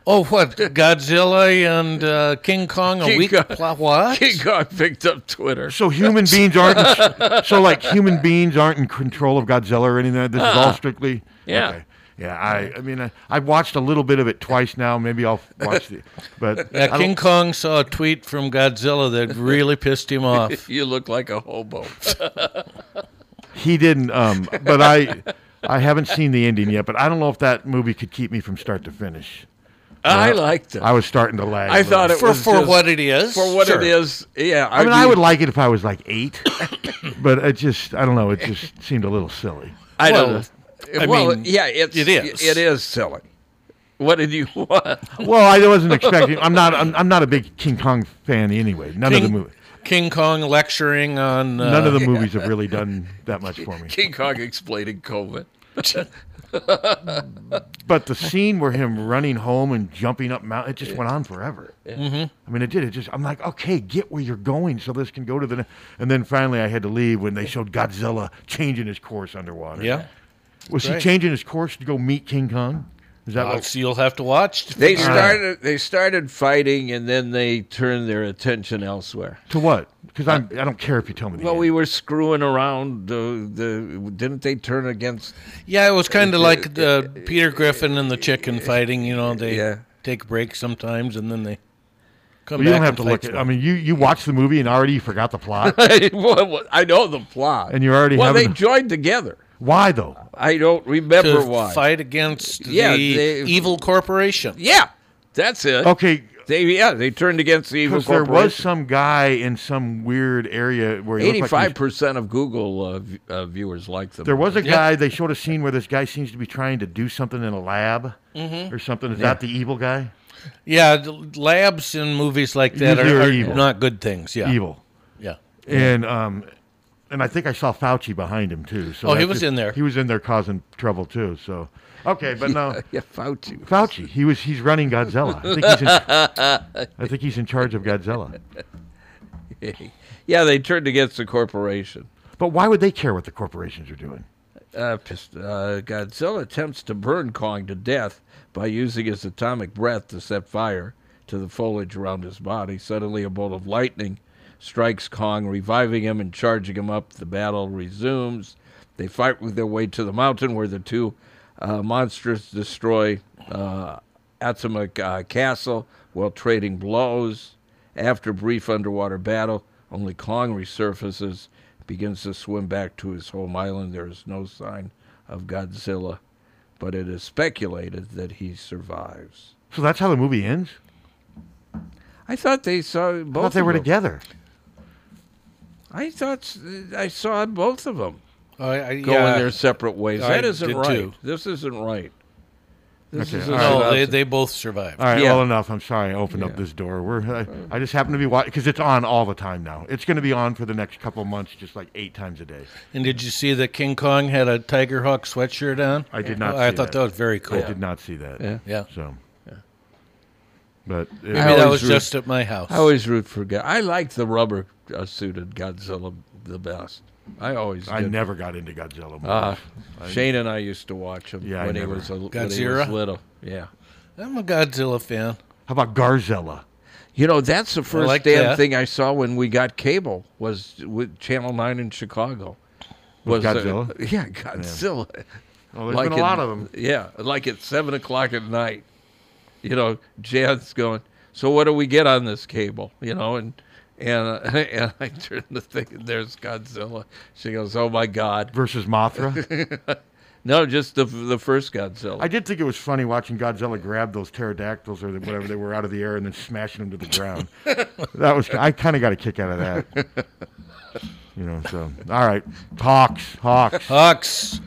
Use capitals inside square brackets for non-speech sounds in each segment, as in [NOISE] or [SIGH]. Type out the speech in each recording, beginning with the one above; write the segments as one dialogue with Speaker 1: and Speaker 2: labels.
Speaker 1: oh, what Godzilla and uh, King Kong a
Speaker 2: King
Speaker 1: week
Speaker 2: Kong.
Speaker 1: pla- what?
Speaker 2: [LAUGHS] King Kong picked up Twitter.
Speaker 3: So human
Speaker 2: [LAUGHS]
Speaker 3: beings aren't. in- so like [LAUGHS] human beings aren't in control of Godzilla or anything. This is all strictly.
Speaker 2: Uh-uh. Yeah.
Speaker 3: Yeah, I, I mean, I, I've watched a little bit of it twice now. Maybe I'll watch the, but I
Speaker 1: Yeah,
Speaker 3: don't-
Speaker 1: King Kong saw a tweet from Godzilla that really pissed him off.
Speaker 2: [LAUGHS] You look like a
Speaker 3: [LAUGHS]
Speaker 2: hobo. [LAUGHS]
Speaker 3: He didn't. Um, but I, I haven't seen the ending yet. But I don't know if that movie could keep me from start to finish. Uh,
Speaker 2: I liked it.
Speaker 3: I
Speaker 2: I,
Speaker 3: was starting to lag. a little.
Speaker 2: thought it
Speaker 1: For
Speaker 2: was
Speaker 1: for
Speaker 2: just-
Speaker 1: what it is.
Speaker 2: for what
Speaker 1: Sure.
Speaker 2: it is. Yeah,
Speaker 3: I mean, I would like it if I was like eight, [COUGHS] but it just, I don't know. It just seemed a little silly.
Speaker 2: I
Speaker 1: Well,
Speaker 2: don't.
Speaker 1: I
Speaker 2: well,
Speaker 1: mean,
Speaker 2: yeah, it's,
Speaker 1: it is.
Speaker 2: It is silly. What did you [LAUGHS]
Speaker 1: [LAUGHS]
Speaker 2: want?
Speaker 3: Well, I wasn't expecting. I'm not. I'm, I'm not a big King Kong fan anyway. None of the
Speaker 1: King,
Speaker 3: movie.
Speaker 1: King Kong lecturing on uh,
Speaker 3: None of the movies have really done that much for me.
Speaker 2: King Kong explaining COVID.
Speaker 3: But the scene where him running home and jumping up mountain, it just went on forever. I mean, it did. It just. I'm like, okay, get where you're going, so this can go to the. ne-" And then finally, I had to leave when they showed Godzilla changing his course underwater.
Speaker 1: yeah.
Speaker 3: Was he
Speaker 1: Right.
Speaker 3: changing his course to go meet King Kong? Is that
Speaker 1: Well,
Speaker 3: what?
Speaker 1: so you'll have to watch. to
Speaker 2: They
Speaker 1: figure it out.
Speaker 2: started. They started fighting, and then they turned their attention elsewhere.
Speaker 3: To what? Because I'm. I don't care if you tell me. The
Speaker 2: Well,
Speaker 3: end.
Speaker 2: we were screwing around. Uh, the didn't they turn against? Uh,
Speaker 1: Yeah, it was kind of like the Peter Griffin and the chicken fighting. You know, they
Speaker 2: Yeah.
Speaker 1: take breaks sometimes and then they come
Speaker 3: Well,
Speaker 1: back.
Speaker 3: you don't have
Speaker 1: and
Speaker 3: to
Speaker 1: fight
Speaker 3: look. At,
Speaker 1: some-
Speaker 3: I mean, you you watched the movie and already forgot
Speaker 2: [LAUGHS]
Speaker 3: the plot.
Speaker 2: What- what- [LAUGHS] I know the plot.
Speaker 3: And you're already
Speaker 2: well. They
Speaker 3: having-
Speaker 2: joined together.
Speaker 3: Why though?
Speaker 2: I don't remember
Speaker 1: to
Speaker 2: why.
Speaker 1: fight against
Speaker 2: Yeah,
Speaker 1: the
Speaker 2: they-
Speaker 1: evil corporation.
Speaker 2: Yeah, that's it.
Speaker 3: Okay,
Speaker 2: They yeah they turned against the evil
Speaker 3: because there was
Speaker 2: corporation.
Speaker 3: some guy in some weird area where he looked like he was-
Speaker 2: Eighty-five percent of Google uh, v- uh, viewers like them.
Speaker 3: There was a guy. They showed a scene where this guy seems to be trying to do something in a lab
Speaker 1: Mm-hmm.
Speaker 3: or something. Is that the evil guy?
Speaker 1: Yeah, the labs in movies like that
Speaker 3: Usually
Speaker 1: are,
Speaker 3: are
Speaker 1: are
Speaker 3: evil.
Speaker 1: not good things. Yeah,
Speaker 3: Evil.
Speaker 1: yeah.
Speaker 3: And um, and I think I saw Fauci behind him too. So
Speaker 1: Oh, he
Speaker 3: that's
Speaker 1: was in there.
Speaker 3: He was in there causing trouble too. So okay,
Speaker 2: [LAUGHS]
Speaker 3: but no.
Speaker 2: yeah Fauci. [LAUGHS]
Speaker 3: Fauci, he was he's running Godzilla. I think he's in,
Speaker 1: [LAUGHS]
Speaker 3: I think he's in charge of Godzilla.
Speaker 2: Yeah, they turned against the corporation.
Speaker 3: But why would they care what the corporations are doing?
Speaker 2: Uh, pist- uh, Godzilla attempts to burn Kong to death by using his atomic breath to set fire to the foliage around his body. Suddenly, a bolt of lightning strikes Kong, reviving him and charging him up. The battle resumes. They fight with their way to the mountain where the two uh, monsters destroy uh, Atsuma uh, Castle while trading blows. After a brief underwater battle, only Kong resurfaces, begins to swim back to his home island. There is no sign of Godzilla, but it is speculated that he survives.
Speaker 3: So that's how the movie ends.
Speaker 2: I thought they saw
Speaker 3: I
Speaker 2: both.
Speaker 3: thought they
Speaker 2: of
Speaker 3: were
Speaker 2: them.
Speaker 3: together.
Speaker 2: I thought s- I saw both of them
Speaker 1: I, I,
Speaker 2: go
Speaker 1: yeah.
Speaker 2: in their separate ways.
Speaker 1: I
Speaker 2: that isn't
Speaker 1: did
Speaker 2: right.
Speaker 1: too.
Speaker 2: This isn't right. This
Speaker 3: Okay,
Speaker 2: isn't
Speaker 3: all
Speaker 1: No,
Speaker 2: right.
Speaker 1: Oh, they, they both survived.
Speaker 3: All right,
Speaker 2: Yeah.
Speaker 3: well enough. I'm sorry I opened up this door. We're I, I just happen to be watching because it's on all the time now. It's going to be on for the next couple months, just like eight times a day.
Speaker 1: And did you see that King Kong had a Tiger Hawk sweatshirt on? Oh,
Speaker 3: I did not
Speaker 1: I
Speaker 3: see
Speaker 1: thought that.
Speaker 3: that.
Speaker 1: was very cool.
Speaker 3: I did not see that.
Speaker 2: Yeah.
Speaker 1: Yeah,
Speaker 3: So, but uh, it-
Speaker 1: maybe that
Speaker 2: always
Speaker 1: was
Speaker 2: root-
Speaker 1: just at my house.
Speaker 2: I always root for God. I like the rubber uh, suited Godzilla the best. I always.
Speaker 3: I
Speaker 2: did.
Speaker 3: never got into Godzilla movies.
Speaker 2: Uh, Shane and I used to watch him
Speaker 3: Yeah, I
Speaker 2: when he
Speaker 3: never-
Speaker 2: was a, when he was
Speaker 1: Godzilla?
Speaker 2: little. Yeah.
Speaker 1: I'm a Godzilla fan.
Speaker 3: How about Garzella?
Speaker 2: You know, that's the first
Speaker 1: like
Speaker 2: damn
Speaker 1: that.
Speaker 2: thing I saw when we got cable was with Channel Nine in Chicago. Was
Speaker 3: With
Speaker 2: uh, [LAUGHS]
Speaker 3: Godzilla?
Speaker 2: yeah, Godzilla.
Speaker 3: Well, there's been a
Speaker 2: at-
Speaker 3: lot of them.
Speaker 2: Yeah, like at seven o'clock at night. You know, Jan's going. So what do we get on this cable? You know, and and, [LAUGHS] uh, and I turn the thing. And there's Godzilla. She goes, "Oh my God!"
Speaker 3: versus Mothra.
Speaker 2: [LAUGHS] No, just the the first Godzilla.
Speaker 3: I did think it was funny watching Godzilla grab those pterodactyls or whatever they were out of the air and then smashing them to the ground. that was I kind of got a kick out of that. You know, so all right, Hawks, Hawks.
Speaker 1: Hawks.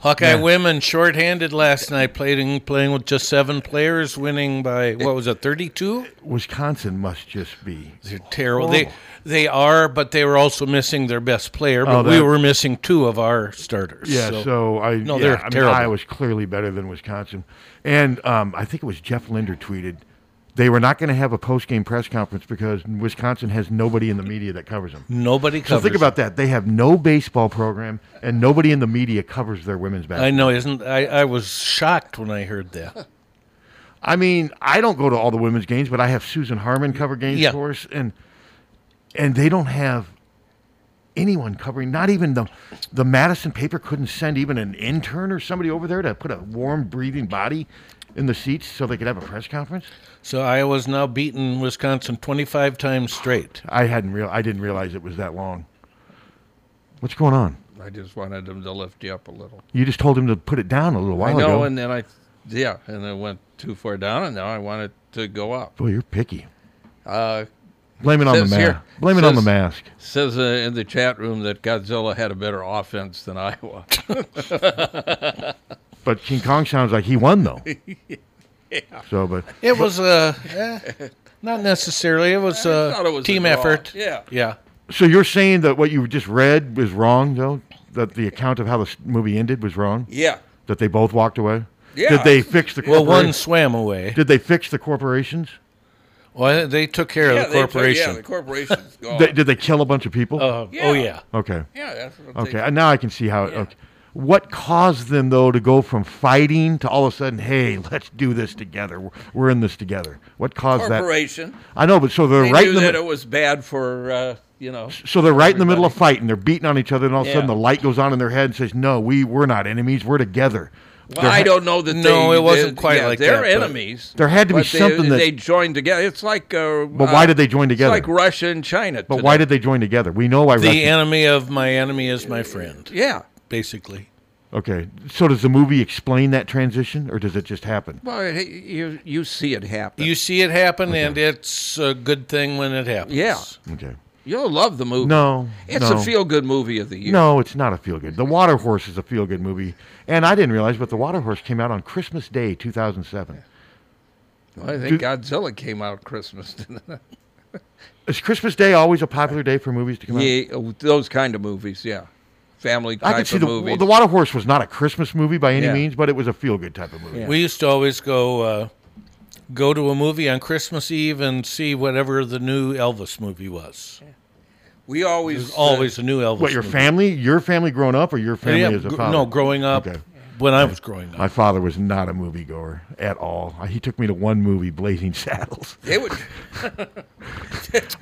Speaker 1: Hawkeye women shorthanded last night, playing playing with just seven players, winning by what was it, thirty two?
Speaker 3: Wisconsin must just be.
Speaker 1: They're terrible.
Speaker 3: Oh.
Speaker 1: They they are, but they were also missing their best player. But
Speaker 3: Oh,
Speaker 1: we
Speaker 3: that-
Speaker 1: were missing two of our starters.
Speaker 3: Yeah, so, I
Speaker 1: No,
Speaker 3: yeah,
Speaker 1: they're
Speaker 3: I mean,
Speaker 1: terrible.
Speaker 3: Iowa's clearly better than Wisconsin, and um, I think it was Jeff Linder tweeted they were not going to have a post game press conference because Wisconsin has nobody in the media that covers them.
Speaker 1: nobody
Speaker 3: So
Speaker 1: covers.
Speaker 3: think about that. They have no baseball program, and nobody in the media covers their women's
Speaker 1: it. I
Speaker 3: basketball.
Speaker 1: know, isn't I? I was shocked when I heard that.
Speaker 3: I, mean, I don't go to all the women's games, but I have Susan Harmon cover games
Speaker 1: Yeah.
Speaker 3: for us, and and they don't have anyone covering. Not even the the Madison paper couldn't send even an intern or somebody over there to put a warm, breathing body in the seats so they could have a press conference.
Speaker 1: So Iowa's now beaten Wisconsin twenty five times straight.
Speaker 3: I hadn't real. I didn't realize it was that long. What's going on?
Speaker 2: I just wanted them to lift you up a little.
Speaker 3: You just told him to put it down a little
Speaker 2: I
Speaker 3: while
Speaker 2: know,
Speaker 3: ago.
Speaker 2: and then I, yeah, and I went too far down, and now I want it to go up.
Speaker 3: Boy, you're picky.
Speaker 2: Uh,
Speaker 3: Blame it on the
Speaker 2: Says
Speaker 3: mask.
Speaker 2: here-
Speaker 3: Blame it on the
Speaker 2: says-
Speaker 3: mask.
Speaker 2: says uh, in the chat room that Godzilla had a better offense than
Speaker 3: [LAUGHS]
Speaker 2: Iowa.
Speaker 3: But King Kong sounds like he won though. So, but
Speaker 1: It was a eh, not necessarily. It was a
Speaker 2: thought it was a
Speaker 1: team
Speaker 2: draw.
Speaker 1: effort.
Speaker 2: Yeah.
Speaker 1: yeah.
Speaker 3: so you're saying that what you just read was wrong though? That the account of how the s- movie ended was wrong?
Speaker 2: yeah,
Speaker 3: That they both walked away?
Speaker 2: Yeah.
Speaker 3: Did they fix the
Speaker 1: Well,
Speaker 3: corporations?
Speaker 1: one swam away.
Speaker 3: Did they fix the corporations?
Speaker 1: Well, they took care
Speaker 2: yeah,
Speaker 1: of the corporation.
Speaker 2: They, yeah, the corporation's gone.
Speaker 3: [LAUGHS] They- did they kill a bunch of people?
Speaker 1: Uh, Oh yeah.
Speaker 3: okay.
Speaker 2: yeah, that's what I'm
Speaker 3: Okay.
Speaker 2: thinking.
Speaker 3: and Now I can see how. Okay. What caused them though to go from fighting to all of a sudden, hey, let's do this together. We're, we're in this together. What caused that?
Speaker 2: Corporation.
Speaker 3: I know, but so they're
Speaker 2: They
Speaker 3: right
Speaker 2: knew
Speaker 3: in the
Speaker 2: that
Speaker 3: mi-
Speaker 2: it was bad for uh, you know.
Speaker 3: So they're right in the middle of fighting. They're beating on each other, and all of a sudden
Speaker 2: Yeah.
Speaker 3: the light goes on in their head and says, "No, we we're not enemies. We're together."
Speaker 2: Well, I don't know that.
Speaker 1: No,
Speaker 2: they,
Speaker 1: it wasn't
Speaker 2: they-
Speaker 1: quite
Speaker 2: yeah,
Speaker 1: like
Speaker 2: they're
Speaker 1: that, but-
Speaker 2: enemies.
Speaker 3: There had to be
Speaker 2: but they-
Speaker 3: something that-
Speaker 2: they joined together. It's like. Uh,
Speaker 3: But why did they join
Speaker 2: It's
Speaker 3: together?
Speaker 2: like Russia and China.
Speaker 3: but why did they join together? We know why.
Speaker 1: The
Speaker 3: Russia-
Speaker 1: enemy of my enemy is my friend,
Speaker 2: Yeah.
Speaker 1: basically.
Speaker 3: okay. So does the movie explain that transition, or does it just happen?
Speaker 2: Well, it- you you see it happen.
Speaker 1: You see it happen, and it's a good thing when it happens.
Speaker 2: Yeah.
Speaker 3: Okay.
Speaker 2: You'll love the movie.
Speaker 3: No,
Speaker 2: It's
Speaker 3: no.
Speaker 2: a feel good movie of the year.
Speaker 3: No, it's not a feel good. The Water Horse is a feel good movie, and I didn't realize, but The Water Horse came out on Christmas Day, two thousand seven.
Speaker 2: I think Godzilla came out Christmas. [LAUGHS] didn't it?
Speaker 3: Is Christmas Day always a popular day for movies to come out?
Speaker 2: yeah, oh, those kind of movies, yeah. Family type
Speaker 3: I could see
Speaker 2: of
Speaker 3: the
Speaker 2: movies.
Speaker 3: The Water Horse was not a Christmas movie by any
Speaker 2: Yeah.
Speaker 3: means, but it was a feel good type of movie.
Speaker 2: Yeah.
Speaker 1: We used to always go uh, go to a movie on Christmas Eve and see whatever the new Elvis movie was.
Speaker 2: we always
Speaker 1: There's always a new Elvis.
Speaker 3: What your
Speaker 1: movie.
Speaker 3: family, your family grown up, or your family
Speaker 1: Yeah,
Speaker 3: as a
Speaker 1: gr-
Speaker 3: father?
Speaker 1: No, growing up
Speaker 3: Okay.
Speaker 1: when I was growing up.
Speaker 3: My father was not a moviegoer at all. Uh, He took me to one movie, Blazing [LAUGHS] Saddles.
Speaker 2: They would. [LAUGHS]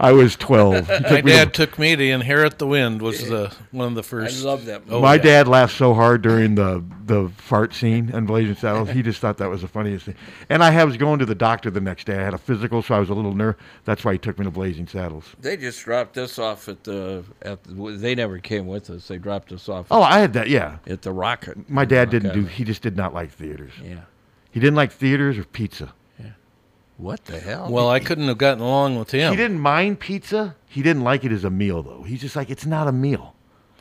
Speaker 3: I was twelve. He
Speaker 1: My
Speaker 3: took me to-
Speaker 1: dad took me to Inherit the Wind was the one of the
Speaker 2: I
Speaker 1: first.
Speaker 2: love that movie.
Speaker 3: my
Speaker 1: oh, yeah.
Speaker 3: dad laughed so hard during the the fart scene on Blazing Saddles. He just thought that was the funniest thing. And I was going to the doctor the next day. I had a physical, so I was a little nervous. That's why he took me to Blazing Saddles.
Speaker 2: They just dropped us off at the at. The, they never came with us. They dropped us off
Speaker 3: Oh, I had that. Yeah,
Speaker 2: at the Rocket.
Speaker 3: my
Speaker 1: Oh,
Speaker 3: dad didn't
Speaker 2: Okay.
Speaker 3: do. He just did not like theaters.
Speaker 2: Yeah.
Speaker 3: He didn't like theaters or pizza.
Speaker 2: What the hell?
Speaker 1: Well, I couldn't have gotten along with him.
Speaker 3: He didn't mind pizza. He didn't like it as a meal though. He's just like it's not a meal.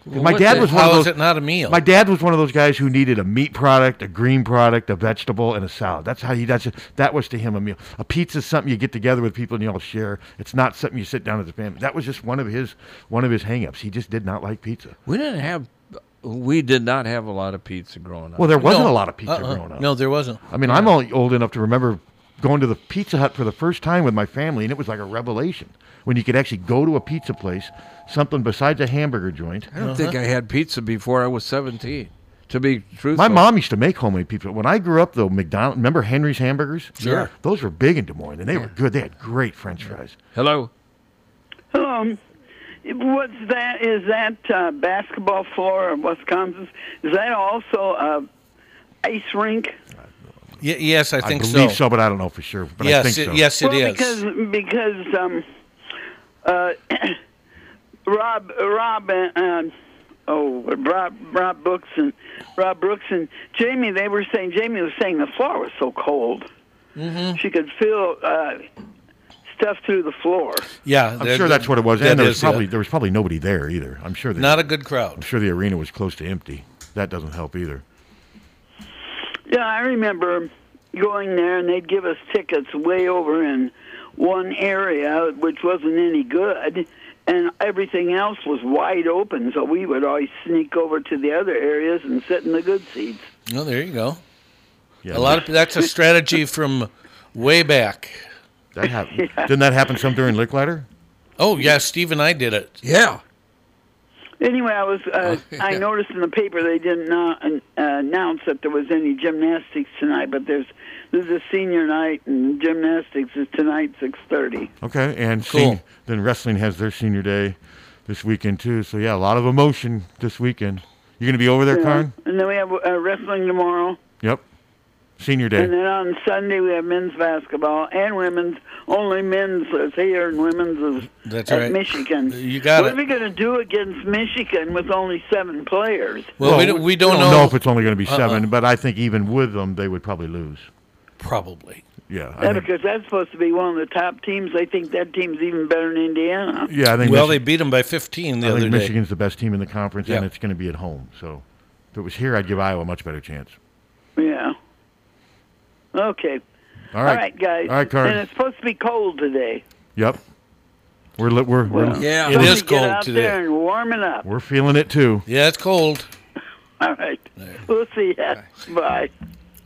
Speaker 3: 'Cause my
Speaker 2: what
Speaker 3: dad
Speaker 2: the-
Speaker 3: was one
Speaker 1: How
Speaker 3: of
Speaker 1: is
Speaker 3: those.
Speaker 1: it not a meal?
Speaker 3: My dad was one of those guys who needed a meat product, a green product, a vegetable, and a salad. That's how he. That's that was to him a meal. A pizza's something you get together with people and you all share. It's not something you sit down as a family. That was just one of his one of his hangups. He just did not like pizza.
Speaker 2: we didn't have. We did not have a lot of pizza growing up.
Speaker 3: Well, there wasn't
Speaker 1: No.
Speaker 3: a lot of pizza
Speaker 1: Uh-uh.
Speaker 3: growing up.
Speaker 1: No, there wasn't.
Speaker 3: I mean, I'm only old enough to remember going to the Pizza Hut for the first time with my family, and it was like a revelation when you could actually go to a pizza place, something besides a hamburger joint.
Speaker 2: I don't think
Speaker 1: Uh-huh.
Speaker 2: I had pizza before I was 17. To be truthful,
Speaker 3: My mom used to make homemade pizza. When I grew up, though, McDonald. Remember Henry's hamburgers?
Speaker 2: Sure.
Speaker 3: Those were big in Des Moines, and they were good. They had great French fries.
Speaker 2: Hello.
Speaker 4: Hello. What's that? Is that uh, basketball floor of Wisconsin? Is that also a ice rink?
Speaker 1: Y- yes, I think
Speaker 3: believe so.
Speaker 1: so.
Speaker 3: but I don't know for sure. But
Speaker 1: yes,
Speaker 3: I think
Speaker 1: it,
Speaker 3: so.
Speaker 1: yes, it
Speaker 4: well,
Speaker 1: is.
Speaker 4: because because um, uh, [COUGHS] Rob Rob uh, um, oh Rob Rob Brooks and Rob Brooks and Jamie they were saying Jamie was saying the floor was so cold
Speaker 1: Mm-hmm.
Speaker 4: she could feel uh, stuff through the floor.
Speaker 1: yeah,
Speaker 3: I'm sure that's what it was.
Speaker 1: that
Speaker 3: And there was
Speaker 1: is it.
Speaker 3: probably there was probably nobody there either. I'm sure. They,
Speaker 1: not a good
Speaker 3: I'm
Speaker 1: crowd.
Speaker 3: sure the arena was close to empty. That doesn't help either.
Speaker 4: Yeah, I remember going there, and they'd give us tickets way over in one area, which wasn't any good, and everything else was wide open. So we would always sneak over to the other areas and sit in the good seats.
Speaker 1: Well, there you go.
Speaker 3: Yeah,
Speaker 1: A lot of that's a strategy from way back.
Speaker 2: [LAUGHS]
Speaker 3: that happened. Didn't that happen some during Licklider?
Speaker 1: Oh yeah, Steve and I did it.
Speaker 2: Yeah.
Speaker 4: Anyway, I was uh, I noticed in the paper they didn't uh, an- uh, announce that there was any gymnastics tonight, but there's there's a senior night and gymnastics is tonight six thirty.
Speaker 3: Okay, and
Speaker 1: Cool.
Speaker 3: sen- then wrestling has their senior day this weekend too. So yeah, a lot of emotion this weekend. You gonna be over there, Karn?
Speaker 4: And then we have uh, wrestling tomorrow.
Speaker 3: Yep. Senior
Speaker 4: And
Speaker 3: day.
Speaker 4: then on Sunday we have men's basketball and women's. Only men's is here and women's is
Speaker 1: That's
Speaker 4: at
Speaker 1: right.
Speaker 4: Michigan.
Speaker 1: You got
Speaker 4: what
Speaker 1: it.
Speaker 4: are we going to do against Michigan with only seven players?
Speaker 1: Well, we don't, we don't,
Speaker 3: I don't know if it's only going to be
Speaker 1: Uh-uh.
Speaker 3: seven, but I think even with them, they would probably lose.
Speaker 1: probably.
Speaker 3: Yeah, I
Speaker 4: Yeah,
Speaker 3: think,
Speaker 4: because that's supposed to be one of the top teams. I think that team's even better than Indiana.
Speaker 3: yeah, I think.
Speaker 1: Well, they
Speaker 3: Michi-
Speaker 1: beat him by 15 the
Speaker 3: I
Speaker 1: other
Speaker 3: think
Speaker 1: day.
Speaker 3: Michigan's the best team in the conference, and
Speaker 1: Yeah.
Speaker 3: it's going to be at home. So, if it was here, I'd give Iowa a much better chance.
Speaker 4: Yeah. Okay.
Speaker 3: All right,
Speaker 4: guys.
Speaker 3: All right, Karn.
Speaker 4: And it's supposed to be cold today.
Speaker 3: Yep. We're li- we're we're,
Speaker 2: Yeah.
Speaker 1: It
Speaker 4: So
Speaker 1: is
Speaker 4: we get
Speaker 1: cold
Speaker 4: out
Speaker 1: today.
Speaker 4: there and warm it up.
Speaker 3: we're feeling it too.
Speaker 1: Yeah, it's cold.
Speaker 4: All right. We'll see ya. Bye.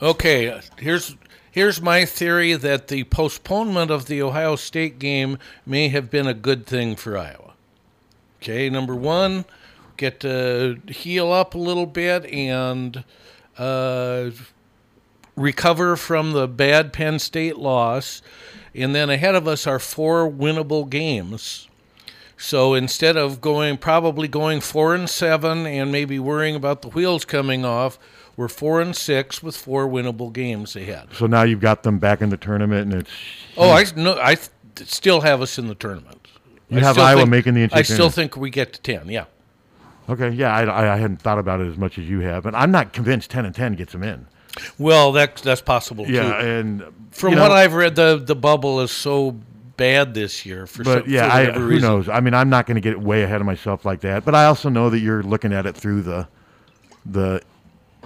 Speaker 1: Okay, here's here's my theory that the postponement of the Ohio State game may have been a good thing for Iowa. Okay, number one, get to heal up a little bit and uh, recover from the bad Penn State loss, and then ahead of us are four winnable games. So instead of going probably going four and seven and maybe worrying about the wheels coming off, we're four and six with four winnable games ahead.
Speaker 3: So now you've got them back in the tournament, and it's
Speaker 1: Oh, I no, I th- still have us in the tournament.
Speaker 3: You
Speaker 1: I
Speaker 3: have
Speaker 1: still
Speaker 3: Iowa
Speaker 1: think-
Speaker 3: making the
Speaker 1: I
Speaker 3: NCAA
Speaker 1: still think we get to ten. Yeah,
Speaker 3: okay. Yeah, I- I, I hadn't thought about it as much as you have, and I'm not convinced ten and ten gets them in.
Speaker 1: well, that's that's possible.
Speaker 3: Yeah,
Speaker 1: too.
Speaker 3: and
Speaker 1: from
Speaker 3: you
Speaker 1: what
Speaker 3: know,
Speaker 1: I've read, the the bubble is so bad this year for,
Speaker 3: but
Speaker 1: some,
Speaker 3: yeah,
Speaker 1: for
Speaker 3: I,
Speaker 1: whatever
Speaker 3: who
Speaker 1: reason.
Speaker 3: knows? I mean, I'm not going to get way ahead of myself like that, but I also know that you're looking at it through the the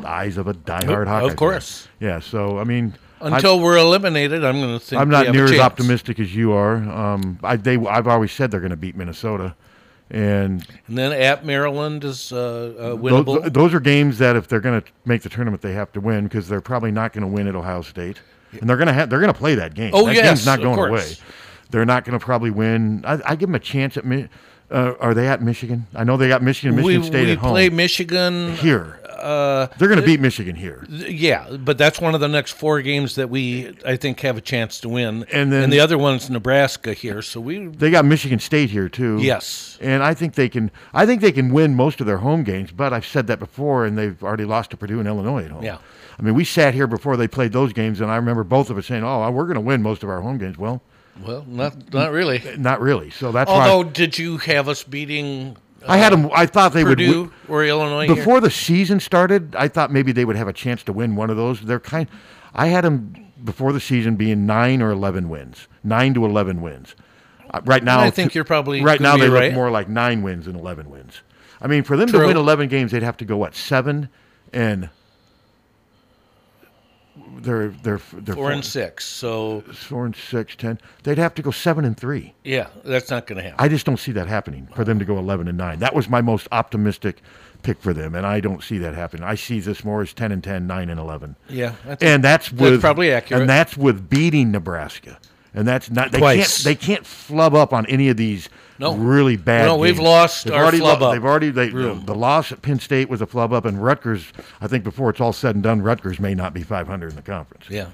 Speaker 3: eyes of a diehard
Speaker 1: Of
Speaker 3: hockey. fan.
Speaker 1: course.
Speaker 3: Yeah. So I mean, I-
Speaker 1: Until we're eliminated, I'm going to think
Speaker 3: I'm
Speaker 1: we
Speaker 3: not
Speaker 1: have a
Speaker 3: near as
Speaker 1: chance.
Speaker 3: optimistic as you are. Um, I they I've always said they're going to beat Minnesota, and
Speaker 1: And then at Maryland is uh, uh,
Speaker 3: tho-
Speaker 1: winnable.
Speaker 3: tho- those, are games that if they're going to make the tournament, they have to win because they're probably not going to win at Ohio State, and they're going to ha- they're going to play that game.
Speaker 1: Oh,
Speaker 3: that
Speaker 1: yes,
Speaker 3: game's not
Speaker 1: of
Speaker 3: going
Speaker 1: course.
Speaker 3: away. They're not going to probably win. I, I give them a chance at. Mi- uh, are they at Michigan? I know they got Michigan, Michigan
Speaker 1: we,
Speaker 3: State
Speaker 1: we
Speaker 3: at home.
Speaker 1: play Michigan uh,
Speaker 3: here. they're going to beat Michigan here.
Speaker 1: Yeah, but that's one of the next four games that we I think have a chance to win.
Speaker 3: And then-
Speaker 1: the other one's Nebraska here, so we
Speaker 3: They got Michigan State here too.
Speaker 1: Yes.
Speaker 3: and I think they can. I think they can win most of their home games. But I've said that before, and they've already lost to Purdue and Illinois at home.
Speaker 1: Yeah.
Speaker 3: I mean, we sat here before they played those games, and I remember both of us saying, "Oh, we're going to win most of our home games." Well,
Speaker 1: well not not really.
Speaker 3: not really. So that's
Speaker 1: Although
Speaker 3: why
Speaker 1: did you have us beating uh,
Speaker 3: I, I had them. I thought they would.
Speaker 1: Purdue
Speaker 3: wi-
Speaker 1: or Illinois here?
Speaker 3: Before the season started, I thought maybe they would have a chance to win one of those. They're kind. I had them before the season being nine or eleven wins, nine to eleven wins. Uh, right now,
Speaker 1: I think you're probably
Speaker 3: right
Speaker 1: gonna
Speaker 3: now.
Speaker 1: be
Speaker 3: They
Speaker 1: right.
Speaker 3: look more like nine wins than eleven wins. I mean, for them
Speaker 1: True.
Speaker 3: to win eleven games, they'd have to go what seven and They're they're they're
Speaker 1: four and six. So
Speaker 3: four and six, ten. They'd have to go seven and three.
Speaker 1: yeah, that's not going to happen.
Speaker 3: I just don't see that happening for them to go 11 and 9. That was my most optimistic pick for them, and I don't see that happening. I see this more as 10 and 10, 9 and 11.
Speaker 1: Yeah, that's-
Speaker 3: and that's
Speaker 1: that's
Speaker 3: with
Speaker 1: probably accurate.
Speaker 3: And that's with beating Nebraska. And that's not they
Speaker 1: Twice.
Speaker 3: can't they can't flub up on any of these
Speaker 1: No.
Speaker 3: really bad.
Speaker 1: No, we've
Speaker 3: games.
Speaker 1: lost our
Speaker 3: already
Speaker 1: flub up
Speaker 3: They've already they, the, Um, the loss at Penn State was a flub up, and Rutgers. I think before it's all said and done, Rutgers may not be 500 in the conference.
Speaker 1: yeah.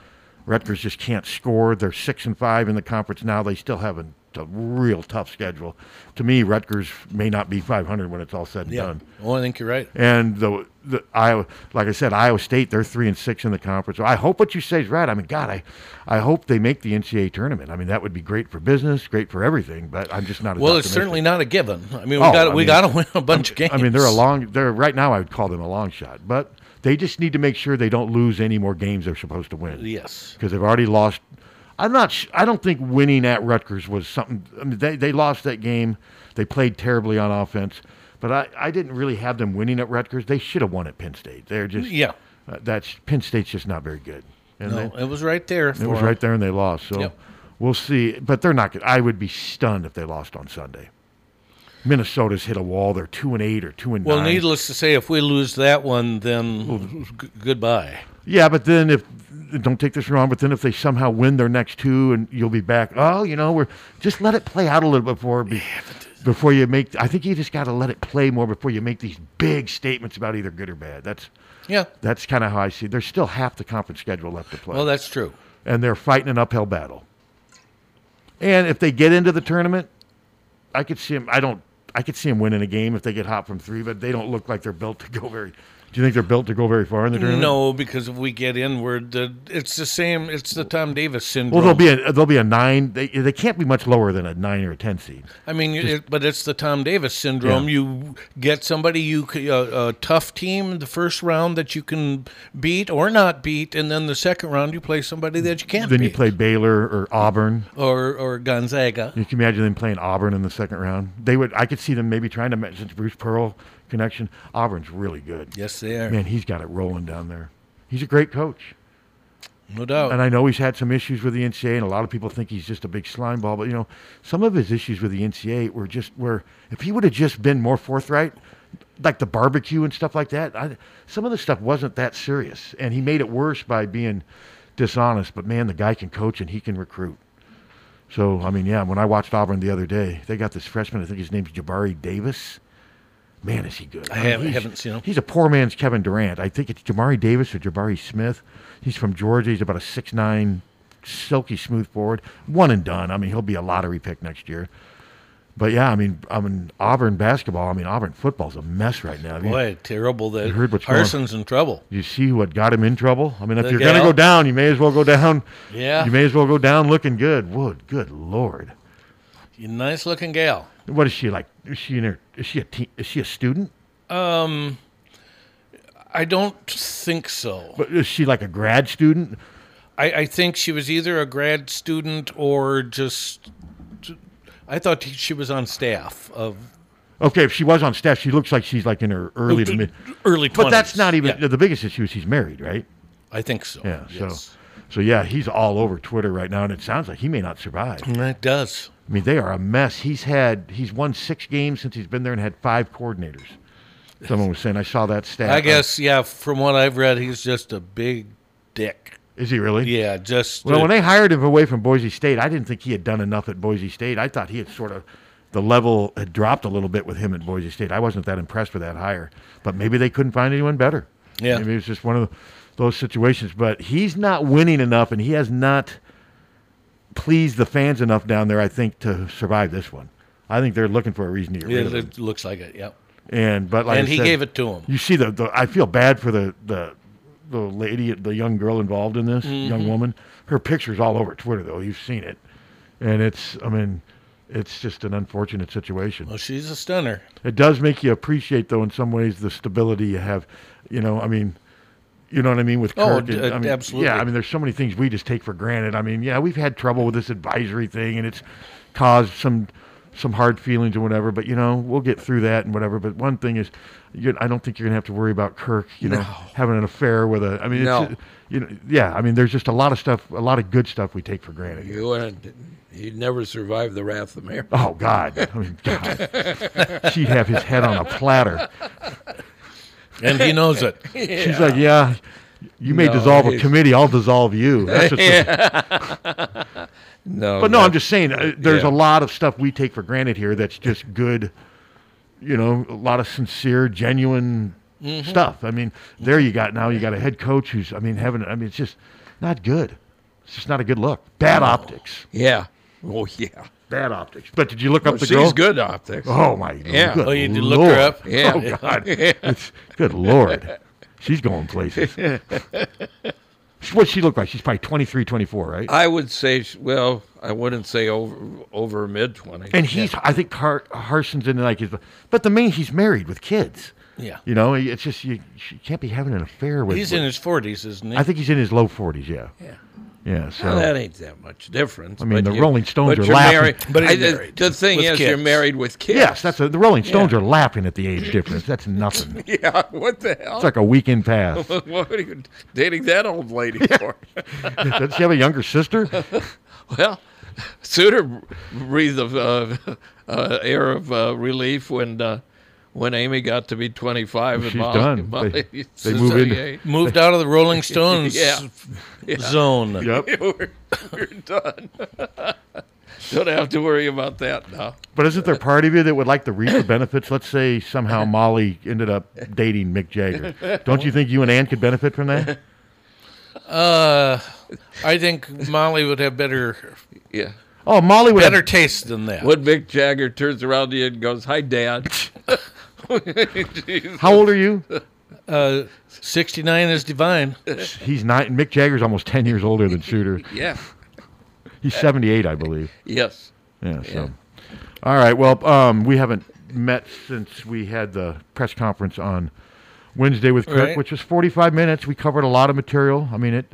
Speaker 3: Rutgers just can't score. They're six and five in the conference now. They still have a, a real tough schedule. To me, Rutgers may not be 500 when it's all said and
Speaker 1: Yeah.
Speaker 3: done.
Speaker 1: Well, I think you're right.
Speaker 3: And the, the Iowa, like I said, Iowa State, they're three and six in the conference. So I hope what you say is right. I mean, God, I, I hope they make the NCAA tournament. I mean, that would be great for business, great for everything. But I'm just not. As
Speaker 1: Well, it's
Speaker 3: optimistic.
Speaker 1: certainly not a given. I mean, we
Speaker 3: Oh,
Speaker 1: got
Speaker 3: I
Speaker 1: we
Speaker 3: mean-
Speaker 1: got to win a bunch of games.
Speaker 3: I mean, they're a long. They're right now. I would call them a long shot, but they just need to make sure they don't lose any more games they're supposed to win.
Speaker 1: Yes.
Speaker 3: because they've already lost. I'm not. sh- I don't think winning at Rutgers was something. I mean, they they lost that game. They played terribly on offense, but I I didn't really have them winning at Rutgers. They should have won at Penn State. They're just
Speaker 1: Yeah.
Speaker 3: Uh, that's Penn State's just not very good. And
Speaker 1: No,
Speaker 3: they-
Speaker 1: it was right there.
Speaker 3: it was right there, and they lost. So
Speaker 1: Yep.
Speaker 3: we'll see. But they're not. gonna- I would be stunned if they lost on Sunday. Minnesota's hit a wall. They're two and eight or two and
Speaker 1: Well,
Speaker 3: nine.
Speaker 1: needless to say, if we lose that one, then g- goodbye.
Speaker 3: Yeah, but then if don't take this wrong, but then if they somehow win their next two, and you'll be back. Oh, you know, we're just let it play out a little before be, before you make. I think you just got to let it play more before you make these big statements about either good or bad. That's
Speaker 1: Yeah.
Speaker 3: that's kind of how I see. it. There's still half the conference schedule left to play,
Speaker 1: Well, that's true.
Speaker 3: and they're fighting an uphill battle. And if they get into the tournament, I could see them. I don't. I could see them winning a game if they get hot from three, but they don't look like they're built to go very. Do you think they're built to go very far in the tournament?
Speaker 1: No, because if we get inward, the, it's the same. It's the Tom Davis syndrome.
Speaker 3: Well, there'll be a there'll be a nine. They, they can't be much lower than a nine or a ten seed.
Speaker 1: I mean, it, but it's the Tom Davis syndrome.
Speaker 3: Yeah.
Speaker 1: You get somebody you c- uh, a, a tough team in the first round that you can beat or not beat, and then the second round you play somebody that you can't
Speaker 3: Then
Speaker 1: beat.
Speaker 3: you play Baylor or Auburn.
Speaker 1: or or Gonzaga.
Speaker 3: You can imagine them playing Auburn in the second round. They would. I could see them maybe trying to match since Bruce Pearl connection. Auburn's really good.
Speaker 1: Yes, they are.
Speaker 3: Man, he's got it rolling down there. He's a great coach,
Speaker 1: No doubt.
Speaker 3: and I know he's had some issues with the NCAA, and a lot of people think he's just a big slime ball. But you know, some of his issues with the NCAA were just where if he would have just been more forthright. Like the barbecue and stuff like that. I, some of the stuff wasn't that serious, and he made it worse by being dishonest. But man, the guy can coach and he can recruit. So I mean, yeah. When I watched Auburn the other day, they got this freshman. I think his name's Jabari Davis. Man, is he good! I,
Speaker 1: haven't-
Speaker 3: he's-
Speaker 1: haven't seen him.
Speaker 3: He's a poor man's Kevin Durant. I think it's Jamari Davis or Jabari Smith. He's from Georgia. He's about a six nine, silky smooth forward. One and done. I mean, he'll be a lottery pick next year. But yeah, I mean, I mean Auburn basketball. I mean Auburn football's a mess right now. Have you-
Speaker 1: Boy, terrible that
Speaker 3: You heard what's going on.
Speaker 1: Parsons in trouble.
Speaker 3: you see what got him in trouble? I mean, if
Speaker 1: The
Speaker 3: you're going to
Speaker 1: gal.
Speaker 3: go down, you may as well go down.
Speaker 1: Yeah.
Speaker 3: You may as well go down looking good. Wood, good lord.
Speaker 1: Nice looking gal.
Speaker 3: What is she like? Is she in her? Is she a teen, Is she a student?
Speaker 1: Um, I don't think so.
Speaker 3: But is she like a grad student?
Speaker 1: I, I think she was either a grad student or just. I thought she was on staff of
Speaker 3: Okay, if she was on staff, she looks like she's like in her early to mid.
Speaker 1: Oh, early 20s.
Speaker 3: But that's not even
Speaker 1: Yeah,
Speaker 3: the biggest issue. Is he's married, right?
Speaker 1: I think so.
Speaker 3: Yeah.
Speaker 1: yes.
Speaker 3: So, so yeah, he's all over Twitter right now, and it sounds like he may not survive.
Speaker 1: And That Mm, does.
Speaker 3: I mean, they are a mess. He's had he's won six games since he's been there and had five coordinators. Someone was saying I saw that stat.
Speaker 1: I guess, yeah, from what I've read, he's just a big dick.
Speaker 3: is he really?
Speaker 1: Yeah, just. uh,
Speaker 3: Well, when they hired him away from Boise State, I didn't think he had done enough at Boise State. I thought he had sort of the level had dropped a little bit with him at Boise State. I wasn't that impressed with that hire, but maybe they couldn't find anyone better.
Speaker 1: Yeah.
Speaker 3: maybe it was just one of those situations. But he's not winning enough, and he has not pleased the fans enough down there. I think to survive this one. I think they're looking for a reason to get rid
Speaker 1: it,
Speaker 3: of him.
Speaker 1: it looks like it, yeah.
Speaker 3: And but like
Speaker 1: and
Speaker 3: I
Speaker 1: he
Speaker 3: said,
Speaker 1: gave it to him.
Speaker 3: you see the, the I feel bad for the the the lady, the young girl involved in this,
Speaker 1: Mm-hmm.
Speaker 3: young woman. Her picture's all over Twitter though. You've seen it, and it's I mean, it's just an unfortunate situation.
Speaker 1: Well, she's a stunner.
Speaker 3: It does make you appreciate though in some ways the stability you have. You know, I mean. You know what I mean with
Speaker 1: Oh,
Speaker 3: Kirk.
Speaker 1: d-
Speaker 3: and- I mean,
Speaker 1: absolutely.
Speaker 3: Yeah, I mean, there's so many things we just take for granted. I mean, yeah, we've had trouble with this advisory thing, and it's caused some some hard feelings or whatever. But you know, we'll get through that and whatever. But one thing is, you I don't think you're gonna have to worry about Kirk. You know,
Speaker 2: No.
Speaker 3: having an affair with a. I mean,
Speaker 2: No.
Speaker 3: it's, you know, yeah. I mean, there's just a lot of stuff, a lot of good stuff we take for granted.
Speaker 2: You wouldn't. He'd never survive the wrath of Mary.
Speaker 3: Oh God! I mean, God, she'd have his head on a platter.
Speaker 1: and he knows
Speaker 2: [LAUGHS]
Speaker 1: it.
Speaker 3: She's like, "Yeah, you may
Speaker 2: No,
Speaker 3: dissolve a
Speaker 2: he's-
Speaker 3: committee. I'll dissolve you." That's just the-
Speaker 2: No,
Speaker 3: [LAUGHS] but no, I'm just saying. Uh, there's
Speaker 2: yeah.
Speaker 3: a lot of stuff we take for granted here that's just good. You know, a lot of sincere, genuine
Speaker 2: Mm-hmm.
Speaker 3: stuff. I mean, there you got now. You got a head coach who's. I mean, having. I mean, it's just not good. It's just not a good look. Bad optics.
Speaker 2: Oh. Yeah. Oh yeah.
Speaker 3: Bad optics. But did you look up the
Speaker 2: She's
Speaker 3: girl?
Speaker 2: good optics.
Speaker 3: Oh my
Speaker 2: Yeah.
Speaker 3: Good
Speaker 1: Oh, you did
Speaker 3: Lord.
Speaker 1: look her up?
Speaker 2: [LAUGHS] Yeah.
Speaker 3: Oh God. It's, good Lord. She's going places.
Speaker 2: [LAUGHS]
Speaker 3: What's she look like? She's probably 23, 24, right?
Speaker 2: I would say, sh- well, I wouldn't say over over mid twenties.
Speaker 3: and he's, I think Har- Harson's in like his, but the main, he's married with kids.
Speaker 1: Yeah.
Speaker 3: You know, it's just, you, you can't be having an affair with,
Speaker 1: He's in his 40s, isn't he?
Speaker 3: I think he's in his low 40s, yeah.
Speaker 2: Yeah.
Speaker 3: Yeah, so.
Speaker 2: Well, that ain't that much difference.
Speaker 3: I mean,
Speaker 2: but
Speaker 3: the Rolling Stones
Speaker 2: but
Speaker 3: are
Speaker 2: you're
Speaker 3: laughing.
Speaker 2: Married,
Speaker 1: But he's
Speaker 2: I- the-
Speaker 1: married
Speaker 2: The thing
Speaker 1: with
Speaker 2: is, you're
Speaker 1: kids.
Speaker 2: married with kids.
Speaker 3: Yes, that's a, the Rolling
Speaker 2: [LAUGHS]
Speaker 3: Stones are laughing at the age difference. That's nothing. It's
Speaker 2: yeah. What the hell?
Speaker 3: like a weekend pass.
Speaker 2: [LAUGHS] what are you dating that old
Speaker 3: [LAUGHS]
Speaker 2: lady for? Oh,
Speaker 3: Does she have a
Speaker 2: [LAUGHS]
Speaker 3: younger sister?
Speaker 2: Well, Suter breathed a uh, uh, air of uh, relief when uh, when Amy got to be 25 and
Speaker 3: She's
Speaker 2: Molly,
Speaker 3: done.
Speaker 2: Molly [LAUGHS]
Speaker 3: They-
Speaker 2: is
Speaker 3: they move into-
Speaker 2: 38.
Speaker 1: [LAUGHS] Moved out of the Rolling Stones
Speaker 2: [LAUGHS] Yeah.
Speaker 1: zone.
Speaker 3: Yep.
Speaker 2: [LAUGHS] we're, we're done. [LAUGHS] Don't have to worry about that now.
Speaker 3: But isn't there part of you that would like to reap the benefits? Let's say somehow Molly ended up dating Mick Jagger. Don't you think you and Ann could benefit from that?
Speaker 1: Uh, I think Molly would have better
Speaker 2: Yeah.
Speaker 3: Oh, Molly would.
Speaker 1: better
Speaker 3: Have,
Speaker 1: taste than that.
Speaker 2: When Mick Jagger turns around to you and goes, "Hi, Dad."
Speaker 3: how old are you?
Speaker 1: Uh, 69 is divine.
Speaker 3: He's not. Mick Jagger's almost ten years older than Shooter.
Speaker 2: [LAUGHS] yeah.
Speaker 3: He's seventy-eight, I believe.
Speaker 2: Yes.
Speaker 3: Yeah. So, all right. Well, um, we haven't met since we had the press conference on Wednesday with Kirk,
Speaker 1: Right.
Speaker 3: which was 45 minutes. We covered a lot of material. I mean, it,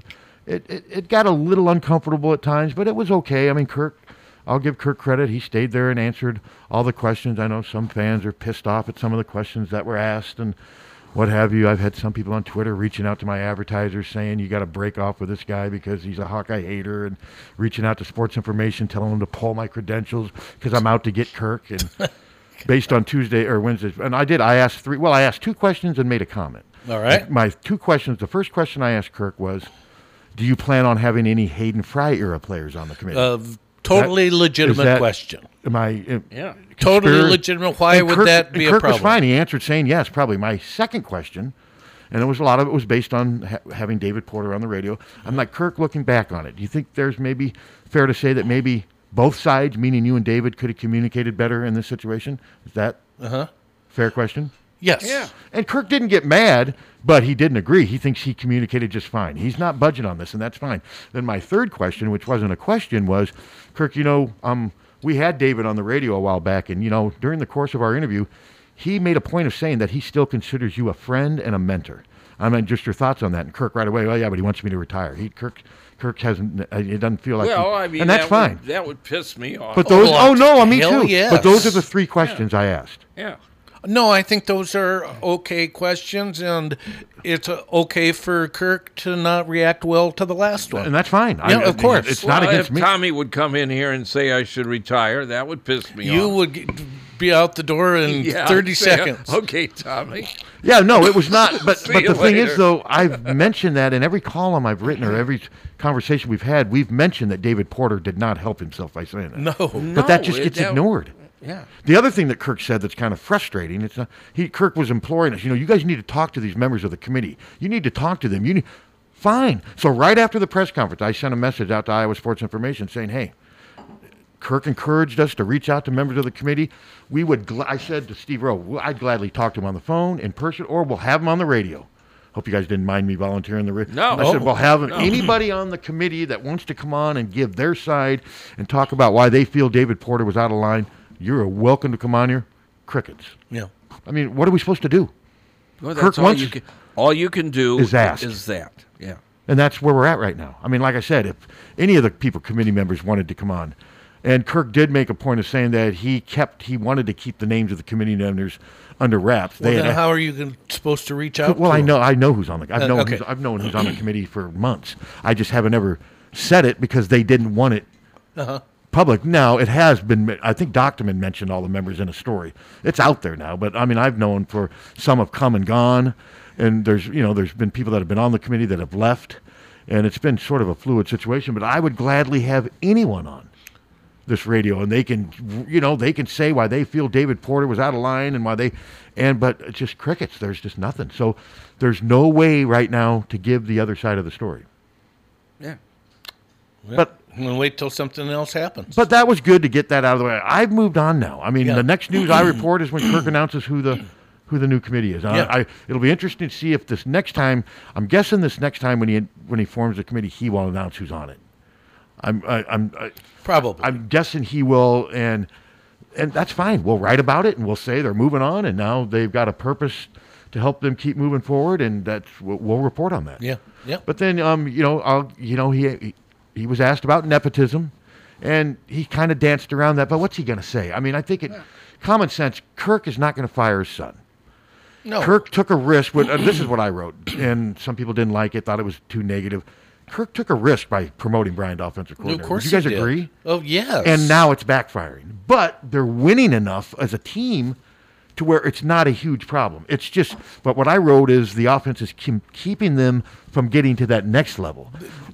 Speaker 3: it it it got a little uncomfortable at times, but it was okay. I mean, Kirk. I'll give Kirk credit. He stayed there and answered all the questions. I know some fans are pissed off at some of the questions that were asked and what have you. I've had some people on Twitter reaching out to my advertisers saying you got to break off with this guy because he's a Hawkeye hater, and reaching out to Sports Information telling them to pull my credentials because I'm out to get Kirk. And based on Tuesday or Wednesday, and I did. I asked three. Well, I asked two questions and made a comment.
Speaker 1: All right.
Speaker 3: My two questions. The first question I asked Kirk was, "Do you plan on having any Hayden Fry era players on the committee?"
Speaker 1: A Uh, totally
Speaker 3: Is
Speaker 1: legitimate
Speaker 3: that-
Speaker 1: question.
Speaker 3: Am I? am-
Speaker 2: Yeah.
Speaker 1: Totally
Speaker 3: Conspira-
Speaker 1: legitimate. Why
Speaker 3: And
Speaker 1: would
Speaker 3: Kirk-
Speaker 1: that
Speaker 3: and
Speaker 1: be a
Speaker 3: Kirk
Speaker 1: problem?
Speaker 3: was fine. He answered saying yes. Probably my second question, and it was a lot of it was based on ha- having David Porter on the radio. I'm like Kirk. Looking back on it, do you think there's maybe fair to say that maybe both sides, meaning you and David, could have communicated better in this situation? Is that fair question?
Speaker 1: Yes.
Speaker 2: Yeah.
Speaker 3: And Kirk didn't get mad, but he didn't agree. He thinks he communicated just fine. He's not budging on this, and that's fine. Then my third question, which wasn't a question, was Kirk, you know, um, we had David on the radio a while back, and, you know, during the course of our interview, he made a point of saying that he still considers you a friend and a mentor. I mean, just your thoughts on that. And Kirk right away, well, yeah, but he wants me to retire. He, Kirk, Kirk hasn't, uh, it doesn't feel like,
Speaker 2: Well,
Speaker 3: he-
Speaker 2: I mean,
Speaker 3: and that's
Speaker 2: that
Speaker 3: fine.
Speaker 2: Would, that would piss me off.
Speaker 3: but those,
Speaker 1: Oh,
Speaker 3: oh, no, me
Speaker 1: hell
Speaker 3: too. But those are
Speaker 1: yes.
Speaker 3: the three questions I asked.
Speaker 2: yeah.
Speaker 1: No, I think those are okay questions, and it's uh, okay for Kirk to not react well to the last one.
Speaker 3: And that's fine. [LAUGHS] I-
Speaker 1: Yeah, of
Speaker 3: I-
Speaker 1: course.
Speaker 3: It's
Speaker 2: Well,
Speaker 3: not against
Speaker 2: if
Speaker 3: me.
Speaker 2: Tommy would come in here and say I should retire, that would piss me
Speaker 1: you
Speaker 2: off.
Speaker 1: would g- be out the door in
Speaker 2: [LAUGHS] Yeah,
Speaker 1: 30
Speaker 2: I'd say,
Speaker 1: seconds.
Speaker 2: Okay, Tommy.
Speaker 3: Yeah, no, it
Speaker 2: [LAUGHS]
Speaker 3: was not. But
Speaker 2: See
Speaker 3: but
Speaker 2: you
Speaker 3: the thing
Speaker 2: later.
Speaker 3: is, though, I've mentioned that in every column I've written or every conversation we've had, we've mentioned that David Porter did not help himself by saying that.
Speaker 1: No.
Speaker 3: but that
Speaker 2: No,
Speaker 3: just
Speaker 2: it-
Speaker 3: gets
Speaker 2: that-
Speaker 3: ignored.
Speaker 2: Yeah.
Speaker 3: The other thing that Kirk said that's kind of frustrating, it's not, he Kirk was imploring us, you know, you guys need to talk to these members of the committee. You need to talk to them. You need, fine. So right after the press conference, I sent a message out to Iowa Sports Information saying, "Hey, Kirk encouraged us to reach out to members of the committee. We would, gl- I said to Steve Rowe, "Well, I'd gladly talk to him on the phone, in person, or we'll have him on the radio. Hope you guys didn't mind me volunteering the radio.
Speaker 2: No.
Speaker 3: I said, well, have him-
Speaker 2: No.
Speaker 3: anybody on the committee that wants to come on and give their side and talk about why they feel David Porter was out of line, you're welcome to come on here. Crickets.
Speaker 1: Yeah.
Speaker 3: I mean, what are we supposed to do?
Speaker 2: Well,
Speaker 3: Kirk
Speaker 2: that's all
Speaker 3: wants-
Speaker 2: you can. All you can do
Speaker 3: Is ask.
Speaker 2: Is that? Yeah.
Speaker 3: And that's where we're at right now. I mean, like I said, if any of the people, committee members wanted to come on, And Kirk did make a point of saying that he kept he wanted to keep the names of the committee members under wraps.
Speaker 1: Well,
Speaker 3: had
Speaker 1: then
Speaker 3: a-
Speaker 1: how are you gon- supposed to reach out?
Speaker 3: well,
Speaker 1: to
Speaker 3: I
Speaker 1: them?
Speaker 3: know I know who's on the I've
Speaker 1: Uh,
Speaker 3: known
Speaker 1: okay.
Speaker 3: who's, I've known who's on
Speaker 1: [CLEARS THROAT]
Speaker 3: the committee for months. I just haven't ever said it because they didn't want it
Speaker 1: Uh-huh.
Speaker 3: public. Now it has been. I think Doctorman mentioned all the members in a story. It's out there now. But I mean, I've known for some have come and gone, and there's you know there's been people that have been on the committee that have left, and it's been sort of a fluid situation. But I would gladly have anyone on this radio and they can you know they can say why they feel David Porter was out of line and why they and but it's just crickets there's just nothing so there's no way right now to give the other side of the story
Speaker 1: Yeah.
Speaker 3: but-
Speaker 1: I'm gonna wait till something else happens.
Speaker 3: but that was good to get that out of the way I've moved on now I mean
Speaker 1: Yeah.
Speaker 3: the next news I report is when
Speaker 1: [CLEARS THROAT]
Speaker 3: Kirk announces who the who the new committee is I-
Speaker 1: Yeah.
Speaker 3: I, it'll be interesting to see if this next time I'm guessing this next time when he when he forms the committee he will announce who's on it I'm I, I'm I,
Speaker 1: Probably.
Speaker 3: I'm guessing he will, and and that's fine. We'll write about it, and we'll say they're moving on, and now they've got a purpose to help them keep moving forward, and that's we'll, we'll report on that.
Speaker 1: yeah. Yeah.
Speaker 3: But then, um, you know, I'll, you know, he, he he was asked about nepotism, and he kind of danced around that. But what's he going to say? I mean, I think it, common sense. Kirk is not going to fire his son.
Speaker 1: no.
Speaker 3: Kirk took a risk. With, uh, this is what I wrote, and some people didn't like it, thought it was too negative. Kirk took a risk by promoting Brian to offensive
Speaker 1: Of
Speaker 3: coordinator.
Speaker 1: course.
Speaker 3: Would you guys
Speaker 1: he did.
Speaker 3: agree?
Speaker 1: Oh yes.
Speaker 3: and now it's backfiring. But they're winning enough as a team to where it's not a huge problem. It's just, but what I wrote is the offense is keep, keeping them from getting to that next level.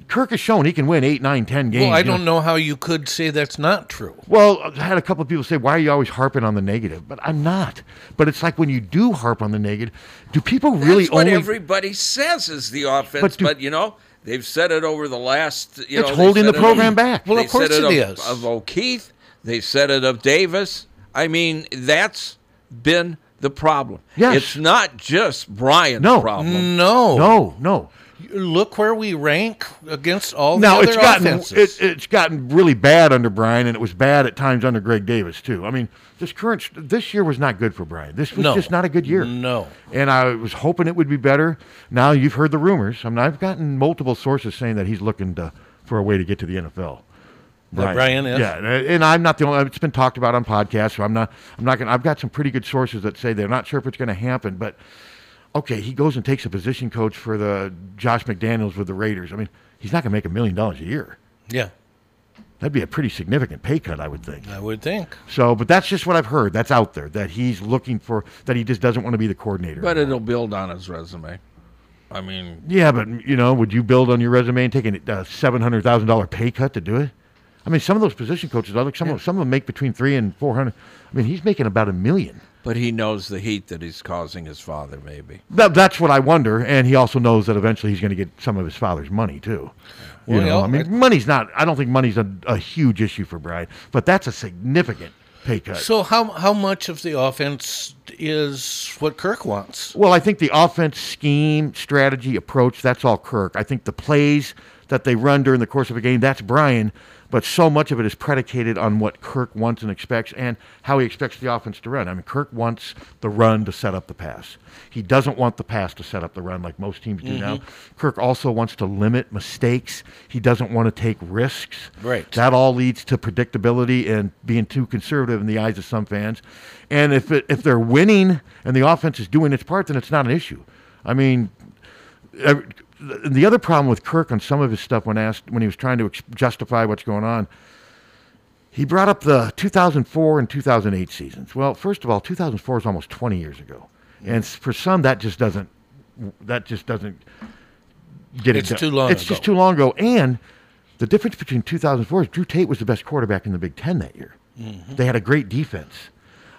Speaker 3: Kirk has shown he can win eight, nine, ten games.
Speaker 1: Well, I
Speaker 3: you
Speaker 1: don't know how you could say that's not true.
Speaker 3: Well, I had a couple of people say, "Why are you always harping on the negative?" But I'm not. But it's like when you do harp on the negative, do people really
Speaker 2: That's what
Speaker 3: only?
Speaker 2: everybody says is the offense, but,
Speaker 3: But do-
Speaker 2: you know they've said it over the last. You
Speaker 3: It's
Speaker 2: know, they
Speaker 3: holding
Speaker 2: said
Speaker 3: the
Speaker 2: it
Speaker 3: program
Speaker 2: of-
Speaker 3: back.
Speaker 1: Well,
Speaker 2: they
Speaker 1: of course
Speaker 2: said
Speaker 1: it
Speaker 2: of,
Speaker 1: is.
Speaker 2: of O'Keefe. They said it of Davis. I mean, that's been the problem.
Speaker 3: Yes.
Speaker 2: it's not just Brian's
Speaker 3: No.
Speaker 2: problem.
Speaker 1: No.
Speaker 3: no, no.
Speaker 1: Look where we rank against all
Speaker 3: now
Speaker 1: the other
Speaker 3: it's gotten
Speaker 1: offenses.
Speaker 3: it, it's gotten really bad under Brian, and it was bad at times under Greg Davis too. I mean, this current this year was not good for Brian. This was
Speaker 1: No.
Speaker 3: just not a good year.
Speaker 1: No.
Speaker 3: and I was hoping it would be better. Now you've heard the rumors. I mean, I've gotten multiple sources saying that he's looking to, for a way to get to the NFL.
Speaker 1: That Brian is?
Speaker 3: yeah, and- and I'm not the only. It's been talked about on podcasts, so I'm not. I'm not going. to I've got some pretty good sources that say they're not sure if it's going to happen, but okay, he goes and takes a position coach for the Josh McDaniels with the Raiders. I mean, he's not going to make a million dollars a year.
Speaker 1: yeah,
Speaker 3: That'd be a pretty significant pay cut, I would think.
Speaker 1: I would think.
Speaker 3: So, but that's just what I've heard. That's out there that he's looking for. That he just doesn't want to be the coordinator.
Speaker 2: But it'll build on his resume. I mean,
Speaker 3: yeah, but you know, would you build on your resume and take a uh, seven hundred thousand dollar pay cut to do it? I mean, some of those position coaches, I look, some of, some of them make between three and four hundred. I mean, he's making about a million.
Speaker 2: but he knows the heat that he's causing his father. Maybe
Speaker 3: That, that's what I wonder, and he also knows that eventually he's going to get some of his father's money too. You
Speaker 1: Well,
Speaker 3: know,
Speaker 1: yeah,
Speaker 3: I mean,
Speaker 1: I-
Speaker 3: money's not. I don't think money's a, a huge issue for Brian, but that's a significant pay cut.
Speaker 1: So how how much of the offense is what Kirk wants?
Speaker 3: well, I think the offense scheme, strategy, approach—that's all Kirk. I think the plays that they run during the course of a game—that's Brian. But so much of it is predicated on what Kirk wants and expects, and how he expects the offense to run. I mean, Kirk wants the run to set up the pass. He doesn't want the pass to set up the run like most teams do now. Kirk also wants to limit mistakes. He doesn't want to take risks.
Speaker 1: Right.
Speaker 3: That all leads to predictability and being too conservative in the eyes of some fans. And if it, if they're winning and the offense is doing its part, then it's not an issue. I mean, ev- the other problem with Kirk on some of his stuff when asked when he was trying to ex- justify what's going on, he brought up the 2004 and 2008 seasons. Well, first of all, 2004 is almost 20 years ago, and s- for some that just doesn't that just doesn't get
Speaker 1: It's
Speaker 3: it. done.
Speaker 1: too long
Speaker 3: It's just
Speaker 1: ago.
Speaker 3: too long ago, and the difference between 2004 is Drew Tate was the best quarterback in the Big Ten that year.
Speaker 2: Mm-hmm.
Speaker 1: Mm-hmm.
Speaker 3: They had a great defense.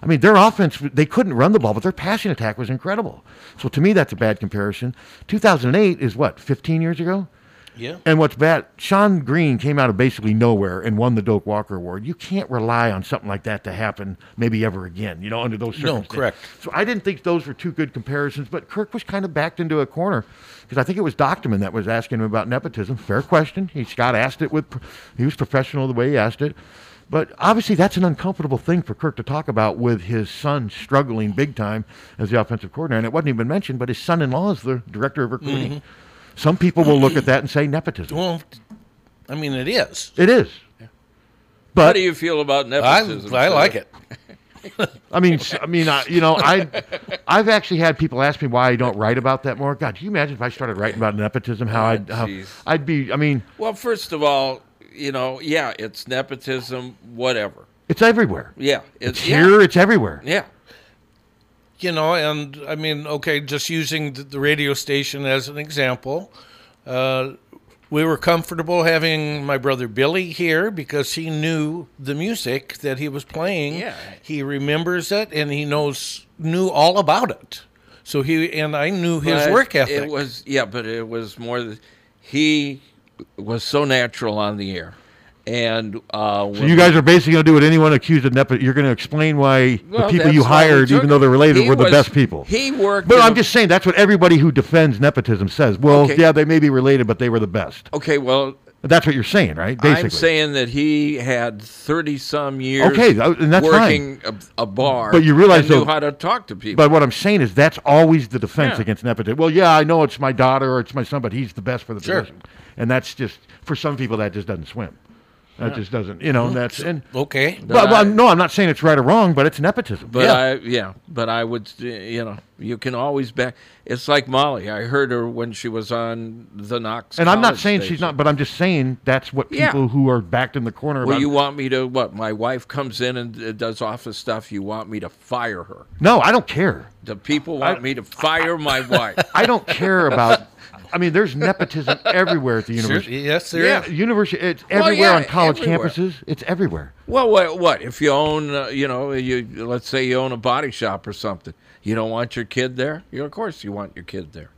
Speaker 3: I mean, their offense, they couldn't run the ball, but their passing attack was incredible. So to me, that's a bad comparison. 2008 is what, 15 years ago?
Speaker 1: Yeah.
Speaker 3: And what's bad, Sean Green came out of basically nowhere and won the Doak Walker Award. You can't rely on something like that to happen maybe ever again, you know, under those
Speaker 1: No,
Speaker 3: circumstances.
Speaker 1: correct.
Speaker 3: So I didn't think those were two good comparisons, but Kirk was kind of backed into a corner because I think it was Docterman that was asking him about nepotism. Fair question. He Scott asked it with, he was professional the way he asked it. But obviously, that's an uncomfortable thing for Kirk to talk about with his son struggling big time as the offensive coordinator. And it wasn't even mentioned, but his son in law is the director of recruiting.
Speaker 2: Mm-hmm.
Speaker 3: Some people will look at that and say nepotism.
Speaker 1: Well, I mean it is.
Speaker 3: It is.
Speaker 2: How do you feel about nepotism?
Speaker 1: I
Speaker 2: sir?
Speaker 1: like it.
Speaker 2: [LAUGHS]
Speaker 3: I mean, s- I mean, I, you know, I, I've actually had people ask me why I don't write about that more. God, can you imagine if I started writing about nepotism? How I'd, how,
Speaker 2: jeez.
Speaker 3: I'd be. I mean,
Speaker 2: Well, first of all, you know, yeah, it's nepotism, whatever.
Speaker 3: it's everywhere.
Speaker 2: Yeah,
Speaker 3: It's
Speaker 2: yeah,
Speaker 3: here. It's everywhere.
Speaker 2: Yeah,
Speaker 1: you know, and I mean, okay, just using th- the radio station as an example, uh, we were comfortable having my brother Billy here because he knew the music that he was playing.
Speaker 2: Yeah.
Speaker 1: He remembers it and he knows knew all about it. So he and I knew his
Speaker 2: But
Speaker 1: work ethic.
Speaker 2: It was yeah, but it was more. th- He was so natural on the air, and uh,
Speaker 3: So you guys are basically going to do what anyone accused of nepotism. You're going to explain why the people you hired, even though they're related, were the best people.
Speaker 2: He worked.
Speaker 3: but
Speaker 2: in
Speaker 3: I'm
Speaker 2: a-
Speaker 3: just saying that's what everybody who defends nepotism says. Well,
Speaker 2: Okay.
Speaker 3: yeah, they may be related, but they were the best.
Speaker 2: okay. Well,
Speaker 3: That's what you're saying, right? Basically.
Speaker 2: I'm saying that he had thirty some years.
Speaker 3: Okay, tha- and that's
Speaker 2: working A, a bar.
Speaker 3: But you realize,
Speaker 2: and knew
Speaker 3: though-
Speaker 2: how to talk to people.
Speaker 3: But what I'm saying is that's always the defense
Speaker 2: Yeah.
Speaker 3: against nepotism. Well, yeah, I know it's my daughter or it's my son, but he's the best for the
Speaker 1: Sure.
Speaker 3: position. And that's just for some people that just doesn't swim. That just doesn't, you know. And that's and.
Speaker 1: okay.
Speaker 3: Well,
Speaker 2: I-
Speaker 3: well, no, I'm not saying it's right or wrong, but it's nepotism.
Speaker 2: But
Speaker 1: Yeah.
Speaker 2: I, yeah, but I would, uh, you know, you can always back. It's like Molly. I heard her when she was on the Knox.
Speaker 3: and I'm not
Speaker 2: College
Speaker 3: saying she's
Speaker 2: station.
Speaker 3: not, but I'm just saying that's what
Speaker 2: Yeah.
Speaker 3: people who are backed in the corner.
Speaker 2: Well,
Speaker 3: about,
Speaker 2: you want me to what? My wife comes in and uh, does office stuff. You want me to fire her?
Speaker 3: no, I don't care.
Speaker 2: The people want me to fire my wife.
Speaker 3: I don't care about. I mean, there's nepotism everywhere at the
Speaker 1: Sure,
Speaker 3: university.
Speaker 1: yes, there
Speaker 2: Yeah.
Speaker 1: is.
Speaker 3: University, it's
Speaker 2: Well,
Speaker 3: everywhere
Speaker 2: yeah,
Speaker 3: on college
Speaker 2: everywhere.
Speaker 3: campuses. It's everywhere.
Speaker 2: Well, what? What if you own? Uh, you know, you let's say you own a body shop or something. You don't want your kid there. You of course you want your kid there.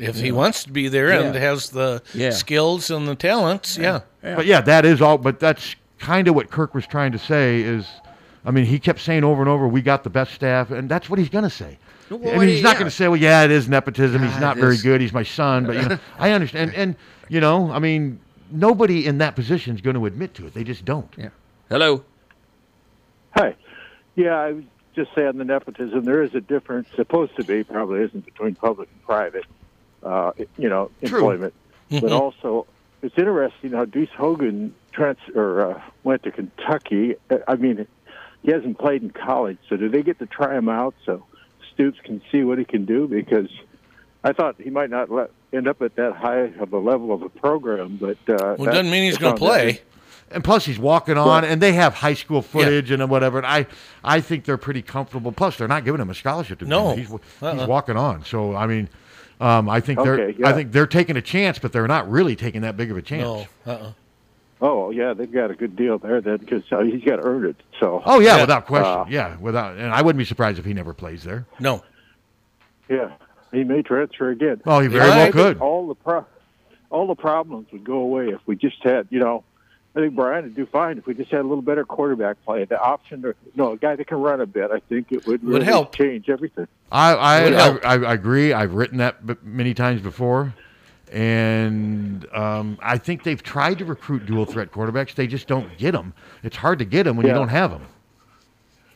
Speaker 1: If he wants to be there and
Speaker 2: Yeah.
Speaker 1: has the
Speaker 2: Yeah.
Speaker 1: skills and the talents, yeah.
Speaker 3: But yeah, that is all. But that's kind of what Kirk was trying to say. Is, I mean, he kept saying over and over, "We got the best staff," and that's what he's going to say.
Speaker 2: Well,
Speaker 3: I mean, he's not
Speaker 2: yeah.
Speaker 3: going to say, "Well, yeah, it is nepotism. he's
Speaker 2: God,
Speaker 3: not very
Speaker 2: this-
Speaker 3: good. He's my son." But you know, I understand, and, and you know, I mean, nobody in that position is going to admit to it. They just don't.
Speaker 2: Yeah. Hello.
Speaker 5: Hi. Yeah, I was just saying the nepotism. There is a difference, supposed to be, probably isn't between public and private, uh, you know,
Speaker 3: True.
Speaker 5: employment.
Speaker 2: Mm-hmm.
Speaker 5: But
Speaker 1: Mm-hmm.
Speaker 5: also, it's interesting how Deuce Hogan trans- or, uh, went to Kentucky. Uh, I mean, he hasn't played in college, so do they get to try him out so Stoops can see what he can do? Because I thought he might not let, end up at that high of a level of a program, but uh,
Speaker 1: Well, it doesn't mean he's going to
Speaker 5: to
Speaker 1: play.
Speaker 3: And plus, he's walking on, and they have high school footage and whatever. And I, I think they're pretty comfortable. Plus, they're not giving him a scholarship. To
Speaker 1: No.
Speaker 3: he's,
Speaker 1: Uh-uh.
Speaker 3: he's walking on. So I mean, um, I think they're,
Speaker 5: Okay, yeah.
Speaker 3: I think they're taking a chance, but they're not really taking that big of a chance.
Speaker 1: No. Uh-uh.
Speaker 5: Oh, yeah, they've got a good deal there then because uh, he's got to earn it. So.
Speaker 3: Oh yeah,
Speaker 1: Yeah.
Speaker 3: without question.
Speaker 5: Uh,
Speaker 3: yeah, without. And I wouldn't be surprised if he never plays there.
Speaker 1: No.
Speaker 5: Yeah, he may transfer again.
Speaker 3: Oh, he very
Speaker 1: Yeah, I
Speaker 3: well
Speaker 1: think
Speaker 3: could.
Speaker 5: All the pro- all the problems would go away if we just had, you know, I think Brian would do fine if we just had a little better quarterback play. The option, or no, a guy that can run a bit. I think it would, really
Speaker 1: help.
Speaker 5: change everything.
Speaker 3: I I,
Speaker 1: Would
Speaker 3: I,
Speaker 1: help.
Speaker 3: I I agree. I've written that b- many times before, and um, I think they've tried to recruit dual threat quarterbacks. They just don't get them. It's hard to get them when you
Speaker 5: Yeah.
Speaker 3: don't have them.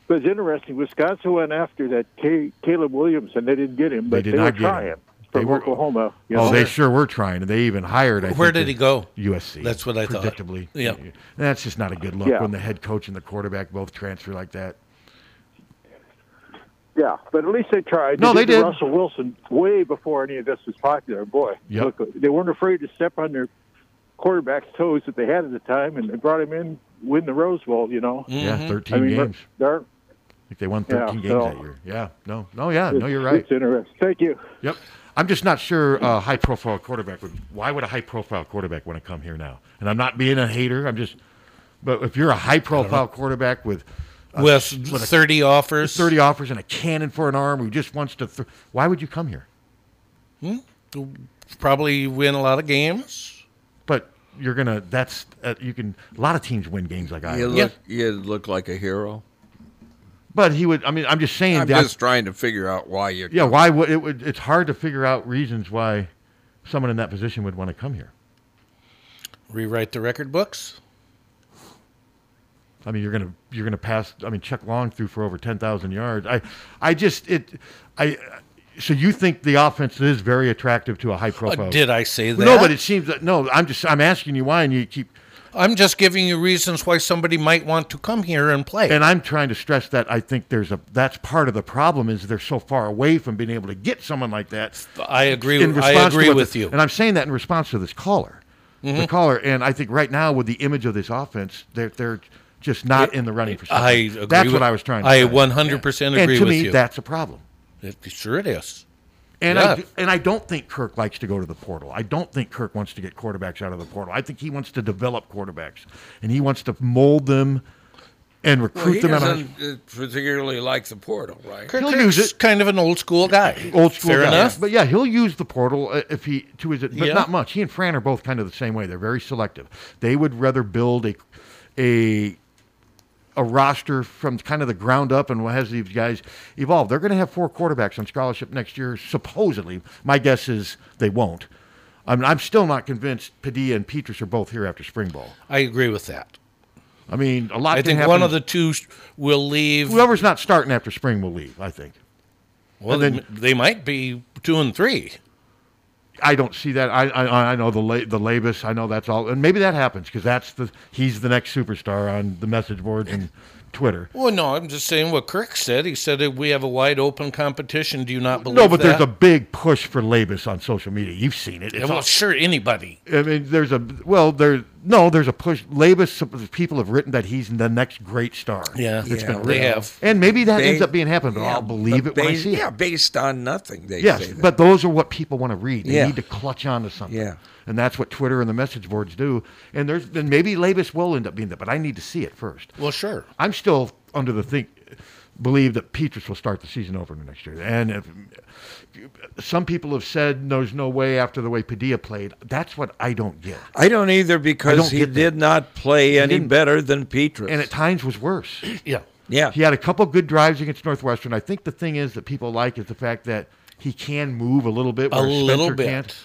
Speaker 5: But it's interesting. Wisconsin went after that Ca- Caleb Williams, and they didn't get him, but they,
Speaker 3: They did not
Speaker 5: were
Speaker 3: get him.
Speaker 5: trying
Speaker 3: They
Speaker 5: from
Speaker 3: were-
Speaker 5: Oklahoma. You
Speaker 3: Oh,
Speaker 5: know?
Speaker 3: they sure were trying, and they even hired. I
Speaker 1: Where
Speaker 3: think,
Speaker 1: did he go?
Speaker 3: USC.
Speaker 1: That's what I thought.
Speaker 3: Predictably,
Speaker 1: Yeah.
Speaker 3: That's just not a good look
Speaker 5: Yeah.
Speaker 3: when the head coach and the quarterback both transfer like that.
Speaker 5: Yeah, but at least they tried.
Speaker 3: No, they
Speaker 5: the
Speaker 3: did.
Speaker 5: Russell Wilson way before any of this was popular. Boy,
Speaker 3: Yep.
Speaker 5: look, they weren't afraid to step on their quarterback's toes that they had at the time, and they brought him in, win the Rose Bowl. You know,
Speaker 3: Yeah, thirteen
Speaker 5: I mean,
Speaker 3: games.
Speaker 5: they're-
Speaker 3: I think they won
Speaker 5: Yeah,
Speaker 3: thirteen games
Speaker 5: so-
Speaker 3: that year. Yeah. No. No. Yeah. No. You're
Speaker 5: it's-
Speaker 3: right.
Speaker 5: It's interesting. Thank you.
Speaker 3: Yep. I'm just not sure a high profile quarterback would. Why would a high profile quarterback want to come here now? And I'm not being a hater. I'm just. But if you're a high profile quarterback with uh,
Speaker 1: With
Speaker 3: with a
Speaker 1: 30 offers.
Speaker 3: 30 offers and a cannon for an arm who just wants to. Th- why would you come here?
Speaker 1: probably win a lot of games.
Speaker 3: But you're going to. That's. Uh, you can. A lot of teams win games like I.
Speaker 2: You look, you look like a hero.
Speaker 3: But he would. I mean, I'm just saying
Speaker 2: I'm
Speaker 3: that.
Speaker 2: just trying to figure out why you.
Speaker 3: yeah. Why would it would? It's hard to figure out reasons why someone in that position would want to come here.
Speaker 1: Rewrite the record books.
Speaker 3: I mean, you're gonna you're gonna pass. I mean, Chuck Long threw for over ten thousand yards. I, I just it, I. So you think the offense is very attractive to a high
Speaker 1: Uh,
Speaker 3: profile?
Speaker 1: did I say that?
Speaker 3: No, but it seems that no. I'm just I'm asking you why, and you keep
Speaker 1: I'm just giving you reasons why somebody might want to come here and play.
Speaker 3: And I'm trying to stress that I think there's a that's part of the problem is they're so far away from being able to get someone like that.
Speaker 1: I agree.
Speaker 3: In
Speaker 1: with- I
Speaker 3: response to
Speaker 1: agree
Speaker 3: what
Speaker 1: with
Speaker 3: the-
Speaker 1: you.
Speaker 3: and I'm saying that in response to this caller, the
Speaker 1: Mhm.
Speaker 3: caller. And I think right now with the image of this offense, they're they're just not in the running for.
Speaker 1: I
Speaker 3: something.
Speaker 1: agree
Speaker 3: That's
Speaker 1: with-
Speaker 3: what I was trying. to
Speaker 1: I
Speaker 3: say.
Speaker 1: 100%
Speaker 3: And
Speaker 1: agree
Speaker 3: to
Speaker 1: with
Speaker 3: me,
Speaker 1: you.
Speaker 3: that's a problem.
Speaker 1: It, sure it is.
Speaker 3: And
Speaker 1: Yeah.
Speaker 3: I and I don't think Kirk likes to go to the portal. I don't think Kirk wants to get quarterbacks out of the portal. I think he wants to develop quarterbacks, and he wants to mold them and recruit
Speaker 6: Well, he
Speaker 3: them. out of-
Speaker 6: doesn't uh, particularly like the portal, right?
Speaker 3: He'll use it.
Speaker 1: Kind of an old school guy.
Speaker 3: old school
Speaker 1: Fair
Speaker 3: guy.
Speaker 1: enough.
Speaker 3: But yeah, he'll use the portal uh, if he to his, but
Speaker 1: Yeah.
Speaker 3: not much. He and Fran are both kind of the same way. They're very selective. They would rather build a a a roster from kind of the ground up and has these guys evolve. They're going to have four quarterbacks on scholarship next year, supposedly. My guess is they won't. I'm, I'm still not convinced Padilla and Petrus are both here after spring ball.
Speaker 1: I agree with that.
Speaker 3: I mean, a lot.
Speaker 1: I
Speaker 3: can
Speaker 1: think
Speaker 3: happen.
Speaker 1: one of the two sh- will leave.
Speaker 3: whoever's not starting after spring will leave. I think.
Speaker 1: Well,
Speaker 3: and then-
Speaker 1: they might be two and three.
Speaker 3: I don't see that. I I, I know the la- the Labus. I know that's all, and maybe that happens because that's the he's the next superstar on the message boards and Twitter.
Speaker 1: Well, no, I'm just saying what Kirk said. He said that we have a wide open competition. Do you not believe
Speaker 3: No, but there's a
Speaker 1: that?
Speaker 3: big push for Labus on social media. You've seen it.
Speaker 1: Yeah,
Speaker 3: It's
Speaker 1: well,
Speaker 3: all-
Speaker 1: sure, anybody.
Speaker 3: I mean, there's a well, there's no, there's a push. Labus, some- people have written that he's the next great star.
Speaker 1: Yeah.
Speaker 3: it's
Speaker 1: Yeah,
Speaker 3: been
Speaker 1: they
Speaker 3: written.
Speaker 1: have.
Speaker 3: and maybe that
Speaker 6: They-
Speaker 3: ends up being happened. But
Speaker 6: yeah,
Speaker 3: I'll believe
Speaker 6: but
Speaker 3: it when I
Speaker 6: ba-
Speaker 3: see it.
Speaker 6: Yeah, based on nothing. They
Speaker 3: Yes,
Speaker 6: say that.
Speaker 3: but those are what people want to read. They
Speaker 6: Yeah.
Speaker 3: need to clutch onto something.
Speaker 6: Yeah.
Speaker 3: And that's what Twitter and the message boards do. And there's and maybe Labus will end up being that, but I need to see it first.
Speaker 1: Well, sure.
Speaker 3: I'm still under the think believe that Petrus will start the season over next year. And if, some people have said there's no way after the way Padilla played. That's what I don't get.
Speaker 2: I don't either because
Speaker 3: don't
Speaker 2: he
Speaker 3: get that.
Speaker 2: did not play any
Speaker 3: didn't.
Speaker 2: better than Petrus.
Speaker 3: And at times was worse.
Speaker 1: Yeah.
Speaker 2: yeah.
Speaker 3: He had a couple good drives against Northwestern. I think the thing is that people like is the fact that he can move a little bit.
Speaker 1: A
Speaker 3: Where
Speaker 1: little
Speaker 3: Spencer
Speaker 1: bit.
Speaker 3: Can't.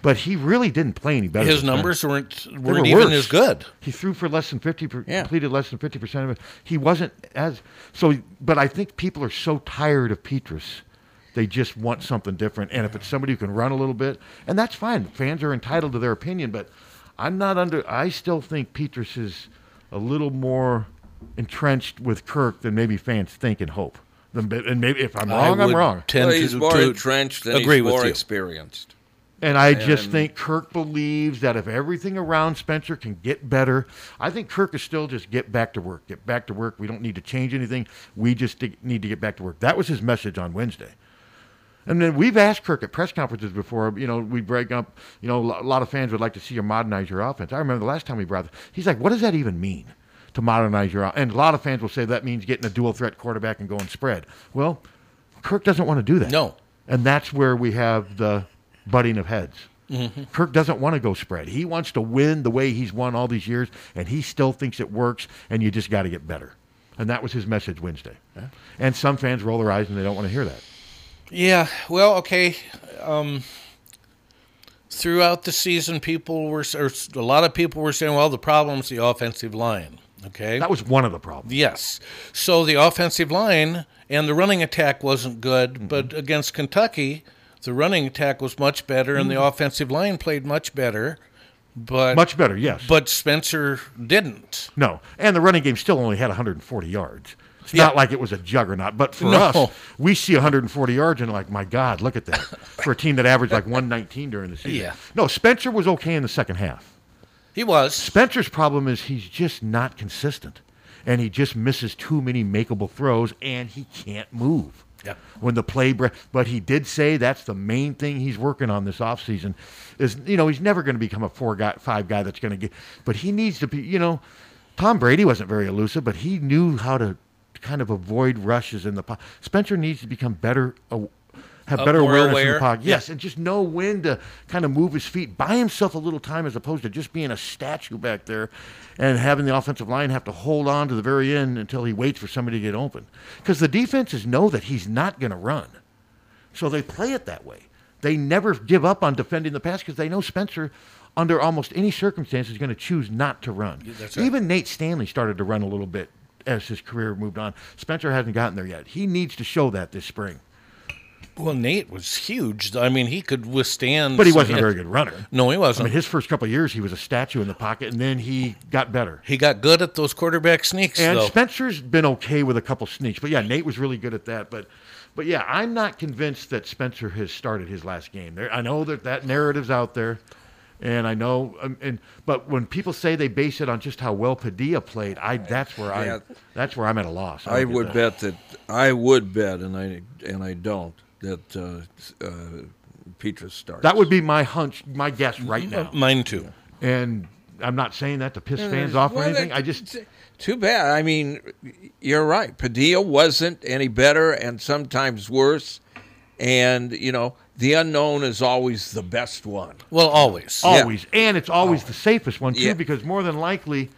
Speaker 3: But he really didn't play any better.
Speaker 1: His
Speaker 3: than Spencer.
Speaker 1: numbers weren't weren't
Speaker 3: They were
Speaker 1: even
Speaker 3: worse.
Speaker 1: as good.
Speaker 3: He threw for less than fifty, per,
Speaker 2: Yeah.
Speaker 3: completed less than fifty percent of it. He wasn't as so. But I think people are so tired of Petrus, they just want something different. And if it's somebody who can run a little bit, and that's fine. Fans are entitled to their opinion, but I'm not under. I still think Petrus is a little more entrenched with Kirk than maybe fans think and hope. Then- And maybe if I'm
Speaker 1: I
Speaker 3: wrong, I'm
Speaker 1: would
Speaker 3: wrong.
Speaker 1: Tend
Speaker 6: Well,
Speaker 1: to-
Speaker 6: he's more
Speaker 1: to
Speaker 6: entrenched and
Speaker 1: agree
Speaker 6: he's
Speaker 1: with
Speaker 6: more
Speaker 1: you.
Speaker 6: experienced.
Speaker 3: And I just
Speaker 6: And-
Speaker 3: think Kirk believes that if everything around Spencer can get better, I think Kirk is still just get back to work, get back to work. We don't need to change anything. We just dig- need to get back to work. That was his message on Wednesday. And then we've asked Kirk at press conferences before, you know, we break up, you know, a lot of fans would like to see you modernize your offense. I remember the last time we brought, he's like, what does that even mean to modernize your offense? And a lot of fans will say that means getting a dual threat quarterback and going spread. Well, Kirk doesn't want to do that.
Speaker 1: No.
Speaker 3: And that's where we have the butting of heads.
Speaker 1: Mm-hmm.
Speaker 3: Kirk doesn't want to go spread. He wants to win the way he's won all these years, and he still thinks it works, and you just got to get better. And that was his message Wednesday. And some fans roll their eyes and they don't want to hear that.
Speaker 1: Yeah. Well, okay. Um, throughout the season, people were or a lot of people were saying, "Well, the problem's the offensive line." Okay.
Speaker 3: That was one of the problems.
Speaker 1: Yes. So the offensive line and the running attack wasn't good,
Speaker 3: Mm-hmm.
Speaker 1: but against Kentucky, the running attack was much better and the offensive line played much better. But
Speaker 3: Mm-hmm. Much better, yes.
Speaker 1: but Spencer didn't.
Speaker 3: No, and the running game still only had 140 yards. It's
Speaker 1: Yeah.
Speaker 3: not like it was a juggernaut, but for
Speaker 1: No.
Speaker 3: us, we see 140 yards and like, my God, look
Speaker 1: [LAUGHS]
Speaker 3: at that for a team that averaged like 119 during the season.
Speaker 1: Yeah.
Speaker 3: No, Spencer was okay in the second half.
Speaker 1: He was.
Speaker 3: Spencer's problem is he's just not consistent, and he just misses too many makeable throws, and he can't move.
Speaker 1: Yeah.
Speaker 3: When the play, bre- but he did say that's the main thing he's working on this offseason is you know he's never going to become a four guy, five guy that's going to get, but he needs to be. You know, Tom Brady wasn't very elusive, but he knew how to kind of avoid rushes in the pocket. Spencer needs to become better. aw- have
Speaker 1: Uh,
Speaker 3: better
Speaker 1: more
Speaker 3: awareness in
Speaker 1: aware.
Speaker 3: the pocket. Yes, and just know when to kind of move his feet, buy himself a little time as opposed to just being a statue back there and having the offensive line have to hold on to the very end until he waits for somebody to get open. Because the defenses know that he's not going to run. So they play it that way. They never give up on defending the pass because they know Spencer, under almost any circumstance, is going to choose not to run. Even Nate Stanley started to run a little bit as his career moved on. Spencer hasn't gotten there yet. He needs to show that this spring.
Speaker 1: Well, Nate was huge. I mean, he could withstand.
Speaker 3: But he
Speaker 1: some
Speaker 3: wasn't a
Speaker 1: hit.
Speaker 3: very good runner.
Speaker 1: No, he
Speaker 3: I
Speaker 1: wasn't.
Speaker 3: mean, his first couple of years, he was a statue in the pocket, and then he got better.
Speaker 1: he got good at those quarterback sneaks,
Speaker 3: And
Speaker 1: though.
Speaker 3: Spencer's been okay with a couple sneaks, but yeah, Nate was really good at that. But, but yeah, I'm not convinced that Spencer has started his last game. There, I know that that narrative's out there, and I know, um, and but when people say they base it on just how well Padilla played, I that's where
Speaker 6: Yeah.
Speaker 3: I that's where I'm at a loss.
Speaker 2: I
Speaker 3: don't get
Speaker 2: would bet
Speaker 3: that.
Speaker 2: that I would bet, and I and I don't that uh, uh, Petrus starts.
Speaker 3: that would be my hunch, my guess right now.
Speaker 1: Mine too.
Speaker 3: And I'm not saying that to piss fans off or
Speaker 2: Well,
Speaker 3: anything.
Speaker 2: that-
Speaker 3: I just
Speaker 2: too bad. I mean, you're right. Padilla wasn't any better, and sometimes worse. And you know, the unknown is always the best one.
Speaker 1: Well, always.
Speaker 6: [LAUGHS]
Speaker 3: always, and it's always the safest one too,
Speaker 2: Yeah.
Speaker 3: because more than likely,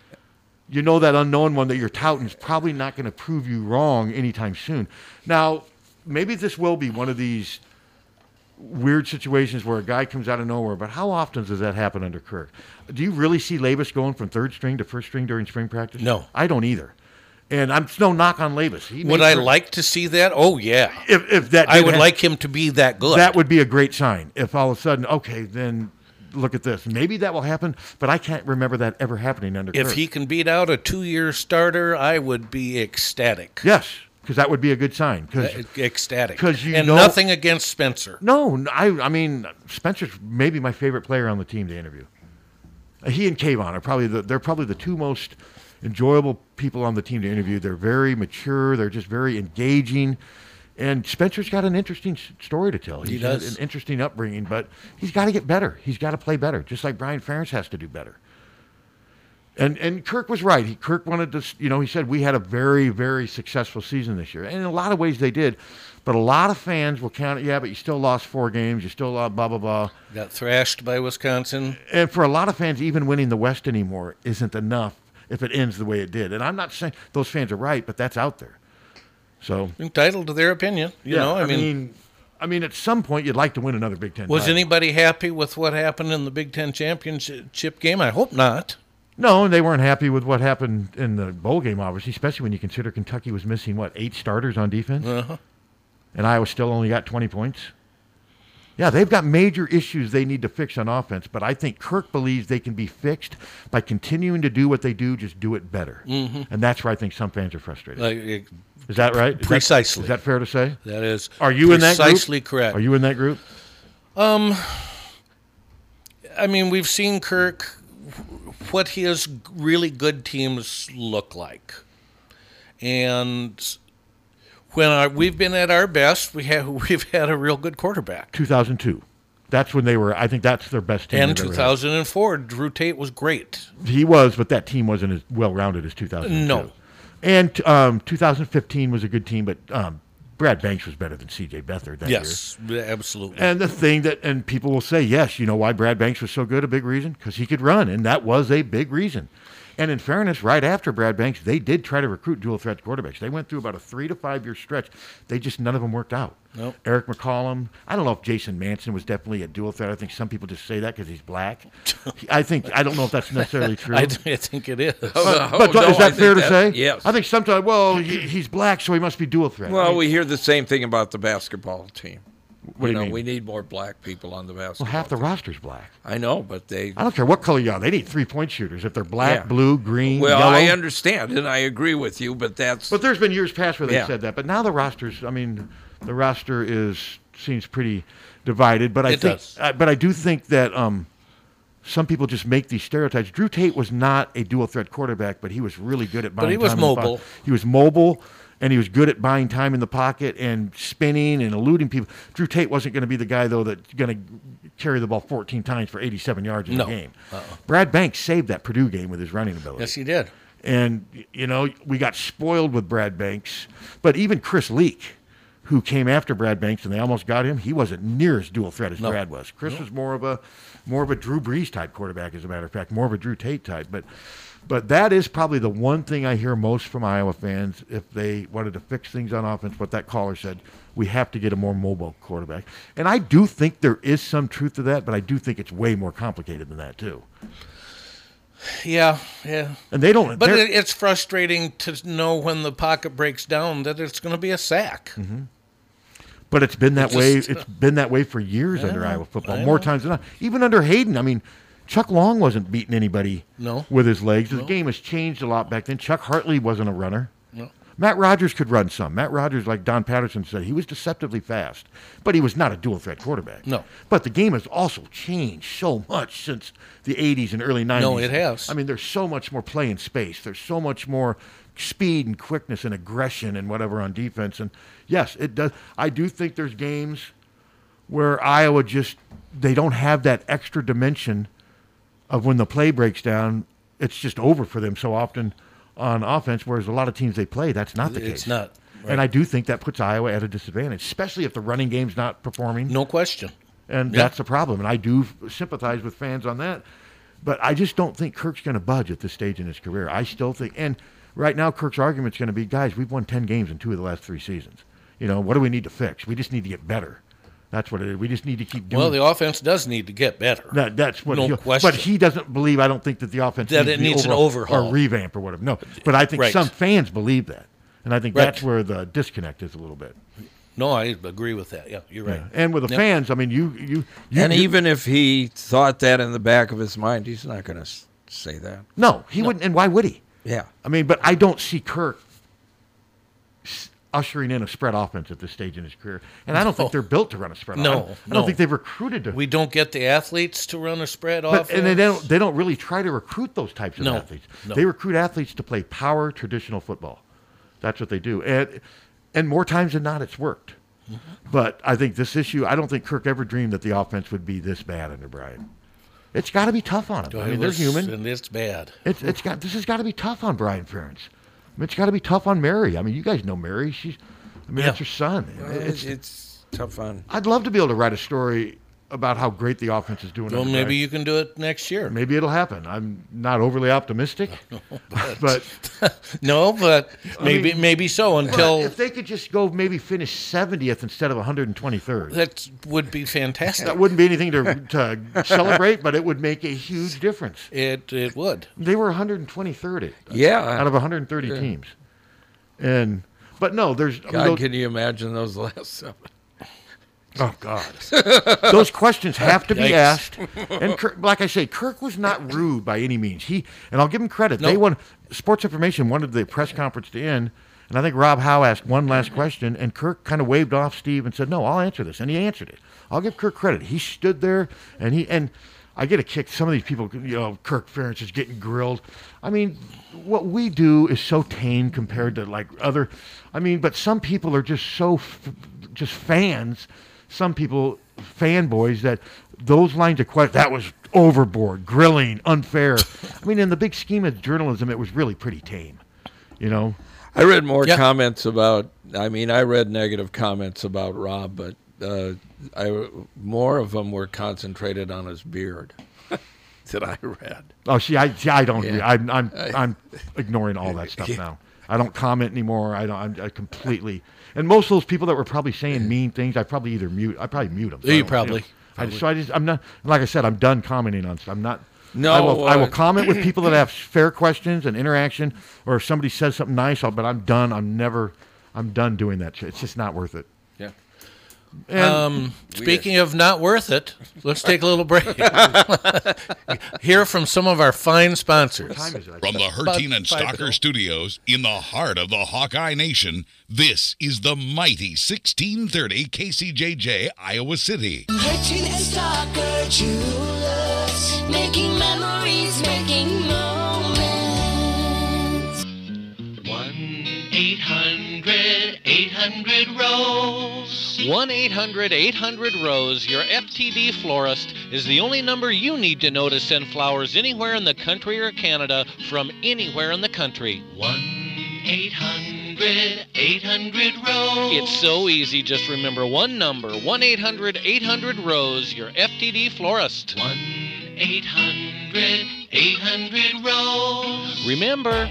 Speaker 3: you know that unknown one that you're touting is probably not going to prove you wrong anytime soon. Now, maybe this will be one of these weird situations where a guy comes out of nowhere. But how often does that happen under Kirk? Do you really see Labus going from third string to first string during spring practice?
Speaker 1: No.
Speaker 3: I don't either. And I'm no knock on Labus. He
Speaker 1: Would
Speaker 3: made
Speaker 1: I
Speaker 3: certain-
Speaker 1: like to see that? Oh yeah.
Speaker 3: if, if that
Speaker 1: I
Speaker 3: did
Speaker 1: would
Speaker 3: happen-
Speaker 1: like him to be that good.
Speaker 3: that would be a great sign if all of a sudden, okay, then look at this. Maybe that will happen, but I can't remember that ever happening under
Speaker 1: if
Speaker 3: Kirk.
Speaker 1: he can beat out a two-year starter, I would be ecstatic. Uh, e,
Speaker 3: yes, because that would be a good sign. Because
Speaker 1: Ecstatic.
Speaker 3: 'Cause you
Speaker 1: and
Speaker 3: know-
Speaker 1: nothing against Spencer.
Speaker 3: no, n- I I mean Spencer's maybe my favorite player on the team to interview. He and Kayvon are probably the, they're probably the two most enjoyable people on the team to interview. They're very mature. They're just very engaging. And Spencer's got an interesting s- story to tell. He's had
Speaker 1: does.
Speaker 3: an interesting upbringing, but he's got to get better. He's got to play better, just like Brian Ferentz has to do better. And and Kirk was right. He Kirk wanted to, you know, he said we had a very very successful season this year, and in a lot of ways they did, but a lot of fans will count it. Yeah, but you still lost four games. You still lost blah blah blah.
Speaker 1: Got thrashed by Wisconsin.
Speaker 3: And for a lot of fans, even winning the West anymore isn't enough if it ends the way it did. And I'm not saying those fans are right, but that's out there. So
Speaker 1: Entitled to their opinion. You
Speaker 3: yeah,
Speaker 1: know, I, mean,
Speaker 3: I mean, at some point you'd like to win another Big Ten.
Speaker 1: was
Speaker 3: title.
Speaker 1: anybody happy with what happened in the Big Ten championship game? I hope not.
Speaker 3: No, and they weren't happy with what happened in the bowl game, obviously, especially when you consider Kentucky was missing what eight starters on defense,
Speaker 1: Uh-huh.
Speaker 3: and Iowa still only got twenty points. Yeah, they've got major issues they need to fix on offense, but I think Kirk believes they can be fixed by continuing to do what they do, just do it better, and that's where I think some fans are frustrated.
Speaker 1: Mm-hmm. Like, it-
Speaker 3: is that right? Is that-
Speaker 1: precisely.
Speaker 3: Is that fair to say?
Speaker 1: that is.
Speaker 3: Are you in that group?
Speaker 1: precisely correct?
Speaker 3: Are you in that group?
Speaker 1: Um, I mean, we've seen Kirk wh- what his really good teams look like, and when our, we've been at our best, we have [LAUGHS] we've had a real good quarterback.
Speaker 3: Two thousand two. That's when they were. I think that's their best team.
Speaker 1: And
Speaker 3: they've ever had.
Speaker 1: 2004, Drew Tate was great.
Speaker 3: He was, but that team wasn't as well rounded as 2002.
Speaker 1: No.
Speaker 3: And um, 2015 was a good team, but um, Brad Banks was better than C.J. Beathard that year.
Speaker 1: Yes, absolutely.
Speaker 3: And the thing that, and people will say, yes, you know why Brad Banks was so good? A big reason? Because he could run, and that was a big reason. And in fairness, right after Brad Banks, they did try to recruit dual threat quarterbacks. They went through about a three to five year stretch. They just, none of them worked out.
Speaker 1: Nope.
Speaker 3: Eric McCollum, I don't know if Jason Manson was definitely a dual threat. I think some people just say that because
Speaker 1: [LAUGHS]
Speaker 3: he's black. I think, I don't know if that's necessarily true.
Speaker 1: I, th- I think it is.
Speaker 6: Oh,
Speaker 3: But
Speaker 6: no,
Speaker 3: is
Speaker 6: I
Speaker 3: that
Speaker 6: think
Speaker 3: fair to
Speaker 6: that-
Speaker 3: say?
Speaker 6: Yes.
Speaker 3: I think sometimes, well, he, he's black, so he must be dual threat. I
Speaker 6: Well,
Speaker 3: mean,
Speaker 6: we hear the same thing about the basketball team.
Speaker 3: What do you
Speaker 6: know,
Speaker 3: mean?
Speaker 6: we need more black people on the basketball.
Speaker 3: well, half the
Speaker 6: team.
Speaker 3: roster's black.
Speaker 6: I know, but they.
Speaker 3: I don't care what color you are. They need three point shooters. If they're black,
Speaker 6: Yeah.
Speaker 3: blue, green,
Speaker 6: Well,
Speaker 3: yellow.
Speaker 6: I understand, and I agree with you, but that's
Speaker 3: But there's been years past where they
Speaker 6: Yeah.
Speaker 3: said that. But now the roster's, I mean, the roster is seems pretty divided. But I
Speaker 1: It
Speaker 3: think,
Speaker 1: does.
Speaker 3: I, but I do think that um, some people just make these stereotypes. Drew Tate was not a dual threat quarterback, but he was really good at buying.
Speaker 1: he was
Speaker 3: time in the
Speaker 1: mobile.
Speaker 3: pocket. He was mobile. And he was good at buying time in the pocket and spinning and eluding people. Drew Tate wasn't going to be the guy though that's going to carry the ball 14 times for 87 yards in
Speaker 1: No. Uh-uh.
Speaker 3: a game. Brad Banks saved that Purdue game with his running ability.
Speaker 1: yes, he did.
Speaker 3: And, you know, we got spoiled with Brad Banks. But even Chris Leak, who came after Brad Banks and they almost got him, he wasn't near as dual threat as Brad was. Chris was more of a more of a Drew Brees type quarterback, as a matter of fact, more of a Drew Tate type. But but that is probably the one thing I hear most from Iowa fans if they wanted to fix things on offense, what that caller said. We have to get a more mobile quarterback. And I do think there is some truth to that, but I do think it's way more complicated than that too.
Speaker 1: Yeah, yeah.
Speaker 3: And they don't
Speaker 1: But
Speaker 3: they're-
Speaker 1: it, it's
Speaker 7: Mm-hmm.
Speaker 1: frustrating to know when the pocket breaks down that it's going to be a sack.
Speaker 3: But it's been that
Speaker 1: It
Speaker 3: way.
Speaker 1: just-
Speaker 3: It's been that way for years under
Speaker 1: know.
Speaker 3: Iowa football,
Speaker 1: I
Speaker 3: more
Speaker 1: know.
Speaker 3: times than not. Even under Hayden, I mean, Chuck Long wasn't beating anybody
Speaker 1: No.
Speaker 3: with his legs. The game has changed a lot back then. Chuck Hartley wasn't a runner.
Speaker 1: No.
Speaker 3: Matt Rogers could run some. Matt Rogers, like Don Patterson said, he was deceptively fast, but he was not a dual threat quarterback.
Speaker 1: No.
Speaker 3: But the game has also changed so much since the 80s and early 90s.
Speaker 1: it has.
Speaker 3: I mean, there's so much more play in space. There's so much more speed and quickness and aggression and whatever on defense. And yes, it does. I do think there's games where Iowa just they don't have that extra dimension of when the play breaks down, it's just over for them so often on offense. Whereas a lot of teams they play, that's not the case.
Speaker 1: It's not. Right.
Speaker 3: And I do think that puts Iowa at a disadvantage, especially if the running game's not performing.
Speaker 1: No question.
Speaker 3: And
Speaker 1: Yeah.
Speaker 3: that's a problem. And I do f- sympathize with fans on that. But I just don't think Kirk's going to budge at this stage in his career. I still think, and right now, Kirk's argument's going to be guys, we've won 10 games in two of the last three seasons. You know, what do we need to fix? We just need to get better. That's what it is. We just need to keep doing
Speaker 1: Well, the offense does need to get better.
Speaker 3: that, that's what.
Speaker 1: No
Speaker 3: he'll-
Speaker 1: question.
Speaker 3: But he doesn't believe. I don't think that the offense
Speaker 1: That it
Speaker 3: to be
Speaker 1: needs an overhaul.
Speaker 3: or revamp or whatever. No, but I think
Speaker 1: Right.
Speaker 3: some fans believe that, and I think
Speaker 1: Right.
Speaker 3: that's where the disconnect is a little bit.
Speaker 1: No, I agree with that. Yeah, you're right.
Speaker 3: And with the
Speaker 1: Yep.
Speaker 3: fans, I mean, you you you.
Speaker 6: and
Speaker 3: you-
Speaker 6: even if he thought that in the back of his mind, he's not going to say that.
Speaker 3: no, he wouldn't. And why would he?
Speaker 6: Yeah.
Speaker 3: I mean, but I don't see Kirk s- ushering in a spread offense at this stage in his career, and I don't think they're built to run a spread.
Speaker 1: No,
Speaker 3: offense. I
Speaker 1: no.
Speaker 3: don't think they've recruited to.
Speaker 1: We don't get the athletes to run a spread
Speaker 3: But,
Speaker 1: offense.
Speaker 3: and they don't, they don't really try to recruit those types of
Speaker 1: No,
Speaker 3: athletes.
Speaker 1: no.
Speaker 3: They recruit athletes to play power traditional football. That's what they do. And, and more times than not, it's worked. But I think this issue, I don't think Kirk ever dreamed that the offense would be this bad under Brian. It's got to be tough on him. I mean, they're
Speaker 1: It's-
Speaker 3: human.
Speaker 1: and it's bad.
Speaker 3: It's, it's got, this has got to be tough on Brian Ferentz. I mean, it's got to be tough on Mary. I mean, you guys know Mary. She's, I mean,
Speaker 1: Yeah.
Speaker 3: that's her son.
Speaker 6: It's,
Speaker 3: It's,
Speaker 6: it's tough on.
Speaker 3: I'd love to be able to write a story about how great the offense is doing.
Speaker 1: Well,
Speaker 3: under
Speaker 1: maybe
Speaker 3: Brian
Speaker 1: you can do it next year.
Speaker 3: maybe it'll happen. I'm not
Speaker 1: [LAUGHS]
Speaker 3: overly optimistic, [LAUGHS] but
Speaker 1: No, but maybe maybe so until
Speaker 3: if they could just go maybe finish 70th instead of 123rd,
Speaker 1: that would be fantastic.
Speaker 3: that wouldn't be anything to,
Speaker 1: [LAUGHS]
Speaker 3: to celebrate, but it would make a huge difference.
Speaker 1: It it would.
Speaker 3: They were 123rd at-
Speaker 6: Yeah.
Speaker 3: out of 130 teams, and but no, there's I mean,
Speaker 6: God,
Speaker 3: those,
Speaker 6: can you imagine those last seven?
Speaker 3: oh god, [LAUGHS] those questions have to be
Speaker 1: Yikes.
Speaker 3: asked. And [LAUGHS] Kirk, like I say, Kirk was not rude by any means. He and I'll give him credit. They
Speaker 1: No.
Speaker 3: won Sports Information wanted the press conference to end, and I think Rob Howe asked one last question, and Kirk kind of waved off Steve and said, "No, I'll answer this," and he answered it. I'll give Kirk credit. He stood there, and he and I get a kick. Some of these people, you know, Kirk Ferentz is getting grilled. I mean, what we do is so tame compared to like other. I mean, but some people are just so f- just fans. Some people fanboys that those lines of question that was overboard, grilling, unfair. I mean, in the big scheme of journalism, it was really pretty tame, you know.
Speaker 6: I read more
Speaker 1: Yeah.
Speaker 6: comments about. I mean, I read negative comments about Rob, but uh, I more of them were concentrated on his beard [LAUGHS] that I read.
Speaker 3: Oh, see, I see, I don't.
Speaker 6: Yeah.
Speaker 3: I'm I'm I'm ignoring all that stuff now. I don't comment anymore. I don't. I'm I completely. And most of those people that were probably saying mean things, I probably either mute. I probably mute them.
Speaker 1: You
Speaker 3: I don't see
Speaker 1: probably-
Speaker 3: 'em. I just, so I just. I'm not. Like I said, I'm done commenting on stuff. I'm not.
Speaker 6: No,
Speaker 3: I will, I will
Speaker 6: uh,
Speaker 3: comment with people that have fair questions and interaction, or if somebody says something nice, I'll, but I'm done. I'm never. I'm done doing that shit. It's just not worth it.
Speaker 6: Yeah.
Speaker 3: And
Speaker 1: Um, speaking of not worth it, let's take a
Speaker 8: [LAUGHS]
Speaker 1: little break. [LAUGHS] Hear from some of our fine sponsors.
Speaker 3: time is it?
Speaker 8: From the Hertine and
Speaker 1: five
Speaker 8: Stocker
Speaker 1: minutes.
Speaker 8: Studios in the heart of the Hawkeye Nation, this is the mighty 1630 KCJJ Iowa City.
Speaker 9: Hitching and Stalker Jewelers. Making memories, making moments.
Speaker 10: 1 800 800 Rose, your FTD florist, is the only number you need to know to send flowers anywhere in the country or Canada from anywhere in the country. 1 800 800 Rose. It's so easy, just remember one number 1 800 800 Rose, your FTD florist. 1 800 800 Rose. Remember,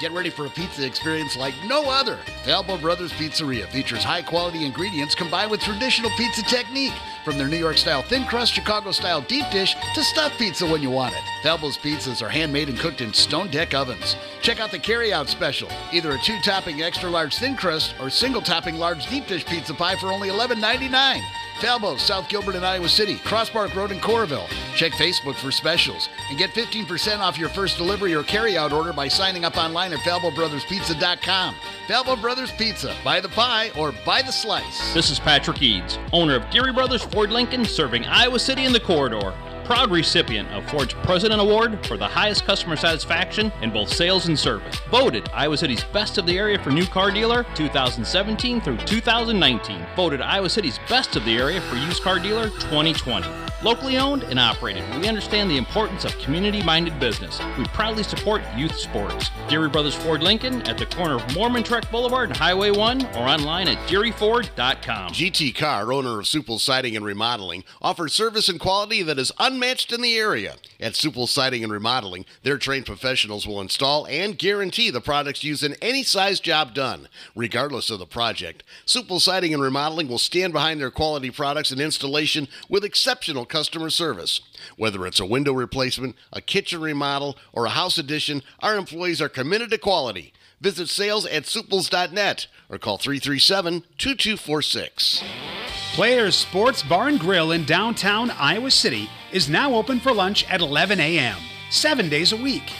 Speaker 11: Get ready for a pizza experience like no other. Falbo Brothers Pizzeria features high quality ingredients combined with traditional pizza technique. From their New York style thin crust, Chicago style deep dish, to stuffed pizza when you want it. Falbo's pizzas are handmade and cooked in stone deck ovens. Check out the carryout special either a two topping extra large thin crust or single topping large deep dish pizza pie for only $11.99. Falbo, South Gilbert and Iowa City, Cross Park Road in Correville. Check Facebook for specials and get 15% off your first delivery or carryout order by signing up online at FalboBrothersPizza.com. Falbo Brothers Pizza, buy the pie or buy the slice.
Speaker 12: This is Patrick Eads, owner of Geary Brothers Ford Lincoln, serving Iowa City and the corridor. Proud recipient of Ford's President Award for the highest customer satisfaction in both sales and service. Voted Iowa City's best of the area for new car dealer 2017 through 2019. Voted Iowa City's best of the area for used car dealer 2020. Locally owned and operated, we understand the importance of community minded business. We proudly support youth sports. Deary Brothers Ford Lincoln at the corner of Mormon Trek Boulevard and Highway 1 or online at DearyFord.com.
Speaker 11: GT Car, owner of Supple Siding and Remodeling, offers service and quality that is unmatched in the area. At Supple Siding and Remodeling, their trained professionals will install and guarantee the products used in any size job done, regardless of the project. Supple Siding and Remodeling will stand behind their quality products and installation with exceptional customer service. Whether it's a window replacement, a kitchen remodel, or a house addition, our employees are committed to quality. Visit sales at suples.net or call 337 2246.
Speaker 7: Players Sports Bar and Grill in downtown Iowa City is now open for lunch at 11 a.m., seven days a week.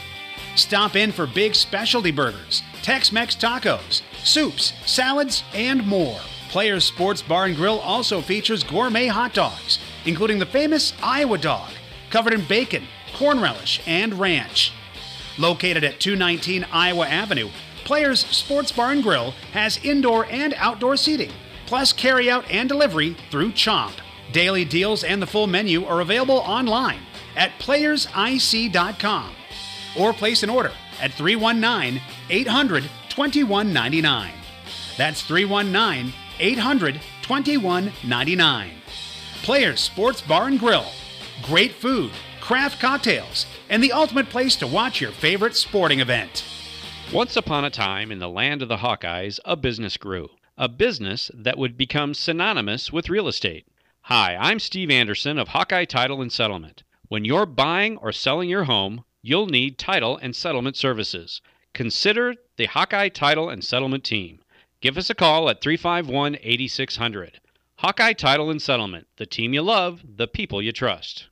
Speaker 7: Stop in for big specialty burgers, Tex Mex tacos, soups, salads, and more. Players Sports Bar and Grill also features gourmet hot dogs, including the famous Iowa dog, covered in bacon, corn relish, and ranch. Located at 219 Iowa Avenue, Players Sports Bar and Grill has indoor and outdoor seating, plus carryout and delivery through Chomp. Daily deals and the full menu are available online at playersic.com or place an order at 319 800 2199. That's 319 800 2199. Players Sports Bar and Grill. Great food, craft cocktails, and the ultimate place to watch your favorite sporting event.
Speaker 13: Once upon a time, in the land of the Hawkeyes, a business grew. A business that would become synonymous with real estate. Hi, I'm Steve Anderson of Hawkeye Title and Settlement. When you're buying or selling your home, you'll need title and settlement services. Consider the Hawkeye Title and Settlement team. Give us a call at 351 8600. Hawkeye Title and Settlement, the team you love, the people you trust.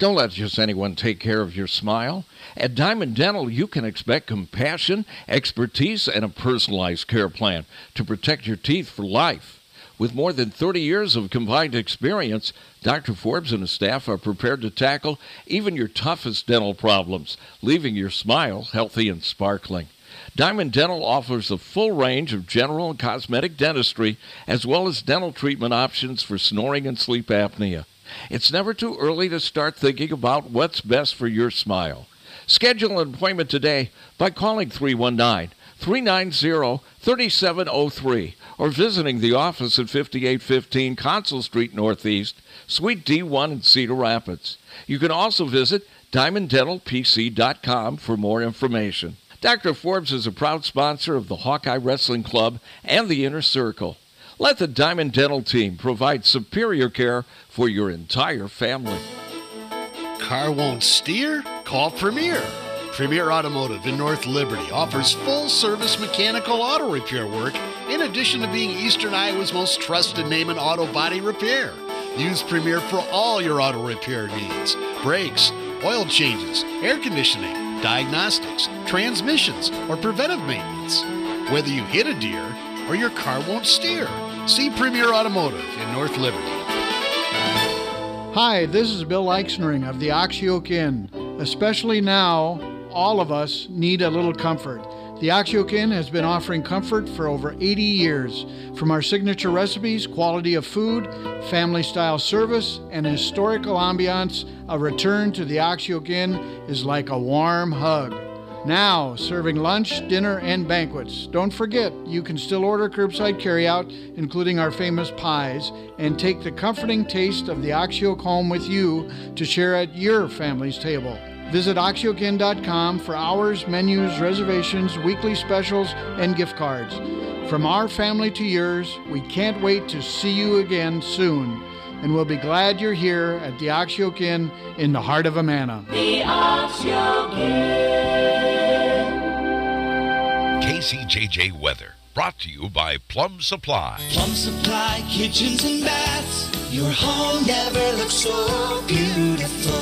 Speaker 2: Don't let just anyone take care of your smile. At Diamond Dental, you can expect compassion, expertise, and a personalized care plan to protect your teeth for life. With more than 30 years of combined experience, Dr. Forbes and his staff are prepared to tackle even your toughest dental problems, leaving your smile healthy and sparkling. Diamond Dental offers a full range of general and cosmetic dentistry, as well as dental treatment options for snoring and sleep apnea. It's never too early to start thinking about what's best for your smile. Schedule an appointment today by calling 319 390 3703 or visiting the office at 5815 Consul Street Northeast, Suite D1 in Cedar Rapids. You can also visit diamonddentalpc.com for more information. Dr. Forbes is a proud sponsor of the Hawkeye Wrestling Club and the Inner Circle. Let the Diamond Dental team provide superior care for your entire family.
Speaker 11: Car won't steer? Call Premier. Premier Automotive in North Liberty offers full service mechanical auto repair work in addition to being Eastern Iowa's most trusted name in auto body repair. Use Premier for all your auto repair needs brakes, oil changes, air conditioning, diagnostics, transmissions, or preventive maintenance. Whether you hit a deer or your car won't steer, see Premier Automotive in North Liberty.
Speaker 14: Hi, this is Bill Eichsnering of the Oxyoke Inn. Especially now, all of us need a little comfort. The Oxyoke Inn has been offering comfort for over 80 years. From our signature recipes, quality of food, family style service, and historical ambiance, a return to the Oxyoke Inn is like a warm hug. Now, serving lunch, dinner, and banquets. Don't forget, you can still order curbside carryout, including our famous pies, and take the comforting taste of the Oxyoke home with you to share at your family's table. Visit oxyokeinn.com for hours, menus, reservations, weekly specials, and gift cards. From our family to yours, we can't wait to see you again soon, and we'll be glad you're here at the Oxyoke Inn in the heart of Amana.
Speaker 9: The
Speaker 8: KCJJ Weather, brought to you by Plum Supply.
Speaker 9: Plum Supply Kitchens and Baths. Your home never looks so beautiful.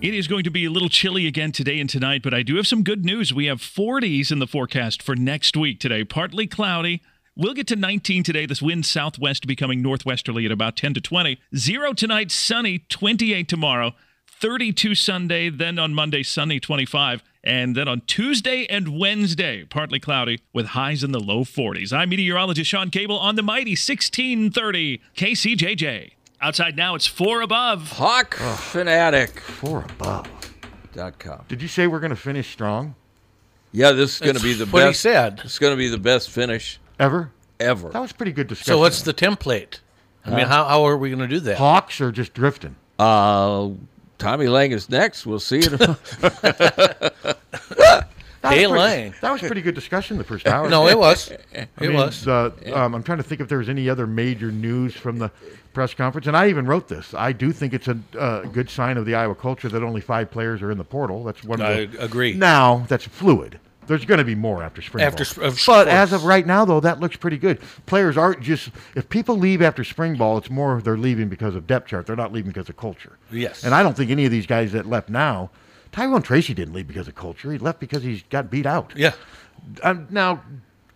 Speaker 15: It is going to be a little chilly again today and tonight, but I do have some good news. We have 40s in the forecast for next week today, partly cloudy. We'll get to 19 today. This wind southwest becoming northwesterly at about 10 to 20. Zero tonight, sunny, 28 tomorrow, 32 Sunday, then on Monday, sunny, 25. And then on Tuesday and Wednesday, partly cloudy with highs in the low 40s. I'm meteorologist Sean Cable on the mighty 1630 KCJJ. Outside now, it's four above.
Speaker 2: Hawk fanatic.
Speaker 3: Four above.
Speaker 2: Dot com.
Speaker 3: Did you say we're going to finish strong?
Speaker 2: Yeah, this is going to
Speaker 3: That's
Speaker 2: be
Speaker 1: [LAUGHS]
Speaker 2: the
Speaker 3: what he
Speaker 2: best. said. It's going to be the best finish
Speaker 3: Ever?
Speaker 2: ever.
Speaker 3: That was pretty good discussion.
Speaker 1: So what's the template? I mean,
Speaker 2: Huh?
Speaker 1: how, how are we going to do that?
Speaker 3: Uh, Hawks are just drifting.
Speaker 2: Uh, Tommy Lang is next.
Speaker 1: [LAUGHS]
Speaker 2: We'll see you.
Speaker 3: That was pretty- That was pretty good discussion the first
Speaker 1: [LAUGHS]
Speaker 3: hour.
Speaker 1: No, it was.
Speaker 3: I
Speaker 1: It
Speaker 3: mean,
Speaker 1: was.
Speaker 3: the- um, I'm trying to think if there was any other major news from the press conference, and I even wrote this. I do think it's a uh, good sign of the Iowa culture that only five players are in the portal. That's one.
Speaker 1: I
Speaker 3: of the,
Speaker 1: agree.
Speaker 3: Now that's fluid. There's going to be more after spring.
Speaker 1: After
Speaker 3: ball.
Speaker 1: sp- of
Speaker 3: but
Speaker 1: course.
Speaker 3: as of right now, though, that looks pretty good. Players aren't just if people leave after spring ball, it's more they're leaving because of depth chart. They're not leaving because of culture.
Speaker 1: Yes.
Speaker 3: And I don't think any of these guys that left now, Tyrone Tracy didn't leave because of culture. He left because he got beat out.
Speaker 1: Yeah.
Speaker 3: Um, now,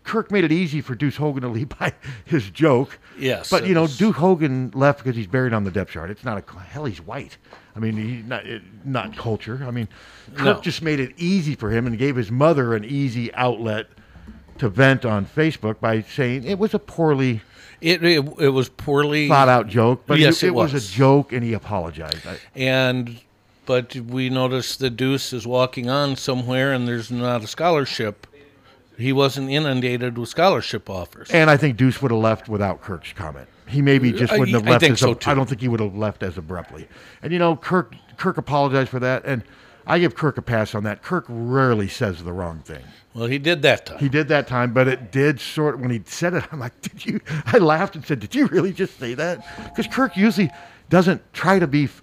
Speaker 3: Kirk made it easy for Deuce Hogan to leave [LAUGHS] by his joke.
Speaker 1: Yes,
Speaker 3: But,
Speaker 1: it
Speaker 3: you know,
Speaker 1: was-
Speaker 3: Deuce Hogan left because he's buried on the depth chart. It's not a. cl- Hell, he's white. I mean, he, not, it, not culture. I mean, Kirk
Speaker 1: No.
Speaker 3: just made it easy for him and gave his mother an easy outlet to vent on Facebook by saying it was a poorly
Speaker 1: It, it, it was poorly
Speaker 3: thought out joke, but
Speaker 1: yes,
Speaker 3: it,
Speaker 1: it,
Speaker 3: it was. a joke and he apologized. I,
Speaker 1: and but we noticed the Deuce is walking on somewhere, and there's not a scholarship. He wasn't inundated with scholarship
Speaker 3: [LAUGHS]
Speaker 1: offers.
Speaker 3: And I think Deuce would have left without Kirk's comment. He maybe just
Speaker 1: I- e-
Speaker 3: wouldn't have
Speaker 1: I
Speaker 3: left.
Speaker 1: think
Speaker 3: as
Speaker 1: so,
Speaker 3: ab- I
Speaker 1: too.
Speaker 3: don't think he would have left as abruptly. And you know, Kirk Kirk apologized for that, and I give Kirk a pass on that. Kirk rarely says the wrong thing.
Speaker 1: Well, he did that time.
Speaker 3: He did that time, but it did sort. When he said it, [LAUGHS] I'm like, did you? I laughed and said, did you really just say that? Because Kirk usually doesn't try to be. F-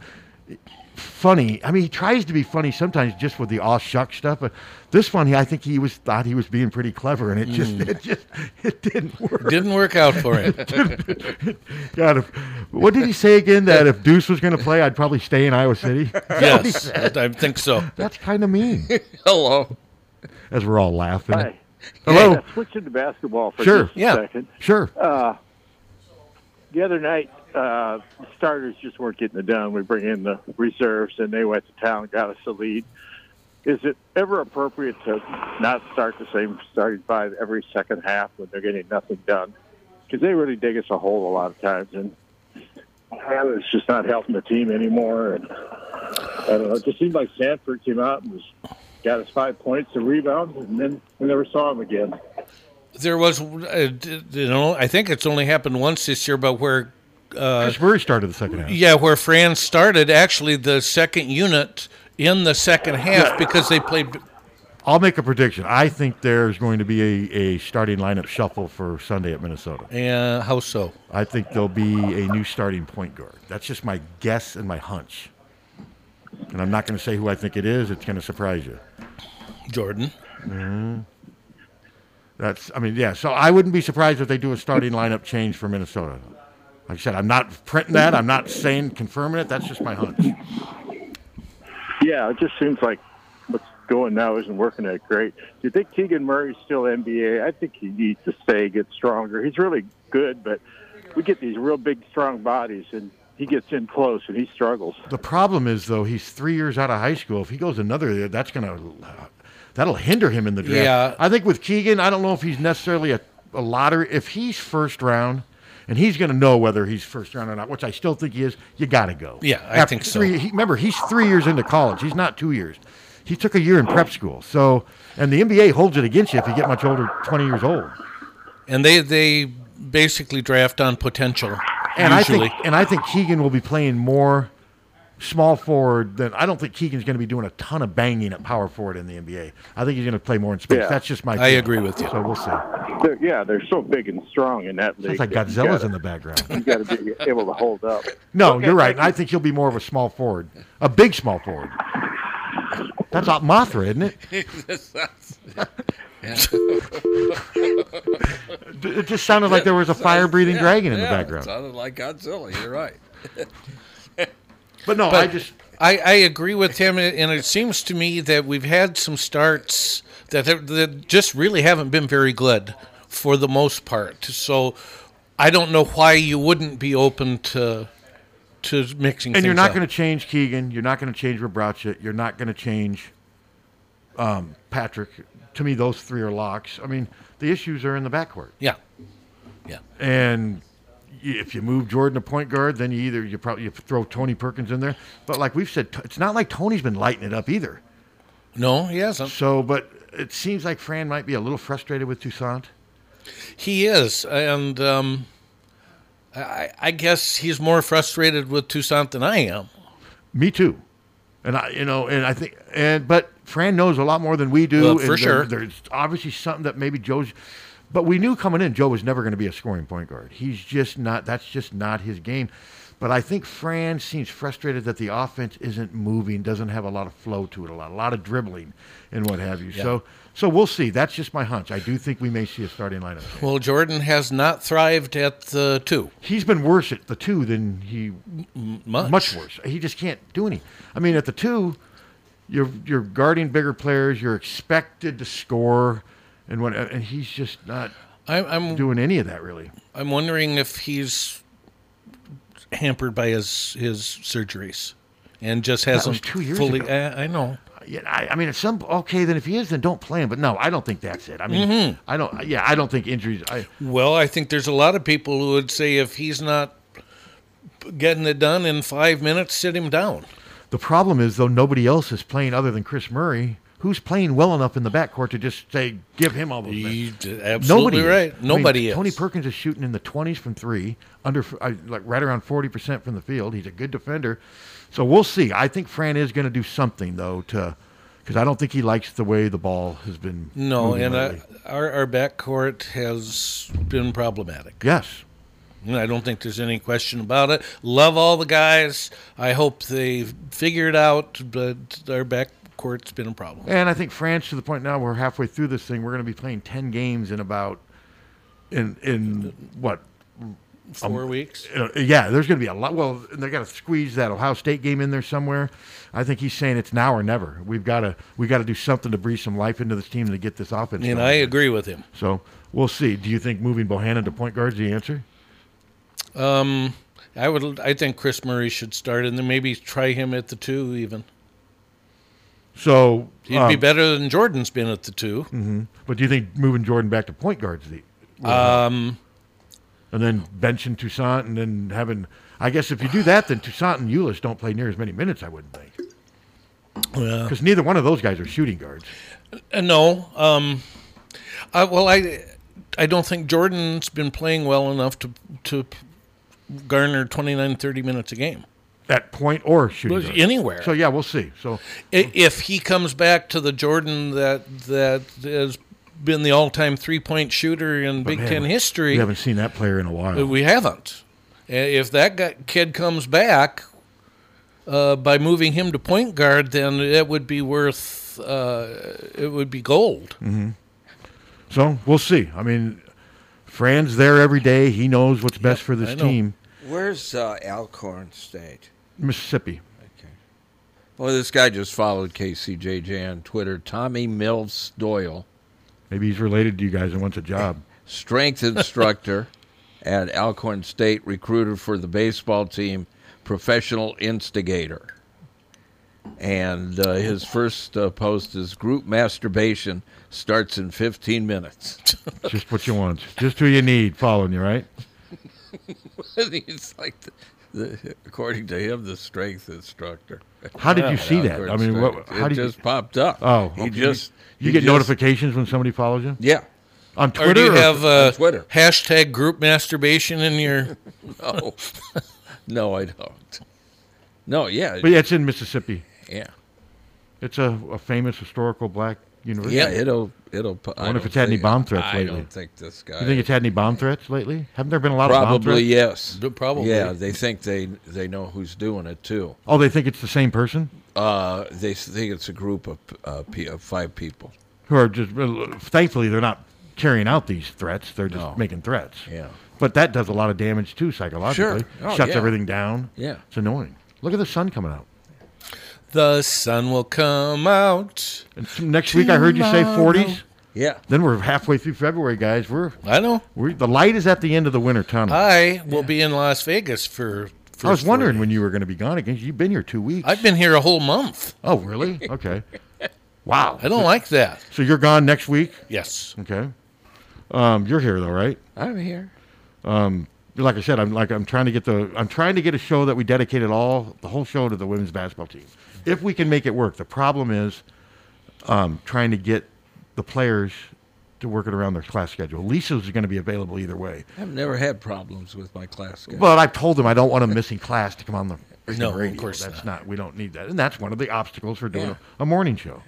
Speaker 3: Funny. I mean, he tries to be funny sometimes, just with the aw shuck stuff. But this one, he, I think he was thought he was being pretty clever, and it just
Speaker 1: Mm.
Speaker 3: it just [LAUGHS] it didn't work.
Speaker 1: Didn't work out for him.
Speaker 3: [LAUGHS] God, if, what did he say again? That if Deuce was going to play, I'd probably stay in
Speaker 1: [LAUGHS]
Speaker 3: Iowa City.
Speaker 1: yes, I think so.
Speaker 3: That's kind of mean.
Speaker 2: Hello.
Speaker 3: As we're all laughing.
Speaker 5: Hi.
Speaker 3: Hello.
Speaker 5: Yeah, switching to basketball for
Speaker 3: Sure.
Speaker 5: just a
Speaker 3: Yeah.
Speaker 5: second.
Speaker 3: Sure.
Speaker 5: Uh, the other night, uh, the starters just weren't getting it done. We bring in the reserves, and they went to town, got us a lead. Is it ever appropriate to not start the same starting five every second half when they're getting nothing done? Because they really dig us a hole a lot of times, and and it's just not helping the team anymore. And I don't know. It just seemed like Sanford came out and was got us five points, a rebound, and then we never saw him again.
Speaker 1: There was, uh, d- you know, I think it's only happened once this year, but where. Uh,
Speaker 3: Chris Murray started the second half.
Speaker 1: Yeah, where Fran started actually the second unit in the second half because they played.
Speaker 3: I'll make a prediction. I think there's going to be a, a starting lineup shuffle for Sunday at Minnesota.
Speaker 1: Uh, how so?
Speaker 3: I think there'll be a new starting point guard. That's just my guess and my hunch. And I'm not going to say who I think it is. It's going to surprise you.
Speaker 1: Jordan.
Speaker 3: Mhm. That's, I mean, yeah. So I wouldn't be surprised if they do a starting lineup change for Minnesota. Like I said, I'm not printing that. I'm not saying confirming it. That's just my hunch.
Speaker 5: Yeah, it just seems like what's going now isn't working that great. Do you think Keegan Murray's still NBA? I think he needs to stay, get stronger. He's really good, but we get these real big, strong bodies, and he gets in close and he struggles.
Speaker 3: The problem is though, he's three years out of high school. If he goes another, year, that's gonna that'll hinder him in the draft.
Speaker 1: Yeah.
Speaker 3: I think with Keegan, I don't know if he's necessarily a, a lottery. If he's first round, and he's gonna know whether he's first round or not, which I still think he is. You gotta go.
Speaker 1: Yeah, I
Speaker 3: After
Speaker 1: think so.
Speaker 3: Three, he, remember, he's three years into college. He's not two years. He took a year in prep school. So, and the NBA holds it against you if you get much older, twenty years old.
Speaker 1: And they they basically draft on potential.
Speaker 3: And
Speaker 1: usually.
Speaker 3: I think and I think Keegan will be playing more small forward than I don't think Keegan's going to be doing a ton of banging at power forward in the NBA. I think he's going to play more in space.
Speaker 5: Yeah.
Speaker 3: That's just my.
Speaker 5: I
Speaker 3: feeling.
Speaker 5: agree with you.
Speaker 3: So we'll see.
Speaker 5: They're, yeah, they're so big and strong in that league.
Speaker 3: Sounds like
Speaker 5: that you
Speaker 3: Godzilla's
Speaker 5: gotta-
Speaker 3: in the background.
Speaker 5: You got to be able to hold up.
Speaker 3: No, you're right. I think he'll be more of a small forward, a big small forward. That's not Mothra, isn't it?
Speaker 2: [LAUGHS]
Speaker 3: [LAUGHS]
Speaker 2: [LAUGHS]
Speaker 3: It just sounded like there was a fire-breathing
Speaker 6: Yeah,
Speaker 3: dragon in the
Speaker 6: yeah,
Speaker 3: background.
Speaker 6: It sounded like Godzilla. You're right.
Speaker 3: [LAUGHS] But no, I just-
Speaker 1: I, I agree with him, and and it seems to me that we've had some starts that have- that just really haven't been very good for the most part. So I don't know why you wouldn't be open to to mixing.
Speaker 3: And you're
Speaker 1: things
Speaker 3: not
Speaker 1: up.
Speaker 3: going to change Keegan. You're not going to change Rabraccia. You're not going to change um, Patrick. To me, those three are locks. I mean, the issues are in the backcourt.
Speaker 1: Yeah.
Speaker 3: And y- if you move Jordan to point guard, then you either you probably you throw Tony Perkins in there. But like we've said, t- it's not like Tony's been lighting it up either.
Speaker 1: No, he hasn't.
Speaker 3: So, but it seems like Fran might be a little frustrated with Toussaint.
Speaker 1: He is, and um, I, I guess he's more frustrated with Toussaint than I am.
Speaker 3: Me too. And I, you know, and I think, and but Fran knows a lot more than we do.
Speaker 1: Well,
Speaker 3: and
Speaker 1: for sure.
Speaker 3: There's obviously something that maybe Joe's, but we knew coming in Joe was never going to be a scoring point guard. He's just not. That's just not his game. But I think Fran seems frustrated that the offense isn't moving, doesn't have a lot of flow to it, a lot, a lot of dribbling, and what have you.
Speaker 1: Yeah.
Speaker 3: So, so we'll see. That's just my hunch. I do think we may see a starting lineup.
Speaker 1: Well, Jordan has not thrived at the two.
Speaker 3: He's been worse at the two than he
Speaker 1: much.
Speaker 3: worse. He just can't do any. I mean, at the two, you're you're guarding bigger players. You're expected to score, and what and he's just not
Speaker 1: I'm, I'm
Speaker 3: doing any of that really.
Speaker 1: I'm wondering if he's hampered by his his surgeries and just
Speaker 3: That
Speaker 1: hasn't
Speaker 3: was two years
Speaker 1: fully.
Speaker 3: ago.
Speaker 1: I, I know.
Speaker 3: Yeah, I, I mean, at some okay, then if he is, then don't play him. But no, I don't think that's it. I mean,
Speaker 1: Mhm.
Speaker 3: I don't. Yeah, I don't think injuries. I,
Speaker 1: Well, I think there's a lot of people who would say if he's not getting it done in five minutes, sit him down.
Speaker 3: the problem is though, nobody else is playing other than Chris Murray. Who's playing well enough in the backcourt to just say give him all those? minutes.
Speaker 1: absolutely
Speaker 3: Nobody
Speaker 1: right.
Speaker 3: Is. I
Speaker 1: Nobody
Speaker 3: mean,
Speaker 1: is.
Speaker 3: Tony Perkins is shooting in the twenties from three, under I- like right around forty percent from the field. He's a good defender, so we'll see. I think Fran is going to do something though to, because I don't think he likes the way the ball has been.
Speaker 1: No,
Speaker 3: moving
Speaker 1: and
Speaker 3: lately.
Speaker 1: I, our our backcourt has been problematic.
Speaker 3: yes,
Speaker 1: And I don't think there's any question about it. Love all the guys. I hope they figure it out, but our backcourt's been a problem.
Speaker 3: and I think Fran's to the point now we're halfway through this thing. We're going to be playing ten games in about, in in what.
Speaker 1: Four weeks?
Speaker 3: Uh, yeah, there's going to be a lot. Well, they got to squeeze that Ohio State game in there somewhere. I think he's saying it's now or never. We've got to we got to do something to breathe some life into this team to get this offense.
Speaker 1: And
Speaker 3: going.
Speaker 1: I agree with him.
Speaker 3: So we'll see. Do you think moving Bohannon to point guard is the answer?
Speaker 1: Um, I would. I think Chris Murray should start, and then maybe try him at the two. Even
Speaker 3: So
Speaker 1: he'd be better than Jordan's been at the two.
Speaker 3: hmm But do you think moving Jordan back to point guard is the?
Speaker 1: Um,
Speaker 3: and then benching Toussaint, and then having. I guess if you do that, then Toussaint and Eulis don't play near as many minutes. I wouldn't think
Speaker 1: Yeah.
Speaker 3: because neither one of those guys are shooting guards.
Speaker 1: Uh, no. Um, I, well, I I don't think Jordan's been playing well enough to to garner 29, 30 minutes a game.
Speaker 3: At point or shooting
Speaker 1: Well,
Speaker 3: guard.
Speaker 1: anywhere.
Speaker 3: So yeah, we'll see. So
Speaker 1: I- If he comes back to the Jordan that that has been the all-time three-point shooter in Big
Speaker 3: man,
Speaker 1: Ten history,
Speaker 3: we haven't seen that player in a while.
Speaker 1: We haven't. Uh, If that guy, kid comes back, uh, by moving him to point guard, then it would be worth uh, it would be gold.
Speaker 3: hmm So we'll see. I mean, Fran's there every day. He knows what's best for this team.
Speaker 2: Where's uh, Alcorn State?
Speaker 3: Mississippi.
Speaker 2: Well, this guy just followed KCJJ on Twitter. Tommy Mills Doyle,
Speaker 3: Maybe he's related to you guys and wants a job.
Speaker 2: strength
Speaker 3: [LAUGHS]
Speaker 2: instructor at Alcorn State, recruiter for the baseball team, professional instigator. And uh, his first uh, post is group masturbation starts in 15 minutes.
Speaker 3: Just what you want. Just who you need following you, right?
Speaker 2: [LAUGHS] He's like, the, the, according to him, the strength instructor.
Speaker 3: How did you
Speaker 2: At
Speaker 3: see that?
Speaker 2: Alcorn
Speaker 3: I mean, what,
Speaker 2: State.
Speaker 3: how
Speaker 2: it
Speaker 3: did you-
Speaker 2: just popped up.
Speaker 3: Oh,
Speaker 2: he
Speaker 3: okay.
Speaker 2: just
Speaker 3: you,
Speaker 2: he
Speaker 3: get
Speaker 2: just-
Speaker 3: notifications when somebody follows you.
Speaker 2: Yeah.
Speaker 3: on Twitter.
Speaker 1: Or do you have uh,
Speaker 2: Twitter.
Speaker 1: hashtag group masturbation in your? [LAUGHS]
Speaker 2: [LAUGHS] no, no, I don't. No, yeah,
Speaker 3: But yeah, it's in Mississippi.
Speaker 2: Yeah.
Speaker 3: It's a, a famous historical black university.
Speaker 2: Yeah, it'll- it'll pu- I
Speaker 3: I wonder if
Speaker 2: don't
Speaker 3: it's had any
Speaker 2: think-
Speaker 3: bomb threats
Speaker 2: I
Speaker 3: lately.
Speaker 2: don't think this guy-
Speaker 3: You think it's had any bomb threats lately? Haven't there been a lot of bomb threats?
Speaker 2: probably yes.
Speaker 1: Probably.
Speaker 2: yeah. They think they they know who's doing it too.
Speaker 3: Oh, they think it's the same person
Speaker 2: Uh, they s- think it's a group of uh, p- of five people.
Speaker 3: who are just. Thankfully, they're not carrying out these threats. They're just
Speaker 2: No.
Speaker 3: making threats.
Speaker 2: Yeah.
Speaker 3: But that does a lot of damage too psychologically.
Speaker 1: Oh,
Speaker 3: Shuts
Speaker 1: yeah.
Speaker 3: everything down.
Speaker 1: Yeah.
Speaker 3: It's annoying. Look at the sun coming out.
Speaker 1: The sun will come out.
Speaker 3: Next week, I heard you say 40s.
Speaker 2: Yeah.
Speaker 3: Then we're halfway through February, guys. We're
Speaker 1: I know.
Speaker 3: We're, the light is at the end of the winter tunnel.
Speaker 1: I will be in Las Vegas for.
Speaker 3: I was
Speaker 1: first
Speaker 3: wondering when you were going to be gone again. You've been here two weeks.
Speaker 1: I've been here a whole month.
Speaker 3: Oh, really? Okay. Wow.
Speaker 1: I don't like that.
Speaker 3: So you're gone next week?
Speaker 1: Yes.
Speaker 3: Okay. Um, you're here though, right?
Speaker 2: I'm here.
Speaker 3: Um, like I said, I'm like I'm trying to get the I'm trying to get a show that we dedicated all the whole show to the women's basketball team. If we can make it work, the problem is um, trying to get the players to work it around their class schedule. Lisa's going to be available either way.
Speaker 2: I've never had problems with my class. schedule.
Speaker 3: But I told them I don't want a missing class to come on the freaking
Speaker 2: No, of
Speaker 3: radio.
Speaker 2: course
Speaker 3: that's
Speaker 2: not.
Speaker 3: not. We don't need that, and that's one of the obstacles for doing
Speaker 2: Yeah.
Speaker 3: a, a morning show.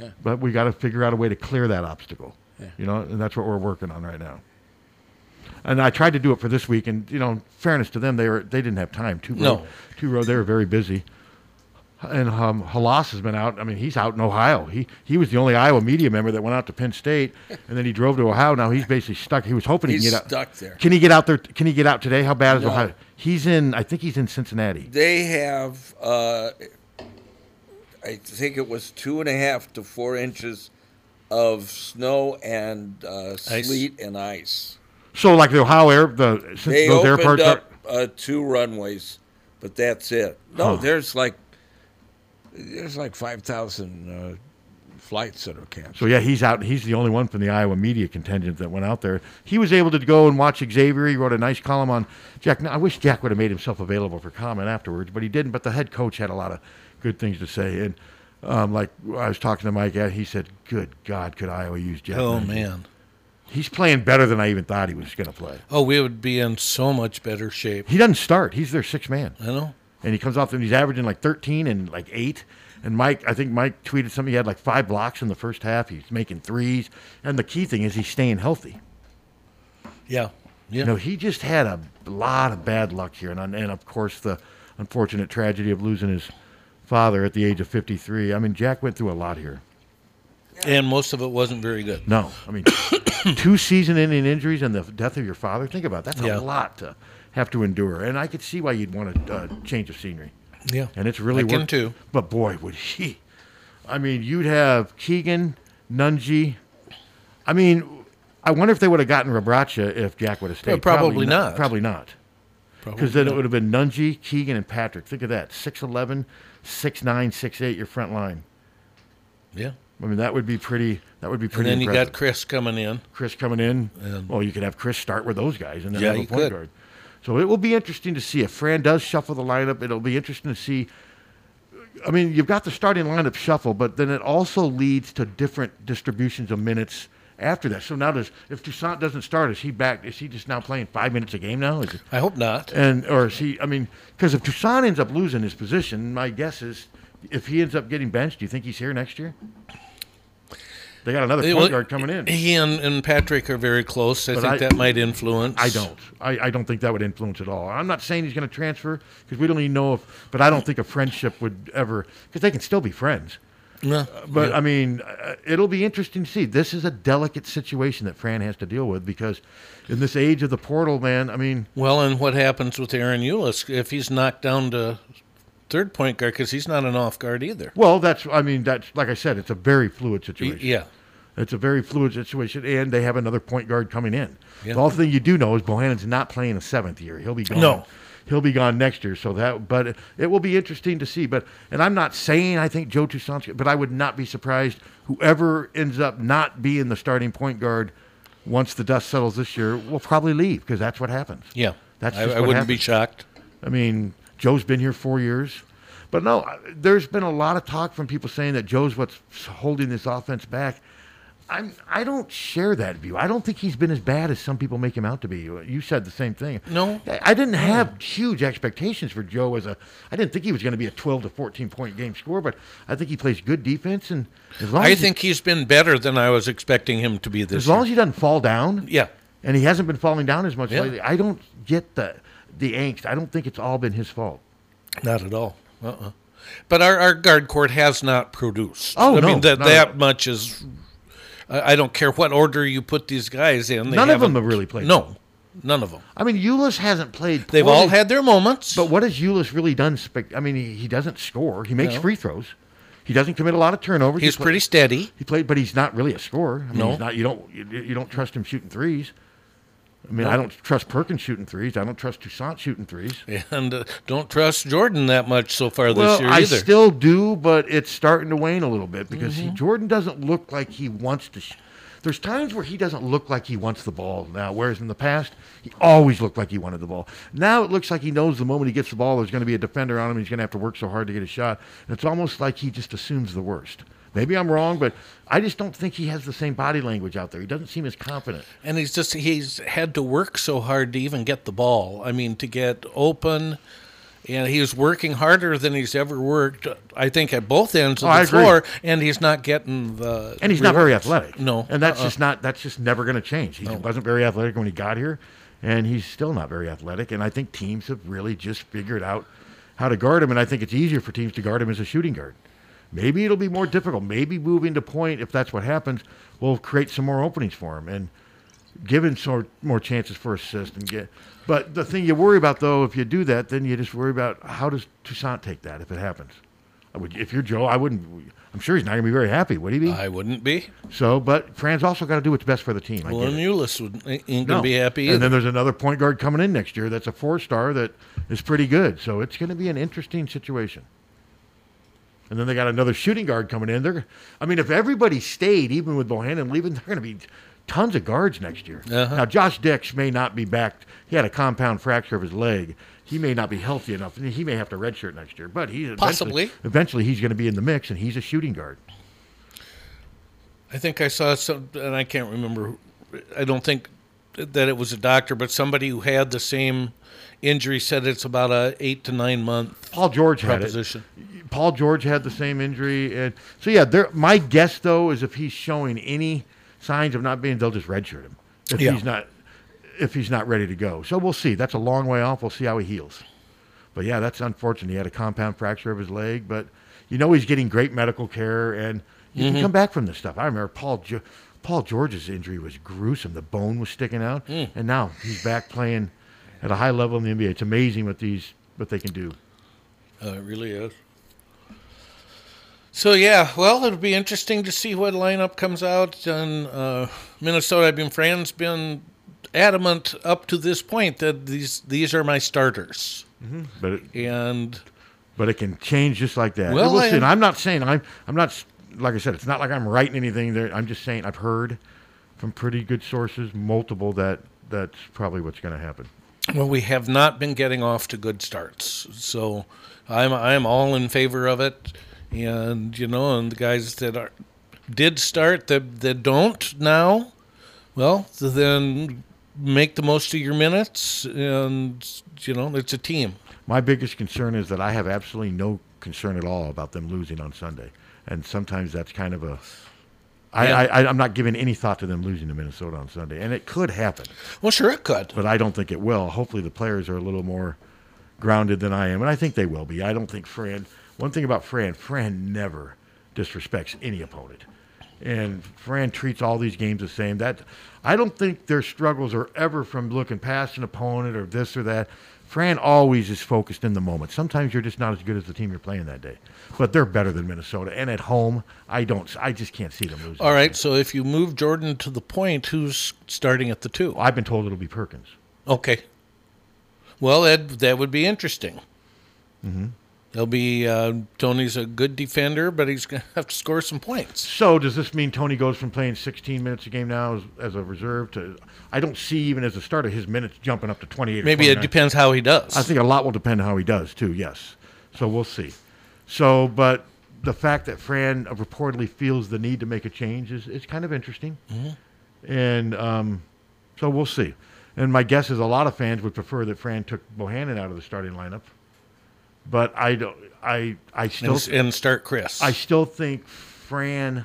Speaker 2: Yeah.
Speaker 3: But we got to figure out a way to clear that obstacle.
Speaker 2: Yeah.
Speaker 3: You know, and that's what we're working on right now. And I tried to do it for this week, and you know, in fairness to them, they were they didn't have time. Two road,
Speaker 1: No.
Speaker 3: two road, they were very busy. And um, Halas has been out. I mean, he's out in Ohio. He he was the only Iowa media member that went out to Penn State, and then he drove to Ohio. Now he's basically stuck. He was hoping he
Speaker 2: He's
Speaker 3: can get out.
Speaker 2: stuck there.
Speaker 3: Can he get out there? Can he get out today? How bad is
Speaker 2: No.
Speaker 3: Ohio? He's in. I think he's in Cincinnati.
Speaker 2: They have, uh, I think it was two and a half to four inches of snow and uh, sleet and ice.
Speaker 3: So like the Ohio air, the since
Speaker 2: they
Speaker 3: those
Speaker 2: opened
Speaker 3: airports are
Speaker 2: up uh, two runways, but that's it. No,
Speaker 3: Huh.
Speaker 2: there's like there's like five thousand uh, flights that are canceled.
Speaker 3: So yeah, he's out. He's the only one from the Iowa media contingent that went out there. He was able to go and watch Xavier. He wrote a nice column on Jack. Now, I wish Jack would have made himself available for comment afterwards, but he didn't. But the head coach had a lot of good things to say. And um, like I was talking to Mike, and he said, "Good God, could Iowa use Jack?"
Speaker 1: Oh,
Speaker 3: Knight?"
Speaker 1: man.
Speaker 3: he's playing better than I even thought he was going to play.
Speaker 1: Oh, we would be in so much better shape.
Speaker 3: He doesn't start. He's their sixth man.
Speaker 1: I know.
Speaker 3: And he comes off and he's averaging like 13 and like eight. And Mike, I think Mike tweeted something. He had like five blocks in the first half. He's making threes. And the key thing is he's staying healthy.
Speaker 1: Yeah. Yeah.
Speaker 3: You know, he just had a lot of bad luck here. And, and of course, the unfortunate tragedy of losing his father at the age of 53. I mean, Jack went through a lot here.
Speaker 1: And most of it wasn't very good.
Speaker 3: No, I mean, [COUGHS] two season-ending injuries and the death of your father. Think about that. that's
Speaker 1: Yeah.
Speaker 3: a lot to have to endure. And I could see why you'd want to uh, change of scenery.
Speaker 1: Yeah.
Speaker 3: and it's really
Speaker 1: I can
Speaker 3: worked-
Speaker 1: too.
Speaker 3: But boy, would he! I mean, you'd have Keegan, Nunji. I mean, I wonder if they would have gotten Rabracha if Jack would have stayed.
Speaker 1: Yeah, probably not.
Speaker 3: Probably not.
Speaker 1: Probably
Speaker 3: Because then
Speaker 1: not.
Speaker 3: it would have been Nunji, Keegan, and Patrick. Think of that: 6'11", 6'9", 6'8", Your front line.
Speaker 1: Yeah.
Speaker 3: I mean, that would be pretty. That would be
Speaker 1: And
Speaker 3: pretty.
Speaker 1: then you
Speaker 3: impressive.
Speaker 1: got Chris coming in.
Speaker 3: Chris coming in.
Speaker 1: And-
Speaker 3: well, you could have Chris start with those guys and then
Speaker 1: Yeah,
Speaker 3: have a
Speaker 1: you
Speaker 3: point
Speaker 1: could.
Speaker 3: guard. So it will be interesting to see if Fran does shuffle the lineup. It'll be interesting to see. I mean, you've got the starting lineup shuffle, but then it also leads to different distributions of minutes after that. So now does if Toussaint doesn't start, is he back? Is he just now playing five minutes a game now? Is it,
Speaker 1: I hope not.
Speaker 3: And or is he? I mean, because if Toussaint ends up losing his position, my guess is if he ends up getting benched, do you think he's here next year? They got another
Speaker 1: They-
Speaker 3: point
Speaker 1: well,
Speaker 3: guard coming in.
Speaker 1: He and, and Patrick are very close. I
Speaker 3: But
Speaker 1: think
Speaker 3: I-
Speaker 1: that might influence.
Speaker 3: I don't. I, I don't think that would influence at all. I'm not saying he's going to transfer because we don't even know if. But I don't think a friendship would ever because they can still be friends.
Speaker 1: Yeah.
Speaker 3: Uh, But
Speaker 1: Yeah.
Speaker 3: I mean, uh, it'll be interesting to see. This is a delicate situation that Fran has to deal with because, in this age of the portal, man. I mean,
Speaker 1: Well, and what happens with Aaron Eulis if he's knocked down to third point guard because he's not an off guard either?
Speaker 3: well, that's. I mean, that's like I said. It's a very fluid situation.
Speaker 1: yeah.
Speaker 3: It's a very fluid situation, and they have another point guard coming in.
Speaker 1: Yeah.
Speaker 3: The only thing you do know is Bohannon's not playing a seventh year. He'll be gone.
Speaker 1: No.
Speaker 3: He'll be gone next year, so that. But it will be interesting to see. But and I'm not saying I think Joe Toussaint's, but I would not be surprised whoever ends up not being the starting point guard once the dust settles this year will probably leave because that's what happens.
Speaker 1: Yeah.
Speaker 3: that's
Speaker 1: I-
Speaker 3: just
Speaker 1: I
Speaker 3: what
Speaker 1: wouldn't be
Speaker 3: happens.
Speaker 1: shocked.
Speaker 3: I mean, Joe's been here four years. But no, I- there's been a lot of talk from people saying that Joe's what's holding this offense back. I'm I don't share that view. I don't think he's been as bad as some people make him out to be. You said the same thing.
Speaker 1: No.
Speaker 3: I I didn't have huge expectations for Joe as a I didn't think he was going to be a 12 to 14 point game scorer, but I think he plays good defense and as long
Speaker 1: I
Speaker 3: as he-
Speaker 1: think he's been better than I was expecting him to be this
Speaker 3: as long as he doesn't fall down.
Speaker 1: Yeah.
Speaker 3: And he hasn't been falling down as much
Speaker 1: Yeah.
Speaker 3: lately. I don't get the the angst. I don't think it's all been his fault.
Speaker 1: Not at all. Uh-uh. But our, our guard court has not produced.
Speaker 3: Oh,
Speaker 1: I
Speaker 3: no,
Speaker 1: mean, that,
Speaker 3: not at
Speaker 1: that much is. I, I don't care what order you put these guys in. They
Speaker 3: None of them
Speaker 1: haven't-
Speaker 3: have really played
Speaker 1: No, none of them.
Speaker 3: I mean, Euless hasn't played.
Speaker 1: They've all had their moments.
Speaker 3: But what has Euless really done? Spec- I mean, he, he doesn't score. He makes
Speaker 1: No.
Speaker 3: free throws. He doesn't commit a lot of turnovers.
Speaker 1: He's pretty steady.
Speaker 3: He played, but he's not really a scorer. I mean,
Speaker 1: No.
Speaker 3: he's not. You don't. You, you don't trust him shooting threes. I mean,
Speaker 1: No.
Speaker 3: I don't trust Perkins shooting threes. I don't trust Toussaint shooting threes.
Speaker 1: And uh, don't trust Jordan that much so far this
Speaker 3: well,
Speaker 1: year
Speaker 3: I
Speaker 1: either.
Speaker 3: still do, but it's starting to wane a little bit because he,
Speaker 1: Mhm.
Speaker 3: Jordan doesn't look like he wants to. Sh- There's times where he doesn't look like he wants the ball now, whereas in the past he always looked like he wanted the ball. Now it looks like he knows the moment he gets the ball, there's going to be a defender on him. He's going to have to work so hard to get a shot, and it's almost like he just assumes the worst. Maybe I'm wrong, but I just don't think he has the same body language out there. He doesn't seem as confident.
Speaker 1: and he's just he's had to work so hard to even get the ball. I mean, to get open, and he's working harder than he's ever worked. uh, I think at both ends of
Speaker 3: Oh,
Speaker 1: the
Speaker 3: I agree.
Speaker 1: floor, and he's not getting the.
Speaker 3: and he's not very
Speaker 1: rewards.
Speaker 3: athletic.
Speaker 1: uh, No,
Speaker 3: and that's
Speaker 1: Uh-uh.
Speaker 3: just not that's just never going to change. He wasn't very athletic when he got here, and he's still not very athletic. And I think teams have really just figured out how to guard him, and I think it's easier for teams to guard him as a shooting guard. Maybe it'll be more difficult. Maybe moving to point, if that's what happens, will create some more openings for him and give him some more chances for assist and get. But the thing you worry about though, if you do that, then you just worry about how does Toussaint take that if it happens. I would, if you're Joe, I wouldn't. I'm sure he's not going to be very happy. Would he be?
Speaker 1: I wouldn't be.
Speaker 3: So, but Fran's also got to do what's best for the team. I
Speaker 1: Well,
Speaker 3: get
Speaker 1: and
Speaker 3: it.
Speaker 1: Ulyss would- ain't gonna
Speaker 3: No.
Speaker 1: be happy.
Speaker 3: And then
Speaker 1: either.
Speaker 3: there's another point guard coming in next year that's a four star that is pretty good. So it's going to be an interesting situation. And then they got another shooting guard coming in. They're, I mean, if everybody stayed, even with Bohannon leaving, they're going to be tons of guards next year.
Speaker 1: Uh-huh.
Speaker 3: Now, Josh Dix may not be back. He had a compound fracture of his leg. He may not be healthy enough. He may have to redshirt next year, but he eventually-
Speaker 1: Possibly.
Speaker 3: eventually he's going to be in the mix, and he's a shooting guard.
Speaker 1: I think I saw some, and I can't remember. who- I don't think that it was a doctor, but somebody who had the same injury said it's about a eight to nine month.
Speaker 3: Paul George had it.
Speaker 1: proposition.
Speaker 3: Paul George had the same injury, and so yeah. There, my guess though is if he's showing any signs of not being, they'll just redshirt him if
Speaker 1: Yeah.
Speaker 3: he's not if he's not ready to go. So we'll see. That's a long way off. We'll see how he heals. But yeah, that's unfortunate. He had a compound fracture of his leg, but you know he's getting great medical care, and you
Speaker 1: Mhm.
Speaker 3: can come back from this stuff. I remember Paul jo- Paul George's injury was gruesome. The bone was sticking out,
Speaker 1: Mm.
Speaker 3: and now he's back playing at a high level in the NBA. It's amazing what these what they can do.
Speaker 1: Uh, it really is. So yeah, well, it'll be interesting to see what lineup comes out. And uh, Minnesota, I've been Fran's been adamant up to this point that these these are my starters.
Speaker 3: Mhm. But it,
Speaker 1: and
Speaker 3: but it can change just like that.
Speaker 1: Well,
Speaker 3: Well, listen,
Speaker 1: I-
Speaker 3: I'm not saying I'm I'm not s- like I said. It's not like I'm writing anything there. I'm just saying I've heard from pretty good sources, multiple that that's probably what's going to happen.
Speaker 1: Well, we have not been getting off to good starts, so I'm I'm all in favor of it, and you know, and the guys that are did start that that don't now, well, then make the most of your minutes, and you know, it's a team.
Speaker 3: My biggest concern is that I have absolutely no concern at all about them losing on Sunday, and sometimes that's kind of a I,
Speaker 1: Yeah.
Speaker 3: I, I, I'm not giving any thought to them losing to Minnesota on Sunday, and it could happen.
Speaker 1: Well, sure, it could.
Speaker 3: But I don't think it will. Hopefully, the players are a little more grounded than I am, and I think they will be. I don't think Fran. One thing about Fran, Fran never disrespects any opponent, and Fran treats all these games the same. That I don't think their struggles are ever from looking past an opponent or this or that. Fran always is focused in the moment. Sometimes you're just not as good as the team you're playing that day, but they're better than Minnesota. And at home, I don't. I just can't see them losing.
Speaker 1: All right, so if you move Jordan to the point, who's starting at the two?
Speaker 3: I've been told it'll be Perkins.
Speaker 1: Okay. Well, that that would be interesting.
Speaker 3: Mm-hmm.
Speaker 1: He'll be uh, Tony's a good defender, but he's gonna have to score some points.
Speaker 3: So does this mean Tony goes from playing 16 minutes a game now as, as a reserve to? I don't see even as a starter his minutes jumping up to 28. or
Speaker 1: Maybe it
Speaker 3: 29.
Speaker 1: depends how he does.
Speaker 3: I think a lot will depend on how he does too. Yes, so we'll see. So, but the fact that Fran reportedly feels the need to make a change is, is kind of interesting,
Speaker 9: Mhm.
Speaker 1: Mm-hmm.
Speaker 3: and um, so we'll see. And my guess is a lot of fans would prefer that Fran took Bohannon out of the starting lineup, but I don't. I I still
Speaker 1: And- and start Chris.
Speaker 3: I still think Fran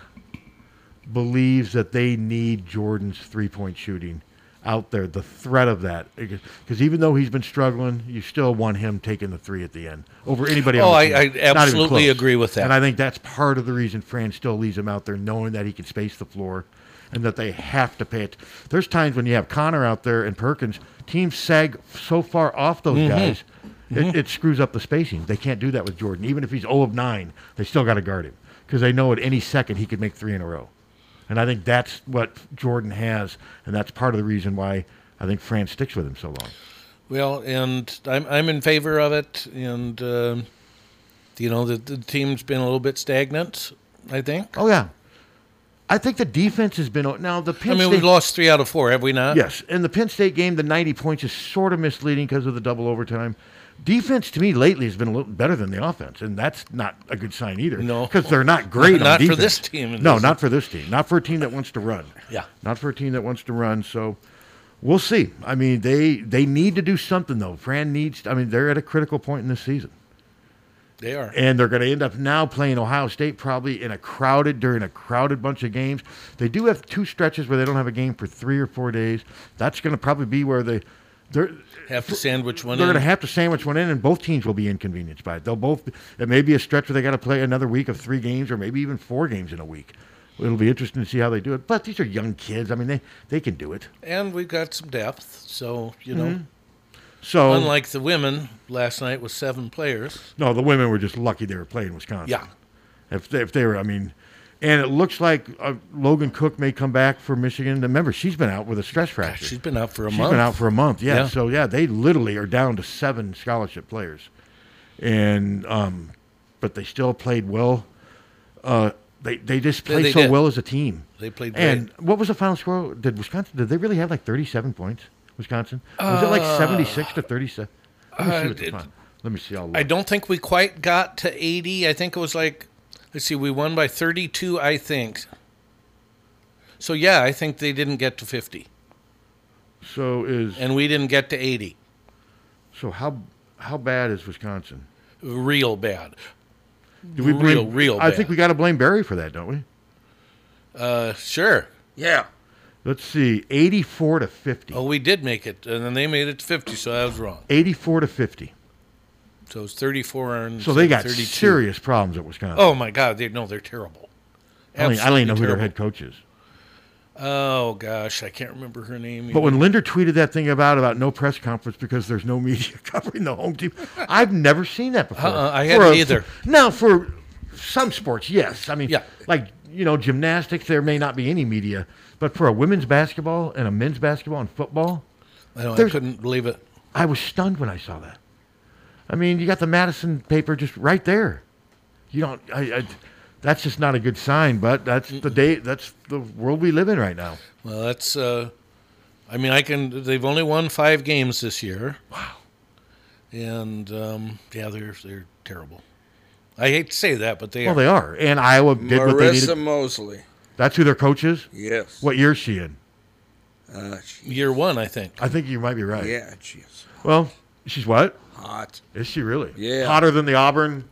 Speaker 3: believes that they need Jordan's three point shooting out there, the threat of that. Because even though he's been struggling, you still want him taking the three at the end over anybody
Speaker 1: Oh,
Speaker 3: else.
Speaker 1: I- I absolutely agree with that.
Speaker 3: And I think that's part of the reason Fran still leaves him out there, knowing that he can space the floor and that they have to pay it. There's times when you have Connor out there and Perkins, teams sag so far off those
Speaker 1: Mm-hmm.
Speaker 9: Mhm.
Speaker 3: guys.
Speaker 9: Mhm.
Speaker 3: It, it screws up the spacing. They can't do that with Jordan. Even if he's 0 of 9, they still got to guard him because they know at any second he could make three in a row. And I think that's what Jordan has, and that's part of the reason why I think Fran sticks with him so long.
Speaker 1: Well, and I'm I'm in favor of it, and um you know the, the team's been a little bit stagnant. I think.
Speaker 3: Oh, yeah. I think the defense has been. Now, the Penn
Speaker 1: I mean,
Speaker 3: State-
Speaker 1: we've lost three out of four, have we not?
Speaker 3: Yes, and the Penn State game, the 90 points is sort of misleading because of the double overtime. Defense to me lately has been a little better than the offense, and that's not a good sign either.
Speaker 1: No.
Speaker 3: because they're not great.
Speaker 1: Not
Speaker 3: on
Speaker 1: for
Speaker 3: defense.
Speaker 1: this team, it
Speaker 3: No,
Speaker 1: isn't.
Speaker 3: not for this team. Not for a team that wants to run.
Speaker 1: Yeah.
Speaker 3: not for a team that wants to run. So we'll see. I mean, they they need to do something though. Fran needs. I mean, they're at a critical point in this season.
Speaker 1: They are.
Speaker 3: And they're going to end up now playing Ohio State probably in a crowded during a crowded bunch of games. They do have two stretches where they don't have a game for three or four days. That's going to probably be where they they're
Speaker 1: Have to sandwich one
Speaker 3: they're
Speaker 1: in.
Speaker 3: going to have to sandwich one in, and both teams will be inconvenienced by it. They'll both it may be a stretch where they got to play another week of three games or maybe even four games in a week. It'll be interesting to see how they do it. But these are young kids. I mean, they they can do it.
Speaker 1: And we've got some depth, so you know.
Speaker 3: Mhm. So-
Speaker 1: unlike the women last night with seven players,
Speaker 3: No, the women were just lucky they were playing Wisconsin.
Speaker 1: Yeah.
Speaker 3: If they, if they were, I mean, and it looks like uh, Logan Cook may come back for Michigan. Remember, she's been out with a stress fracture.
Speaker 1: she's been out for a
Speaker 3: She's
Speaker 1: month.
Speaker 3: been out for a month. Yeah.
Speaker 1: Yeah.
Speaker 3: So yeah, they literally are down to seven scholarship players, and um, but they still played well. Uh, they they just
Speaker 1: Yeah,
Speaker 3: played
Speaker 1: they
Speaker 3: so
Speaker 1: did.
Speaker 3: well as a team.
Speaker 1: They played
Speaker 3: And what was the final score? Did Wisconsin? Did they really have like thirty-seven points? Wisconsin was it like
Speaker 1: Uh,
Speaker 3: seventy-six to thirty-seven? Let me
Speaker 1: uh,
Speaker 3: see. What the
Speaker 1: it-
Speaker 3: final- let me see. I'll look.
Speaker 1: I don't think we quite got to eighty. I think it was like, let's see, we won by thirty-two. I think. So yeah, I think they didn't get to fifty,
Speaker 3: So is
Speaker 1: and we didn't get to eighty.
Speaker 3: so how how bad is Wisconsin?
Speaker 1: Real bad.
Speaker 3: Do we blame,
Speaker 1: real, real?
Speaker 3: I
Speaker 1: bad.
Speaker 3: think we got to blame Barry for that, don't we?
Speaker 1: Uh, sure. Yeah.
Speaker 3: Let's see, eighty-four to fifty.
Speaker 1: Oh, we did make it, and then they made it to fifty, so I was wrong.
Speaker 3: Eighty-four to fifty.
Speaker 1: So it's thirty-four and
Speaker 3: So they got
Speaker 1: 32.
Speaker 3: serious problems at Wisconsin.
Speaker 1: Oh my God! They no, they're terrible.
Speaker 3: I don't, e, I don't even know who their
Speaker 1: Absolutely
Speaker 3: head coach is.
Speaker 1: terrible. Oh gosh, I can't remember her name.
Speaker 3: But when
Speaker 1: either.
Speaker 3: Linder tweeted that thing about about no press conference because there's no [LAUGHS] media covering the home team, I've never seen that before.
Speaker 1: Uh-uh, I
Speaker 3: For
Speaker 1: haven't
Speaker 3: a-
Speaker 1: either.
Speaker 3: Now, for some sports, yes. I mean, like you know, gymnastics, there may not be any media, but for a women's basketball and a men's basketball and football,
Speaker 1: I, know, I
Speaker 3: there's-
Speaker 1: couldn't believe it.
Speaker 3: I was stunned when I saw that. I mean, you got the Madison paper just right there. You don't. I, I, that's just not a good sign. But that's the day. That's the world we live in right now.
Speaker 1: Well, that's. Uh, I mean, I can. They've only won five games this year. Wow. And um, yeah, they're they're terrible. I hate to say that, but they
Speaker 3: well,
Speaker 1: are.
Speaker 3: they are. And Iowa did what they needed.
Speaker 6: Marissa Mosley.
Speaker 3: That's who their coach is.
Speaker 6: Yes.
Speaker 3: What year is she in?
Speaker 6: Uh,
Speaker 1: Year one, I think.
Speaker 3: I think you might be right.
Speaker 6: Yeah, she is
Speaker 3: Well, she's what?
Speaker 6: hot.
Speaker 3: Is she really?
Speaker 6: Yeah.
Speaker 3: Hotter than the Auburn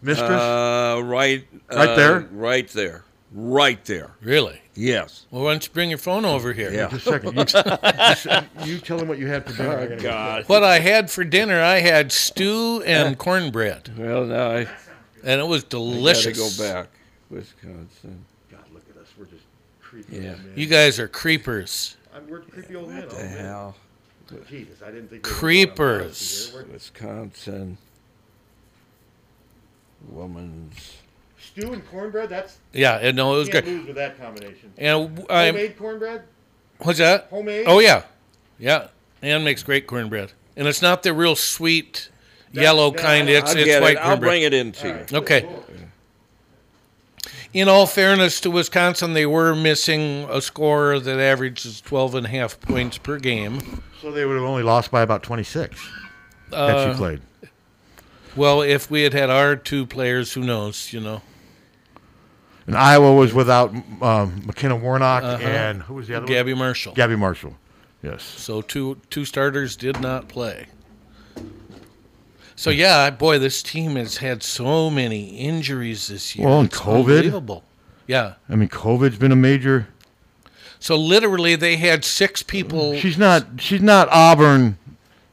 Speaker 3: mistress.
Speaker 6: Uh, right.
Speaker 3: Right
Speaker 6: uh,
Speaker 3: there?
Speaker 6: Right there.
Speaker 2: Right there.
Speaker 1: Really?
Speaker 2: Yes.
Speaker 1: Well, why don't you bring your phone over here?
Speaker 2: Yeah.
Speaker 3: Just a second. You, just, you tell them what you had for dinner. I gotta go.
Speaker 2: Uh,
Speaker 1: What I had for dinner, I had stew
Speaker 2: [LAUGHS]
Speaker 1: and cornbread.
Speaker 2: Well, now I.
Speaker 1: And it was delicious.
Speaker 2: I gotta go back. Wisconsin.
Speaker 3: God, look at us. We're just creepy.
Speaker 2: Yeah.
Speaker 1: You guys are creepers.
Speaker 3: I'm, we're creepy old men. What
Speaker 2: the hell?
Speaker 3: Jesus, I didn't think.
Speaker 1: Creepers.
Speaker 2: Wisconsin. Woman's.
Speaker 3: Stew and cornbread. That's
Speaker 1: Yeah, and no, it was
Speaker 3: can't
Speaker 1: good.
Speaker 3: lose with that combination.
Speaker 1: And I-
Speaker 3: homemade cornbread.
Speaker 1: What's that?
Speaker 3: Homemade?
Speaker 1: Oh yeah, yeah. Ann makes great cornbread, and it's not the real sweet yellow
Speaker 2: that-
Speaker 1: kind. It's
Speaker 2: I'll
Speaker 1: it's
Speaker 2: get it.
Speaker 1: white
Speaker 2: I'll
Speaker 1: cornbread.
Speaker 2: bring it in to you. All right.
Speaker 1: Okay. In all fairness to Wisconsin, they were missing a scorer that averages 12 and a half points per game.
Speaker 3: So they would have only lost by about 26 had
Speaker 1: Uh,
Speaker 3: she played.
Speaker 1: Well, if we had had our two players, who knows, you know.
Speaker 3: And Iowa was without um, McKenna Warnock
Speaker 1: Uh-huh.
Speaker 3: and who was the other one?
Speaker 1: Gabby Marshall.
Speaker 3: Gabby Marshall. Yes.
Speaker 1: So two two starters did not play. So yeah, boy, this team has had so many injuries this year.
Speaker 3: Well, and
Speaker 1: It's
Speaker 3: COVID.
Speaker 1: unbelievable. Yeah.
Speaker 3: I mean, COVID's been a major.
Speaker 1: So literally, they had six people.
Speaker 3: She's not. She's not Auburn.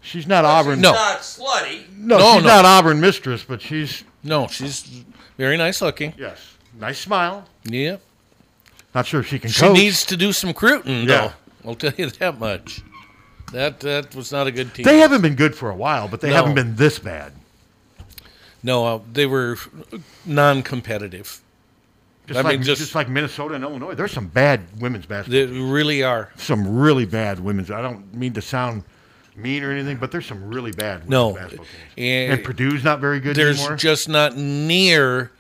Speaker 3: She's not Auburn.
Speaker 1: No.
Speaker 2: slutty.
Speaker 3: No,
Speaker 1: No,
Speaker 3: she's
Speaker 1: no.
Speaker 3: not Auburn mistress, but she's
Speaker 1: No, she's very nice looking.
Speaker 3: Yes. Nice smile.
Speaker 1: Yeah.
Speaker 3: not sure if she can
Speaker 1: She
Speaker 3: coach.
Speaker 1: needs to do some recruiting,
Speaker 3: Yeah.
Speaker 1: though. I'll tell you that much. That that was not a good team.
Speaker 3: They haven't been good for a while, but they
Speaker 1: No.
Speaker 3: haven't been this bad.
Speaker 1: No, uh, they were non-competitive.
Speaker 3: Just
Speaker 1: I
Speaker 3: like
Speaker 1: mean, just,
Speaker 3: just like Minnesota and Illinois, there's some bad women's basketball.
Speaker 1: they really are.
Speaker 3: Some really bad women's. I don't mean to sound mean or anything, but there's some really bad women's
Speaker 1: No,
Speaker 3: basketball teams.
Speaker 1: and,
Speaker 3: And Purdue's not very good
Speaker 1: There's
Speaker 3: anymore?
Speaker 1: just not near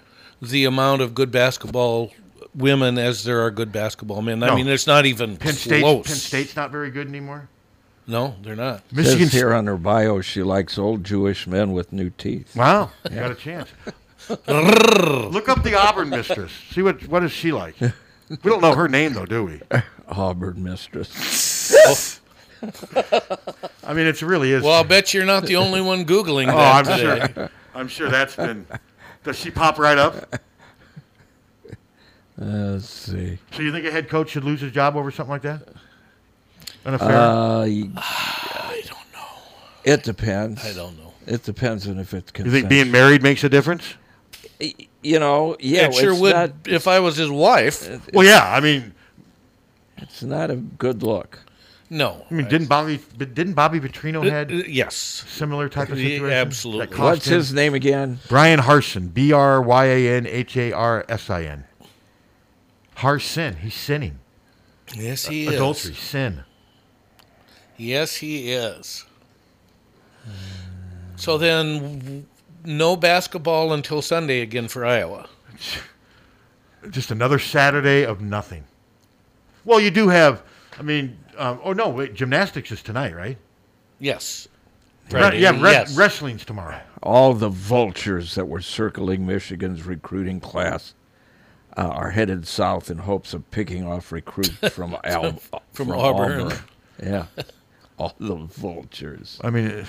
Speaker 1: the amount of good basketball women as there are good basketball men. I
Speaker 3: No.
Speaker 1: mean, it's not even
Speaker 3: Penn State.
Speaker 1: close.
Speaker 3: Penn State's not very good anymore.
Speaker 1: No, they're not.
Speaker 3: Michigan
Speaker 2: Says here on her bio, she likes old Jewish men with new teeth.
Speaker 3: Wow, you
Speaker 2: Yeah.
Speaker 3: got a chance. Look up the Auburn mistress. See what what is she like. We don't know her name though, do we?
Speaker 2: [LAUGHS] Auburn mistress.
Speaker 1: [LAUGHS]
Speaker 3: I mean, it really is.
Speaker 1: Well, I'll [LAUGHS] bet you're not the only one googling
Speaker 3: Oh,
Speaker 1: that
Speaker 3: I'm
Speaker 1: today.
Speaker 3: sure. I'm sure that's been. Does she pop right up?
Speaker 2: Uh, Let's see.
Speaker 3: So you think a head coach should lose his job over something like that? An affair?
Speaker 2: Uh,
Speaker 1: [SIGHS]
Speaker 2: I
Speaker 1: don't know.
Speaker 2: It depends.
Speaker 1: I don't know.
Speaker 2: It depends on if it's.
Speaker 3: you think being married makes a difference?
Speaker 2: You know, yeah,
Speaker 1: it sure
Speaker 2: it's
Speaker 1: would
Speaker 2: not-
Speaker 1: if I was his wife.
Speaker 3: Well, yeah. I mean,
Speaker 2: It's not a good look.
Speaker 1: No.
Speaker 3: I mean, didn't Bobby didn't Bobby Petrino
Speaker 1: Uh,
Speaker 3: had
Speaker 1: uh, yes
Speaker 3: similar type of
Speaker 1: Yeah,
Speaker 3: situation?
Speaker 1: absolutely.
Speaker 3: That cost
Speaker 2: What's
Speaker 3: him-
Speaker 2: his name again?
Speaker 3: Brian Harson. B R Y A N H A R S I N. Harson. He's sinning.
Speaker 1: Yes, he is.
Speaker 3: Adultery, sin.
Speaker 1: Yes, he is. So then, w- no basketball until Sunday again for Iowa.
Speaker 3: [LAUGHS] Just another Saturday of nothing. Well, you do have. I mean, um, oh no, wait, gymnastics is tonight, right?
Speaker 1: Yes.
Speaker 3: Re- yeah, re- wrestling's tomorrow.
Speaker 2: All the vultures that were circling Michigan's recruiting class uh, are headed south in hopes of picking
Speaker 1: [LAUGHS]
Speaker 2: off recruits from Al-
Speaker 1: From Auburn. [LAUGHS]
Speaker 2: Yeah, all the vultures.
Speaker 3: I mean, it-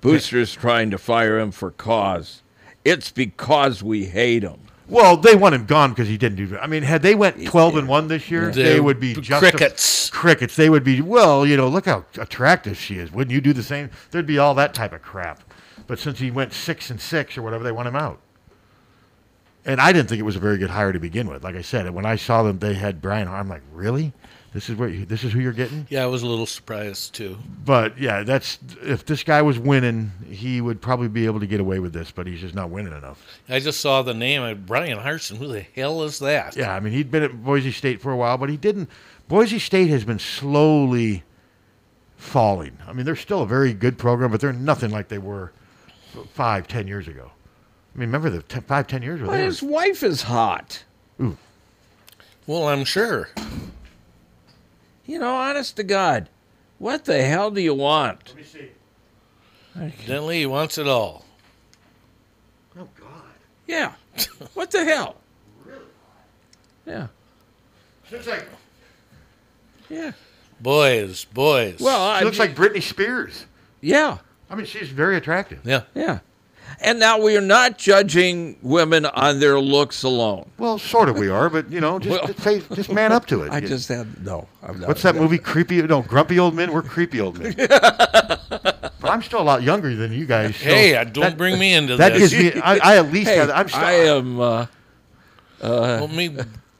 Speaker 2: Boosters trying to fire him for cause. It's because we hate him.
Speaker 3: Well, they want him gone because he didn't do. I mean, had they went twelve and one this year,
Speaker 2: Yeah.
Speaker 3: they
Speaker 2: They're
Speaker 3: would be
Speaker 2: b-
Speaker 3: just
Speaker 2: crickets.
Speaker 3: Crickets. They would be. Well, you know, look how attractive she is. Wouldn't you do the same? There'd be all that type of crap. But since he went six and six or whatever, they want him out. And I didn't think it was a very good hire to begin with. Like I said, when I saw them, they had Brian. Har- I'm like, really? This is what? You, this is who you're getting?
Speaker 1: Yeah, I was a little surprised too.
Speaker 3: But yeah, that's if this guy was winning, he would probably be able to get away with this. But he's just not winning enough.
Speaker 1: I just saw the name of Brian Harson. Who the hell is that?
Speaker 3: Yeah, I mean, he'd been at Boise State for a while, but he didn't. Boise State has been slowly falling. I mean, they're still a very good program, but they're nothing like they were f- five, ten years ago. I mean, remember the ten, five, ten years ago?
Speaker 2: Well,
Speaker 3: they
Speaker 2: his
Speaker 3: were-
Speaker 2: wife is hot.
Speaker 3: Hmm.
Speaker 1: Well, I'm sure.
Speaker 2: You know, honest to God, what the hell do you want? Let me see.
Speaker 1: Evidently, he wants it all.
Speaker 2: Yeah. [LAUGHS] what the hell? Yeah.
Speaker 3: Looks like,
Speaker 2: Yeah.
Speaker 1: Boys, boys.
Speaker 2: Well,
Speaker 3: she looks like Britney Spears.
Speaker 2: Yeah.
Speaker 3: I mean, she's very attractive.
Speaker 1: Yeah.
Speaker 2: Yeah. And now we are not judging women on their looks alone.
Speaker 3: Well, sort of we are, but you know, just say, just man up to it.
Speaker 2: [LAUGHS] I just had no. I'm not-
Speaker 3: What's that
Speaker 2: [LAUGHS]
Speaker 3: movie? Creepy? No, grumpy old men. We're creepy old men. but I'm still a lot younger than you guys. so
Speaker 1: Hey, uh, don't bring me into
Speaker 3: that
Speaker 1: this.
Speaker 3: gives me. I, I at least
Speaker 1: Hey,
Speaker 3: have. I'm still,
Speaker 1: I
Speaker 2: am. Uh, uh,
Speaker 3: Uh,
Speaker 1: Let me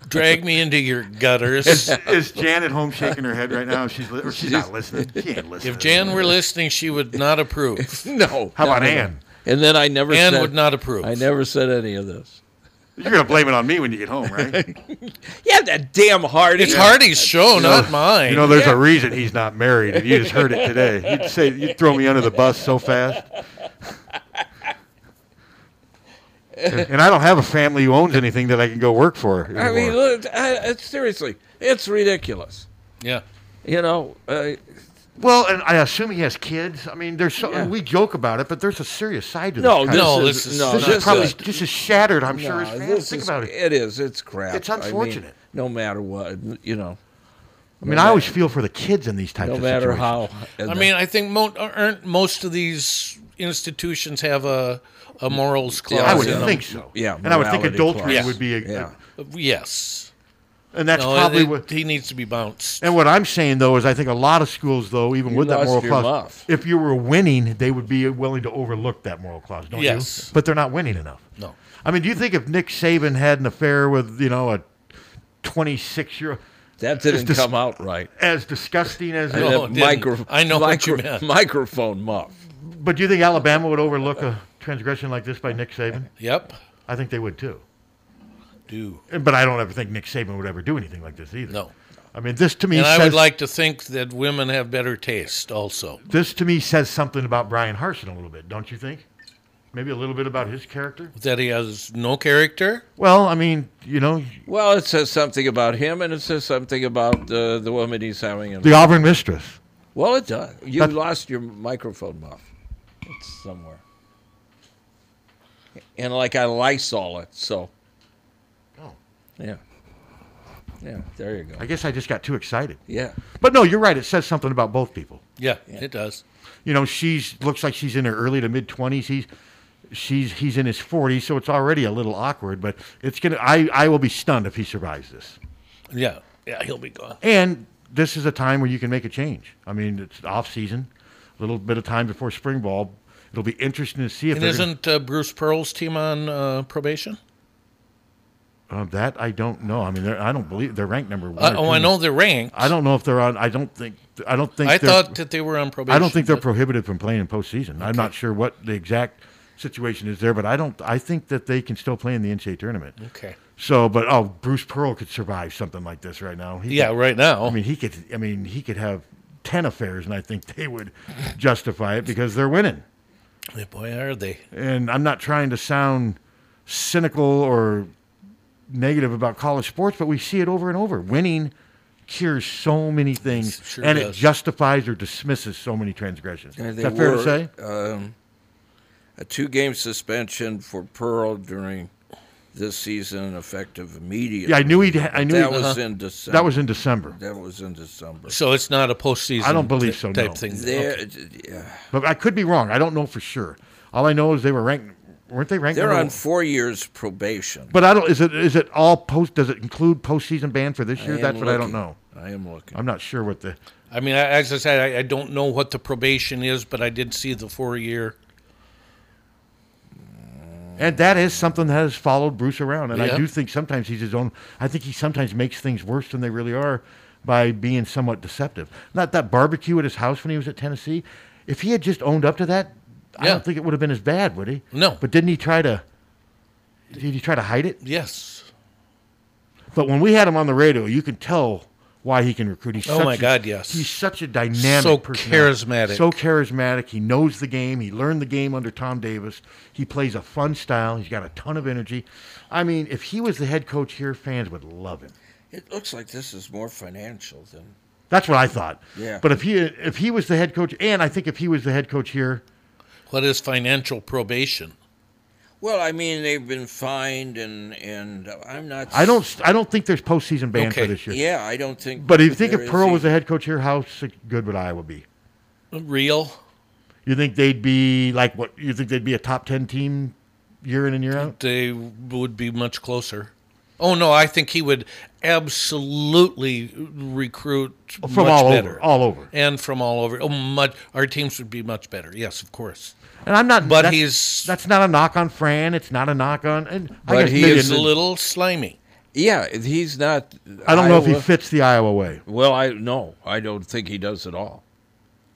Speaker 1: drag me into your gutters.
Speaker 3: Is, is Jan at home shaking her head right now? She's li- or [LAUGHS] she's not listening. She ain't listening.
Speaker 1: If Jan were listening, she would not approve.
Speaker 2: no.
Speaker 3: How about
Speaker 1: No, no, no.
Speaker 3: Ann?
Speaker 2: And then I never
Speaker 1: Ann
Speaker 2: said,
Speaker 1: would not approve.
Speaker 2: I never said any of this.
Speaker 3: You're gonna blame it on me when you get
Speaker 2: [LAUGHS]
Speaker 3: home, right?
Speaker 2: yeah, that damn Hardy.
Speaker 1: It's Hardy's show,
Speaker 3: You know-
Speaker 1: not mine.
Speaker 3: You know, there's a reason he's not married, and you just heard it today. You'd say you'd throw me under the bus so fast. and I don't have a family who owns anything that I can go work
Speaker 2: [LAUGHS]
Speaker 3: for.
Speaker 2: I
Speaker 3: anymore.
Speaker 2: mean, look, I, I- seriously, it's ridiculous.
Speaker 1: Yeah.
Speaker 2: You know, uh,
Speaker 3: well, and I assume he has kids. I mean, there's so
Speaker 2: Yeah.
Speaker 3: we joke about it, but there's a serious side to
Speaker 2: No,
Speaker 3: this. kind of-
Speaker 2: no, this is- no,
Speaker 3: this
Speaker 2: this
Speaker 3: is probably
Speaker 2: is-
Speaker 3: just as shattered. I'm sure
Speaker 2: no,
Speaker 3: as fans
Speaker 2: this
Speaker 3: think
Speaker 2: is-
Speaker 3: about it.
Speaker 2: It is. It's crap.
Speaker 3: It's
Speaker 2: I mean,
Speaker 3: unfortunate.
Speaker 2: no matter what, you know.
Speaker 3: I mean, I always feel for the kids in these types
Speaker 2: No
Speaker 3: of
Speaker 2: matter
Speaker 3: situations.
Speaker 2: how.
Speaker 1: I mean, I think mo- aren't most of these institutions have a, a morals clause.
Speaker 3: I would
Speaker 1: in them?
Speaker 3: think so. and I would think adultery would be. A,
Speaker 1: yes.
Speaker 3: And that's
Speaker 1: No,
Speaker 3: probably
Speaker 1: it-
Speaker 3: what-
Speaker 1: he needs to be bounced.
Speaker 3: And what I'm saying though is, I think a lot of schools, though, even
Speaker 1: You
Speaker 3: with that
Speaker 1: lost
Speaker 3: moral
Speaker 1: your
Speaker 3: clause,
Speaker 1: muff.
Speaker 3: if you were winning, they would be willing to overlook that moral clause, don't
Speaker 1: Yes.
Speaker 3: you? But they're not winning enough.
Speaker 1: No.
Speaker 3: I mean, do you think if Nick Saban had an affair with you know a 26 year old?
Speaker 2: That didn't come out right.
Speaker 3: As disgusting as
Speaker 2: I, know micro- micro- Microphone muff.
Speaker 3: But do you think Alabama would overlook a transgression like this by Nick Saban?
Speaker 1: Yep.
Speaker 3: I think they would too.
Speaker 1: Do.
Speaker 3: But I don't ever think Nick Saban would ever do anything like this either.
Speaker 1: No.
Speaker 3: I mean, this to me
Speaker 1: and
Speaker 3: says
Speaker 1: I would like to think that women have better taste also.
Speaker 3: this to me says something about Brian Harson a little bit, don't you think? Maybe a little bit about his character.
Speaker 1: That he has no character.
Speaker 3: Well, I mean, you know,
Speaker 2: Well, it says something about him, and it says something about uh, the woman he's having. in-
Speaker 3: the Auburn mistress.
Speaker 2: Well, it does. You
Speaker 3: That-
Speaker 2: lost your microphone muff. It's somewhere. And like I Lysol it, so.
Speaker 3: Oh.
Speaker 2: Yeah. Yeah, there you go.
Speaker 3: I guess I just got too excited.
Speaker 2: Yeah.
Speaker 3: But no, you're right. It says something about both people.
Speaker 1: Yeah, it does.
Speaker 3: You know, she's looks like she's in her early to mid twenties. He's she's he's in his forties, so it's already a little awkward. But it's gonna. I I will be stunned if he survives this.
Speaker 1: Yeah. Yeah, he'll be gone.
Speaker 3: And this is a time where you can make a change. I mean, it's off season, a little bit of time before spring ball. It'll be interesting to see if
Speaker 1: and
Speaker 3: they're
Speaker 1: isn't uh, Bruce Pearl's team on uh, probation?
Speaker 3: gonna- um, that I don't know. I mean, they're, I don't believe they're ranked number one.
Speaker 1: Uh,
Speaker 3: or
Speaker 1: oh, I
Speaker 3: two.
Speaker 1: know they're ranked.
Speaker 3: I don't know if they're on. I don't think. I don't think.
Speaker 1: I
Speaker 3: they're-
Speaker 1: thought that they were on
Speaker 3: I
Speaker 1: probation,
Speaker 3: don't think they're
Speaker 1: but-
Speaker 3: prohibited from playing in postseason. I'm not sure what the exact situation is there, but I don't. I think that they can still play in the NCAA tournament.
Speaker 1: Okay.
Speaker 3: So, but oh, Bruce Pearl could survive something like this right now.
Speaker 1: Yeah, right now.
Speaker 3: I mean, he could. I mean, he could have ten affairs, and I think they would [LAUGHS] justify it because they're winning.
Speaker 1: Yeah, Boy, are they.
Speaker 3: And I'm not trying to sound cynical or negative about college sports, but we see it over and over. Winning cures so many things,
Speaker 2: sure
Speaker 3: and it
Speaker 2: does.
Speaker 3: justifies or dismisses so many transgressions.
Speaker 2: Uh,
Speaker 3: Is
Speaker 2: they
Speaker 3: that fair to
Speaker 2: were,
Speaker 3: say?
Speaker 2: Um, a two game suspension for Pearl during this season effective immediately.
Speaker 3: Yeah, I knew he'd. ha- I knew
Speaker 2: that
Speaker 3: he'd-
Speaker 2: was
Speaker 3: uh-huh.
Speaker 2: in December.
Speaker 3: That was in December.
Speaker 2: That was in December.
Speaker 1: So it's not a postseason.
Speaker 3: I don't believe
Speaker 1: ty-
Speaker 3: so,
Speaker 1: Type
Speaker 3: no.
Speaker 1: thing.
Speaker 2: There,
Speaker 1: Okay.
Speaker 2: yeah.
Speaker 3: But I could be wrong. I don't know for sure. All I know is they were ranked. Weren't they ranked?
Speaker 2: They're
Speaker 3: number
Speaker 2: on
Speaker 3: one?
Speaker 2: four years probation.
Speaker 3: But I don't. Is it? Is it all post? Does it include postseason ban for this
Speaker 2: I
Speaker 3: year?
Speaker 2: am
Speaker 3: That's what I
Speaker 2: looking.
Speaker 3: don't know.
Speaker 2: I am looking.
Speaker 3: I'm not sure what the.
Speaker 1: I mean, I, as I said, I, I don't know what the probation is, but I did see the four year.
Speaker 3: And that is something that has followed Bruce around. And I
Speaker 1: Yeah.
Speaker 3: do think sometimes he's his own. I think he sometimes makes things worse than they really are by being somewhat deceptive. Not that barbecue at his house when he was at Tennessee. If he had just owned up to that, I
Speaker 1: Yeah.
Speaker 3: don't think it would have been as bad, would he?
Speaker 1: No.
Speaker 3: But didn't he try to? Did he try to hide it?
Speaker 1: Yes.
Speaker 3: But when we had him on the radio, you could tell why he can recruit. He's
Speaker 1: Oh
Speaker 3: such
Speaker 1: my
Speaker 3: a-
Speaker 1: God, yes.
Speaker 3: He's such a dynamic,
Speaker 1: So
Speaker 3: personality.
Speaker 1: charismatic.
Speaker 3: so charismatic. He knows the game. He learned the game under Tom Davis. He plays a fun style. He's got a ton of energy. I mean, if he was the head coach here, fans would love him.
Speaker 2: It looks like this is more financial than.
Speaker 3: That's what I thought.
Speaker 2: Yeah.
Speaker 3: But if he if he was the head coach, and I think if he was the head coach here,
Speaker 1: What is financial probation?
Speaker 2: Well, I mean, they've been fined, and and I'm not.
Speaker 3: I don't I don't think there's postseason ban for this year.
Speaker 2: Yeah, I don't think.
Speaker 3: But if you think
Speaker 2: there
Speaker 3: if
Speaker 2: is
Speaker 3: Pearl was
Speaker 2: either.
Speaker 3: the head coach here, how s- good would Iowa be?
Speaker 1: Real?
Speaker 3: You think they'd be like what? You think they'd be a top ten team year in and year out?
Speaker 1: They would be much closer. Oh no, I think he would absolutely recruit
Speaker 3: From
Speaker 1: much
Speaker 3: all over,
Speaker 1: better.
Speaker 3: all over.
Speaker 1: and from all over. Oh, much our teams would be much better. Yes, of course.
Speaker 3: And I'm not.
Speaker 1: But
Speaker 3: that's,
Speaker 1: he's-
Speaker 3: that's not a knock on Fran. It's not a knock on. And I
Speaker 1: But
Speaker 3: guess
Speaker 1: he
Speaker 3: maybe
Speaker 1: is
Speaker 3: it-
Speaker 1: a little slimy.
Speaker 2: Yeah, he's not.
Speaker 3: I don't know if he
Speaker 2: Iowa-
Speaker 3: fits the Iowa way.
Speaker 2: Well, I no, I don't think he does at all.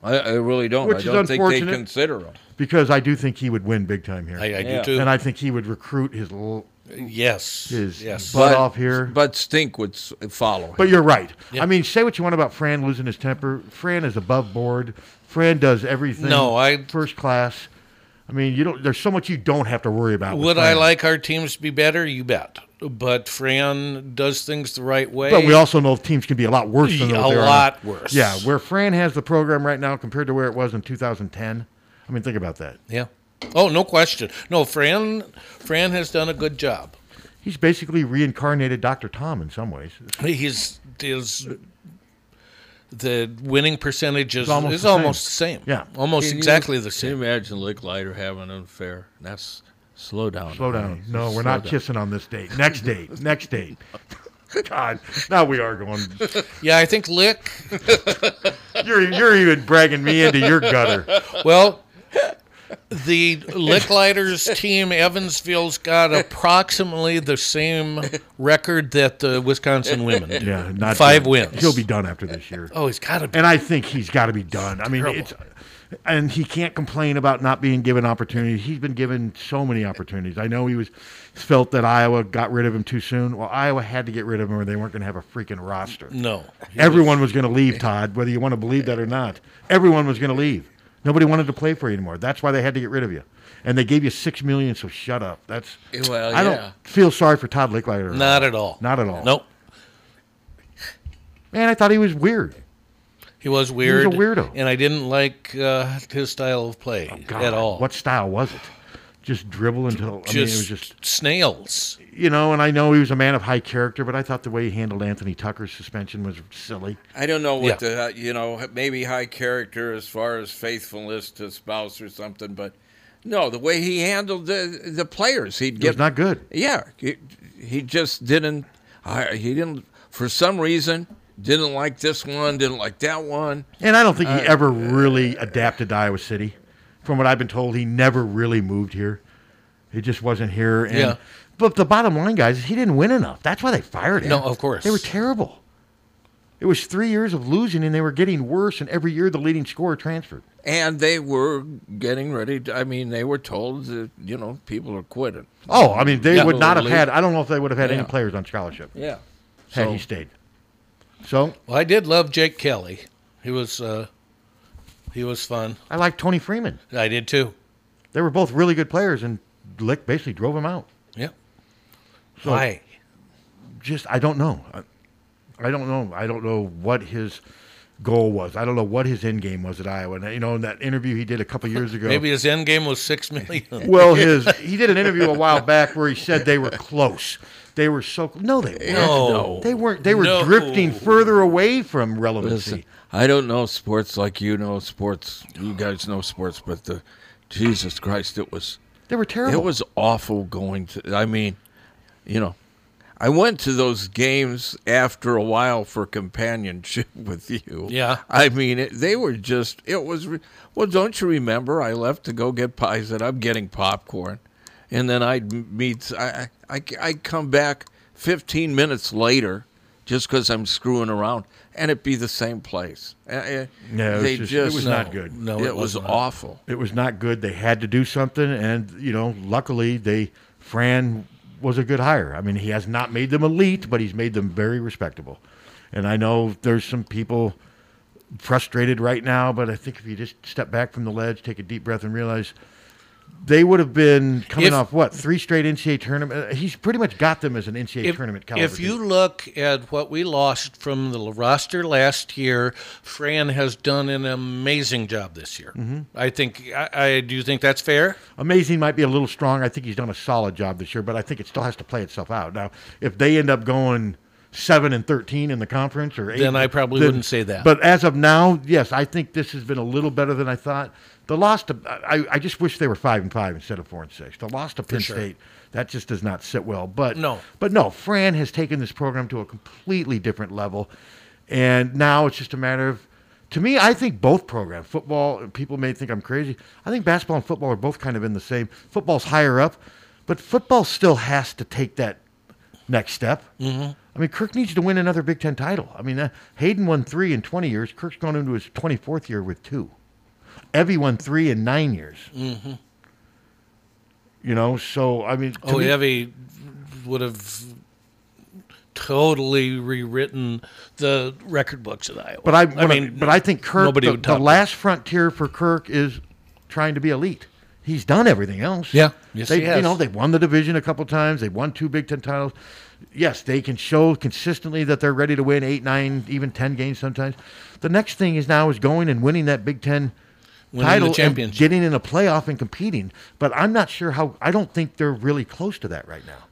Speaker 2: I, I really don't.
Speaker 3: Which
Speaker 2: I
Speaker 3: is
Speaker 2: don't think they
Speaker 3: unfortunate.
Speaker 2: consider him.
Speaker 3: Because I do think he would win big time here.
Speaker 2: I- I do Yeah. too.
Speaker 3: And I think he would recruit his l-
Speaker 1: Yes.
Speaker 3: his
Speaker 1: Yes.
Speaker 3: butt
Speaker 2: But-
Speaker 3: off here.
Speaker 2: But Stink would s- follow.
Speaker 3: But
Speaker 2: him.
Speaker 3: you're right.
Speaker 2: Yeah.
Speaker 3: I mean, say what you want about Fran losing his temper. Fran is above board. Fran does everything.
Speaker 1: No, I-
Speaker 3: first class. I mean, you don't. There's so much you don't have to worry about. with
Speaker 1: Would I
Speaker 3: Fran.
Speaker 1: like our teams to be better? You bet. But Fran does things the right way.
Speaker 3: But we also know teams can be a lot worse than
Speaker 1: Yeah,
Speaker 3: what
Speaker 1: a
Speaker 3: they are.
Speaker 1: lot worse.
Speaker 3: Yeah, where Fran has the program right now compared to where it was in 2010. I mean, think about that.
Speaker 1: Yeah. Oh, no question. No, Fran Fran has done a good job.
Speaker 3: He's basically reincarnated Dr. Tom in some ways.
Speaker 1: He's is the winning percentage is
Speaker 3: It's almost
Speaker 1: is
Speaker 3: the same.
Speaker 1: almost the same.
Speaker 3: almost
Speaker 1: Almost exactly the
Speaker 6: same. Can you imagine Licklider having an affair? That's slow down.
Speaker 3: Slow down.
Speaker 6: honey.
Speaker 3: No,
Speaker 6: Slow
Speaker 3: we're not
Speaker 6: down.
Speaker 3: kissing on this date.
Speaker 1: [LAUGHS]
Speaker 3: Next date. Next date. God, now we are going.
Speaker 1: Yeah, I think Lick.
Speaker 3: [LAUGHS] You're you're even bragging me into your gutter.
Speaker 1: Well, the Licklighters team Evansville's got approximately the same record that the Wisconsin women do.
Speaker 3: Yeah, not
Speaker 1: five
Speaker 3: good.
Speaker 1: wins.
Speaker 3: He'll be done after this year.
Speaker 1: Oh, he's got to be.
Speaker 3: And I think he's got to be done. I mean,
Speaker 1: Terrible.
Speaker 3: it's and he can't complain about not being given opportunities. He's been given so many opportunities. I know he was felt that Iowa got rid of him too soon. Well, Iowa had to get rid of him, or they weren't going to have a freaking roster.
Speaker 1: No. He
Speaker 3: everyone was, going to leave. Todd, whether you want to believe that or not, everyone was going to leave. Nobody wanted to play for you anymore. That's why they had to get rid of you. And they gave you six million, so shut up. That's
Speaker 1: Well, yeah.
Speaker 3: I don't feel sorry for Todd Licklider.
Speaker 1: Not at all.
Speaker 3: Not at all.
Speaker 1: Nope.
Speaker 3: Man, I thought he was weird.
Speaker 1: He was
Speaker 3: was a
Speaker 1: weird.
Speaker 3: weirdo. Oh,
Speaker 1: And I didn't like uh, his style of play at all.
Speaker 3: What style was it? Just dribble until I mean, it was
Speaker 1: Just,
Speaker 3: just
Speaker 1: snails.
Speaker 3: you know. And I know he was a man of high character, but I thought the way he handled Anthony Tucker's suspension was silly.
Speaker 2: I don't know what the uh, you know maybe high character as far as faithfulness to spouse or something, but no, the way he handled the the players, he'd
Speaker 3: It
Speaker 2: get
Speaker 3: was not good.
Speaker 2: Yeah, he, he just didn't. I, he didn't for some reason didn't like this one, didn't like that one.
Speaker 3: And I don't think he
Speaker 2: Uh,
Speaker 3: ever really adapted to Iowa City. From what I've been told, he never really moved here. He just wasn't here. And,
Speaker 1: Yeah.
Speaker 3: But the bottom line, guys, is he didn't win enough. That's why they fired him.
Speaker 1: No, of course.
Speaker 3: They were terrible. It was three years of losing, and they were getting worse. And every year, the leading scorer transferred.
Speaker 2: And they were getting ready. To, I mean, they were told that you know people are quitting.
Speaker 3: Oh, I mean, they
Speaker 2: Yeah.
Speaker 3: would not have
Speaker 2: Leave.
Speaker 3: had. I don't know if they would have had
Speaker 2: Yeah.
Speaker 3: any players on scholarship.
Speaker 2: Yeah.
Speaker 3: Had
Speaker 1: So-
Speaker 3: he stayed. So
Speaker 1: Well, I did love Jake Kelly. He was uh, he was fun.
Speaker 3: I like Tony Freeman.
Speaker 1: I did too.
Speaker 3: They were both really good players, and Lick basically drove him out.
Speaker 1: Yeah.
Speaker 3: So-
Speaker 1: Why?
Speaker 3: just I don't know. I, I don't know. I don't know what his goal was. I don't know what his end game was at Iowa. And, you know, in that interview he did a couple years ago.
Speaker 1: Maybe his end game was six million.
Speaker 3: [LAUGHS]
Speaker 1: [LAUGHS]
Speaker 3: well, his he did an interview a while back where he said they were close. They were so cl- no, they weren't.
Speaker 2: No.
Speaker 3: they weren't. They were
Speaker 2: No.
Speaker 3: drifting further away from relevancy.
Speaker 2: Listen, I don't know sports like you know sports. You guys know sports, but the Jesus Christ, it was
Speaker 3: They were terrible.
Speaker 2: It was awful going to. I mean, you know, I went to those games after a while for companionship [LAUGHS] with you.
Speaker 1: Yeah.
Speaker 2: I mean, it, they were just. It was. re- Well, don't you remember? I left to go get pies, and I'm getting popcorn, and then I'd m- meet. I I I I'd come back 15 minutes later, just because I'm screwing around, and it'd be the same place. Uh,
Speaker 3: No, it was
Speaker 2: they
Speaker 3: just-
Speaker 2: just,
Speaker 3: it was not good.
Speaker 2: No, it, was awful.
Speaker 3: It was not good. They had to do something, and you know, luckily they Fran was a good hire. I mean, he has not made them elite, but he's made them very respectable. And I know there's some people frustrated right now, but I think if you just step back from the ledge, take a deep breath, and realize they would have been coming
Speaker 1: If-
Speaker 3: off what three straight NCAA tournament. uh, He's pretty much got them as an NCAA
Speaker 1: If,
Speaker 3: tournament caliber.
Speaker 1: if you
Speaker 3: team.
Speaker 1: look at what we lost from the roster last year, Fran has done an amazing job this year.
Speaker 3: Mhm.
Speaker 1: I think I, I do think that's fair.
Speaker 3: Amazing might be a little strong. I think he's done a solid job this year, but I think it still has to play itself out. Now, if they end up going seven and thirteen in the conference, or eight.
Speaker 1: Then I probably wouldn't say that.
Speaker 3: But as of now, yes, I think this has been a little better than I thought. The loss to I, I just wish they were five and five instead of four and six. The loss to
Speaker 1: For
Speaker 3: Penn
Speaker 1: sure.
Speaker 3: State that just does not sit well. But
Speaker 1: No.
Speaker 3: but no, Fran has taken this program to a completely different level, and now it's just a matter of. To me, I think both programs, football, people may think I'm crazy. I think basketball and football are both kind of in the same. Football's higher up, but football still has to take that next step.
Speaker 1: Mhm.
Speaker 3: I mean, Kirk needs to win another Big Ten title. I mean, uh, Hayden won three in 20 years. Kirk's gone into his 24th year with two. Evie won three in nine years.
Speaker 1: Mm-hmm.
Speaker 3: You know, so I mean, to
Speaker 1: Oh,
Speaker 3: me-
Speaker 1: Evie would have totally rewritten the record books at Iowa.
Speaker 3: But I, when I
Speaker 1: mean,
Speaker 3: but I think Kirk.
Speaker 1: Nobody
Speaker 3: the,
Speaker 1: would
Speaker 3: the
Speaker 1: top
Speaker 3: last frontier for Kirk is trying to be elite. He's done everything else.
Speaker 1: Yeah. Yes,
Speaker 3: they,
Speaker 1: he
Speaker 3: You
Speaker 1: has.
Speaker 3: know, they've won the division a couple times. They've won two Big Ten titles. Yes, they can show consistently that they're ready to win eight, nine, even ten games sometimes. The next thing is now is going and winning that Big Ten
Speaker 1: Winning the
Speaker 3: title and
Speaker 1: championship.
Speaker 3: getting in a playoff and competing. But I'm not sure how. I don't think they're really close to that right now.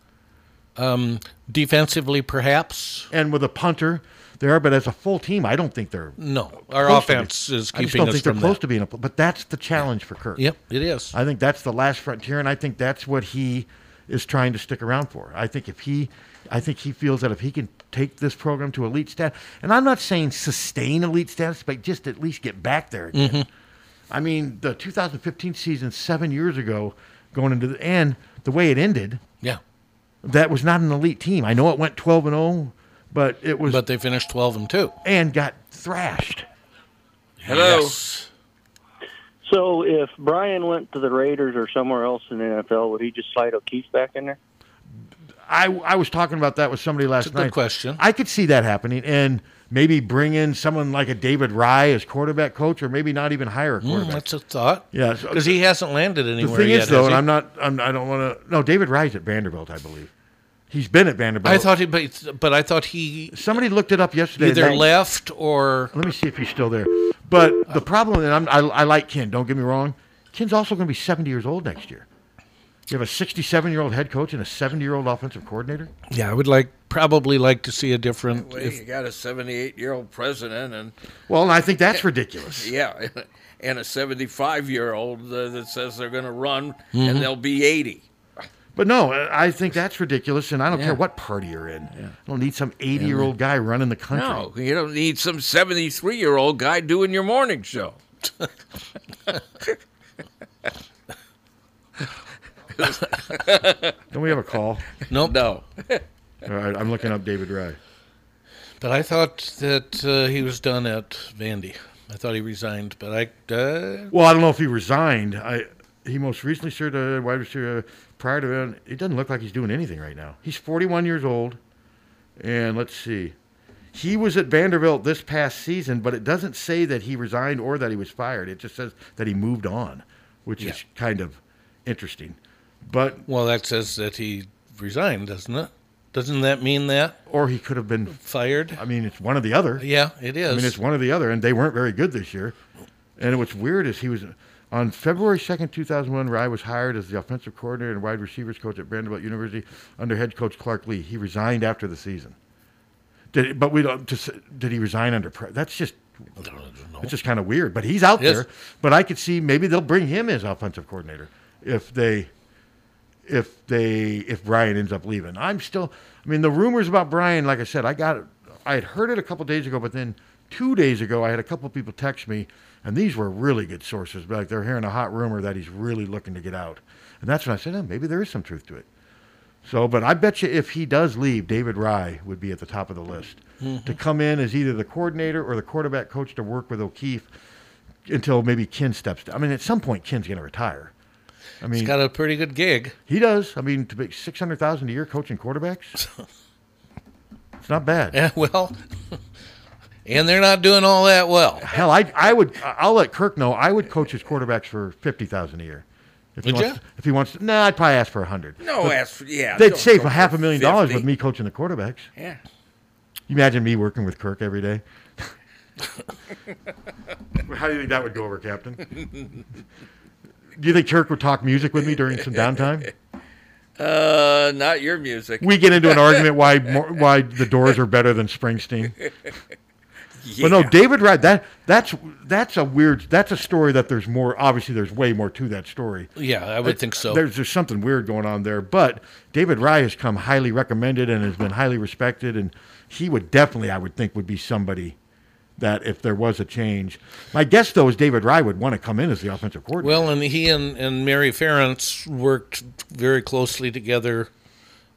Speaker 1: Um, defensively, perhaps.
Speaker 3: And with a punter, they are. But as a full team, I don't think they're
Speaker 1: No, our
Speaker 3: close to be-
Speaker 1: offense is
Speaker 3: I just
Speaker 1: keeping
Speaker 3: don't
Speaker 1: us
Speaker 3: think they're
Speaker 1: from
Speaker 3: close
Speaker 1: that.
Speaker 3: to being a. pl- But that's the challenge for Kirk.
Speaker 1: Yep, it is.
Speaker 3: I think that's the last frontier, and I think that's what he is trying to stick around for. I think if he, I think he feels that if he can take this program to elite status, and I'm not saying sustain elite status, but just at least get back there again.
Speaker 1: Mhm.
Speaker 3: I mean, the 2015 season seven years ago, going into the end, the way it ended,
Speaker 1: Yeah.
Speaker 3: that was not an elite team. I know it went 12 and 0, but it was
Speaker 1: But they finished 12 and 2.
Speaker 3: and got thrashed.
Speaker 1: Hello.
Speaker 16: So if Brian went to the Raiders or somewhere else in the NFL, would he just slide O'Keefe back in there?
Speaker 3: I, I was talking about that with somebody last
Speaker 16: It's a
Speaker 3: night.
Speaker 16: good question.
Speaker 3: I could see that happening, and maybe bring in someone like a David Rye as quarterback coach, or maybe not even hire a
Speaker 1: Mm,
Speaker 3: quarterback.
Speaker 1: that's a thought.
Speaker 3: Yeah, so-
Speaker 1: Because he hasn't landed anywhere
Speaker 3: the thing
Speaker 1: yet.
Speaker 3: is, though,
Speaker 1: has
Speaker 3: and
Speaker 1: he?
Speaker 3: I'm not, I'm, I don't want to. No, David Rye's at Vanderbilt, I believe. He's been at Vanderbilt.
Speaker 1: I thought he, but, but I thought he
Speaker 3: somebody looked it up yesterday.
Speaker 1: either
Speaker 3: That-
Speaker 1: left or Uh,
Speaker 3: Let me see if he's still there. But the problem, and I'm, I, I like Ken. Don't get me wrong. Ken's also going to be 70 years old next year. You have a 67 year old head coach and a 70 year old offensive coordinator.
Speaker 1: yeah, I would like probably like to see a different.
Speaker 2: Well,
Speaker 1: if-
Speaker 2: you got a 78 year old president and
Speaker 3: Well, and I think that's ridiculous.
Speaker 2: [LAUGHS] yeah, and a 75 year old uh, that says they're going to run
Speaker 3: Mhm.
Speaker 2: and they'll be 80.
Speaker 3: But no, I I think that's ridiculous, and I don't
Speaker 2: Yeah.
Speaker 3: care what party you're in. I don't need some 80 year old guy running the
Speaker 1: [LAUGHS]
Speaker 3: country.
Speaker 2: No, you don't need some 73 year old guy doing your morning show. [LAUGHS]
Speaker 3: Don't we have a call?
Speaker 1: Nope.
Speaker 2: No.
Speaker 3: [LAUGHS] All right, I'm looking up David Rye.
Speaker 1: But I thought that uh, he was done at Vandy. I thought he resigned, but I. Uh,
Speaker 3: Well, I don't know if he resigned. I he most recently served a wide receiver uh, prior to that. It doesn't look like he's doing anything right now. He's 41 years old, and let's see. He was at Vanderbilt this past season, but it doesn't say that he resigned or that he was fired. It just says that he moved on, which is kind of interesting. But
Speaker 1: well, that says that he resigned, doesn't it? Doesn't that mean that?
Speaker 3: Or he could have been
Speaker 1: fired.
Speaker 3: I mean, it's one or the other.
Speaker 1: Yeah, it
Speaker 3: I
Speaker 1: is.
Speaker 3: mean, it's one or the other, and they weren't very good this year. And what's weird is he was on February 2nd, 2001, Rye was hired as the offensive coordinator and wide receivers coach at Vanderbilt University under head coach Clark Lee. He resigned after the season. Did but we don't just did he resign under pre- that's just it's just kind of weird, but he's out
Speaker 1: Yes.
Speaker 3: there. But I could see maybe they'll bring him as offensive coordinator if they if they if Brian ends up leaving. I'm still I mean the rumors about Brian, like I said, I got it I had heard it a couple days ago, but then two days ago I had a couple people text me and these were really good sources, but like they're hearing a hot rumor that he's really looking to get out. And that's when I said, oh, maybe there is some truth to it. So, but I bet you if he does leave, David Rye would be at the top of the list
Speaker 1: Mm-hmm.
Speaker 3: to come in as either the coordinator or the quarterback coach to work with O'Keefe until maybe Ken steps down. I mean, at some point, Ken's going to retire. I mean,
Speaker 1: He's got a pretty good gig.
Speaker 3: he does. I mean, to make six hundred thousand a year
Speaker 1: [LAUGHS]
Speaker 3: coaching quarterbacks, it's not bad.
Speaker 1: Yeah, well, [LAUGHS] and they're not doing all that well.
Speaker 3: Hell, I I would I'll let Kirk know. I would coach his quarterbacks for fifty thousand a year. If he
Speaker 2: Would
Speaker 3: wants,
Speaker 2: ya?
Speaker 3: if he wants, no, I'd probably ask for a hundred.
Speaker 2: No, ask for- yeah,
Speaker 3: They'd
Speaker 2: don't
Speaker 3: save
Speaker 2: go
Speaker 3: half
Speaker 2: for
Speaker 3: a million dollars
Speaker 2: 50.
Speaker 3: with me coaching the quarterbacks.
Speaker 2: Yeah.
Speaker 3: You imagine me working with Kirk every day? How do you think that would go
Speaker 2: [LAUGHS]
Speaker 3: over, Captain? Do you think Kirk would talk music with me during some downtime?
Speaker 2: Uh, not your music.
Speaker 3: We
Speaker 2: [LAUGHS]
Speaker 3: get into an argument why more, why the Doors are better than Springsteen. But no,
Speaker 2: Yeah.
Speaker 3: David Wright. That that's that's a weird. That's a story that there's more. Obviously, there's way more to that story.
Speaker 1: Yeah, I would think so.
Speaker 3: There's there's something weird going on there. But David Wright has come highly recommended and has been highly respected, and he would definitely, I would think, would be somebody that if there was a change. My guess though is David Wright would want to come in as the offensive coordinator.
Speaker 1: Well, and he and, and Mary Ferentz worked very closely together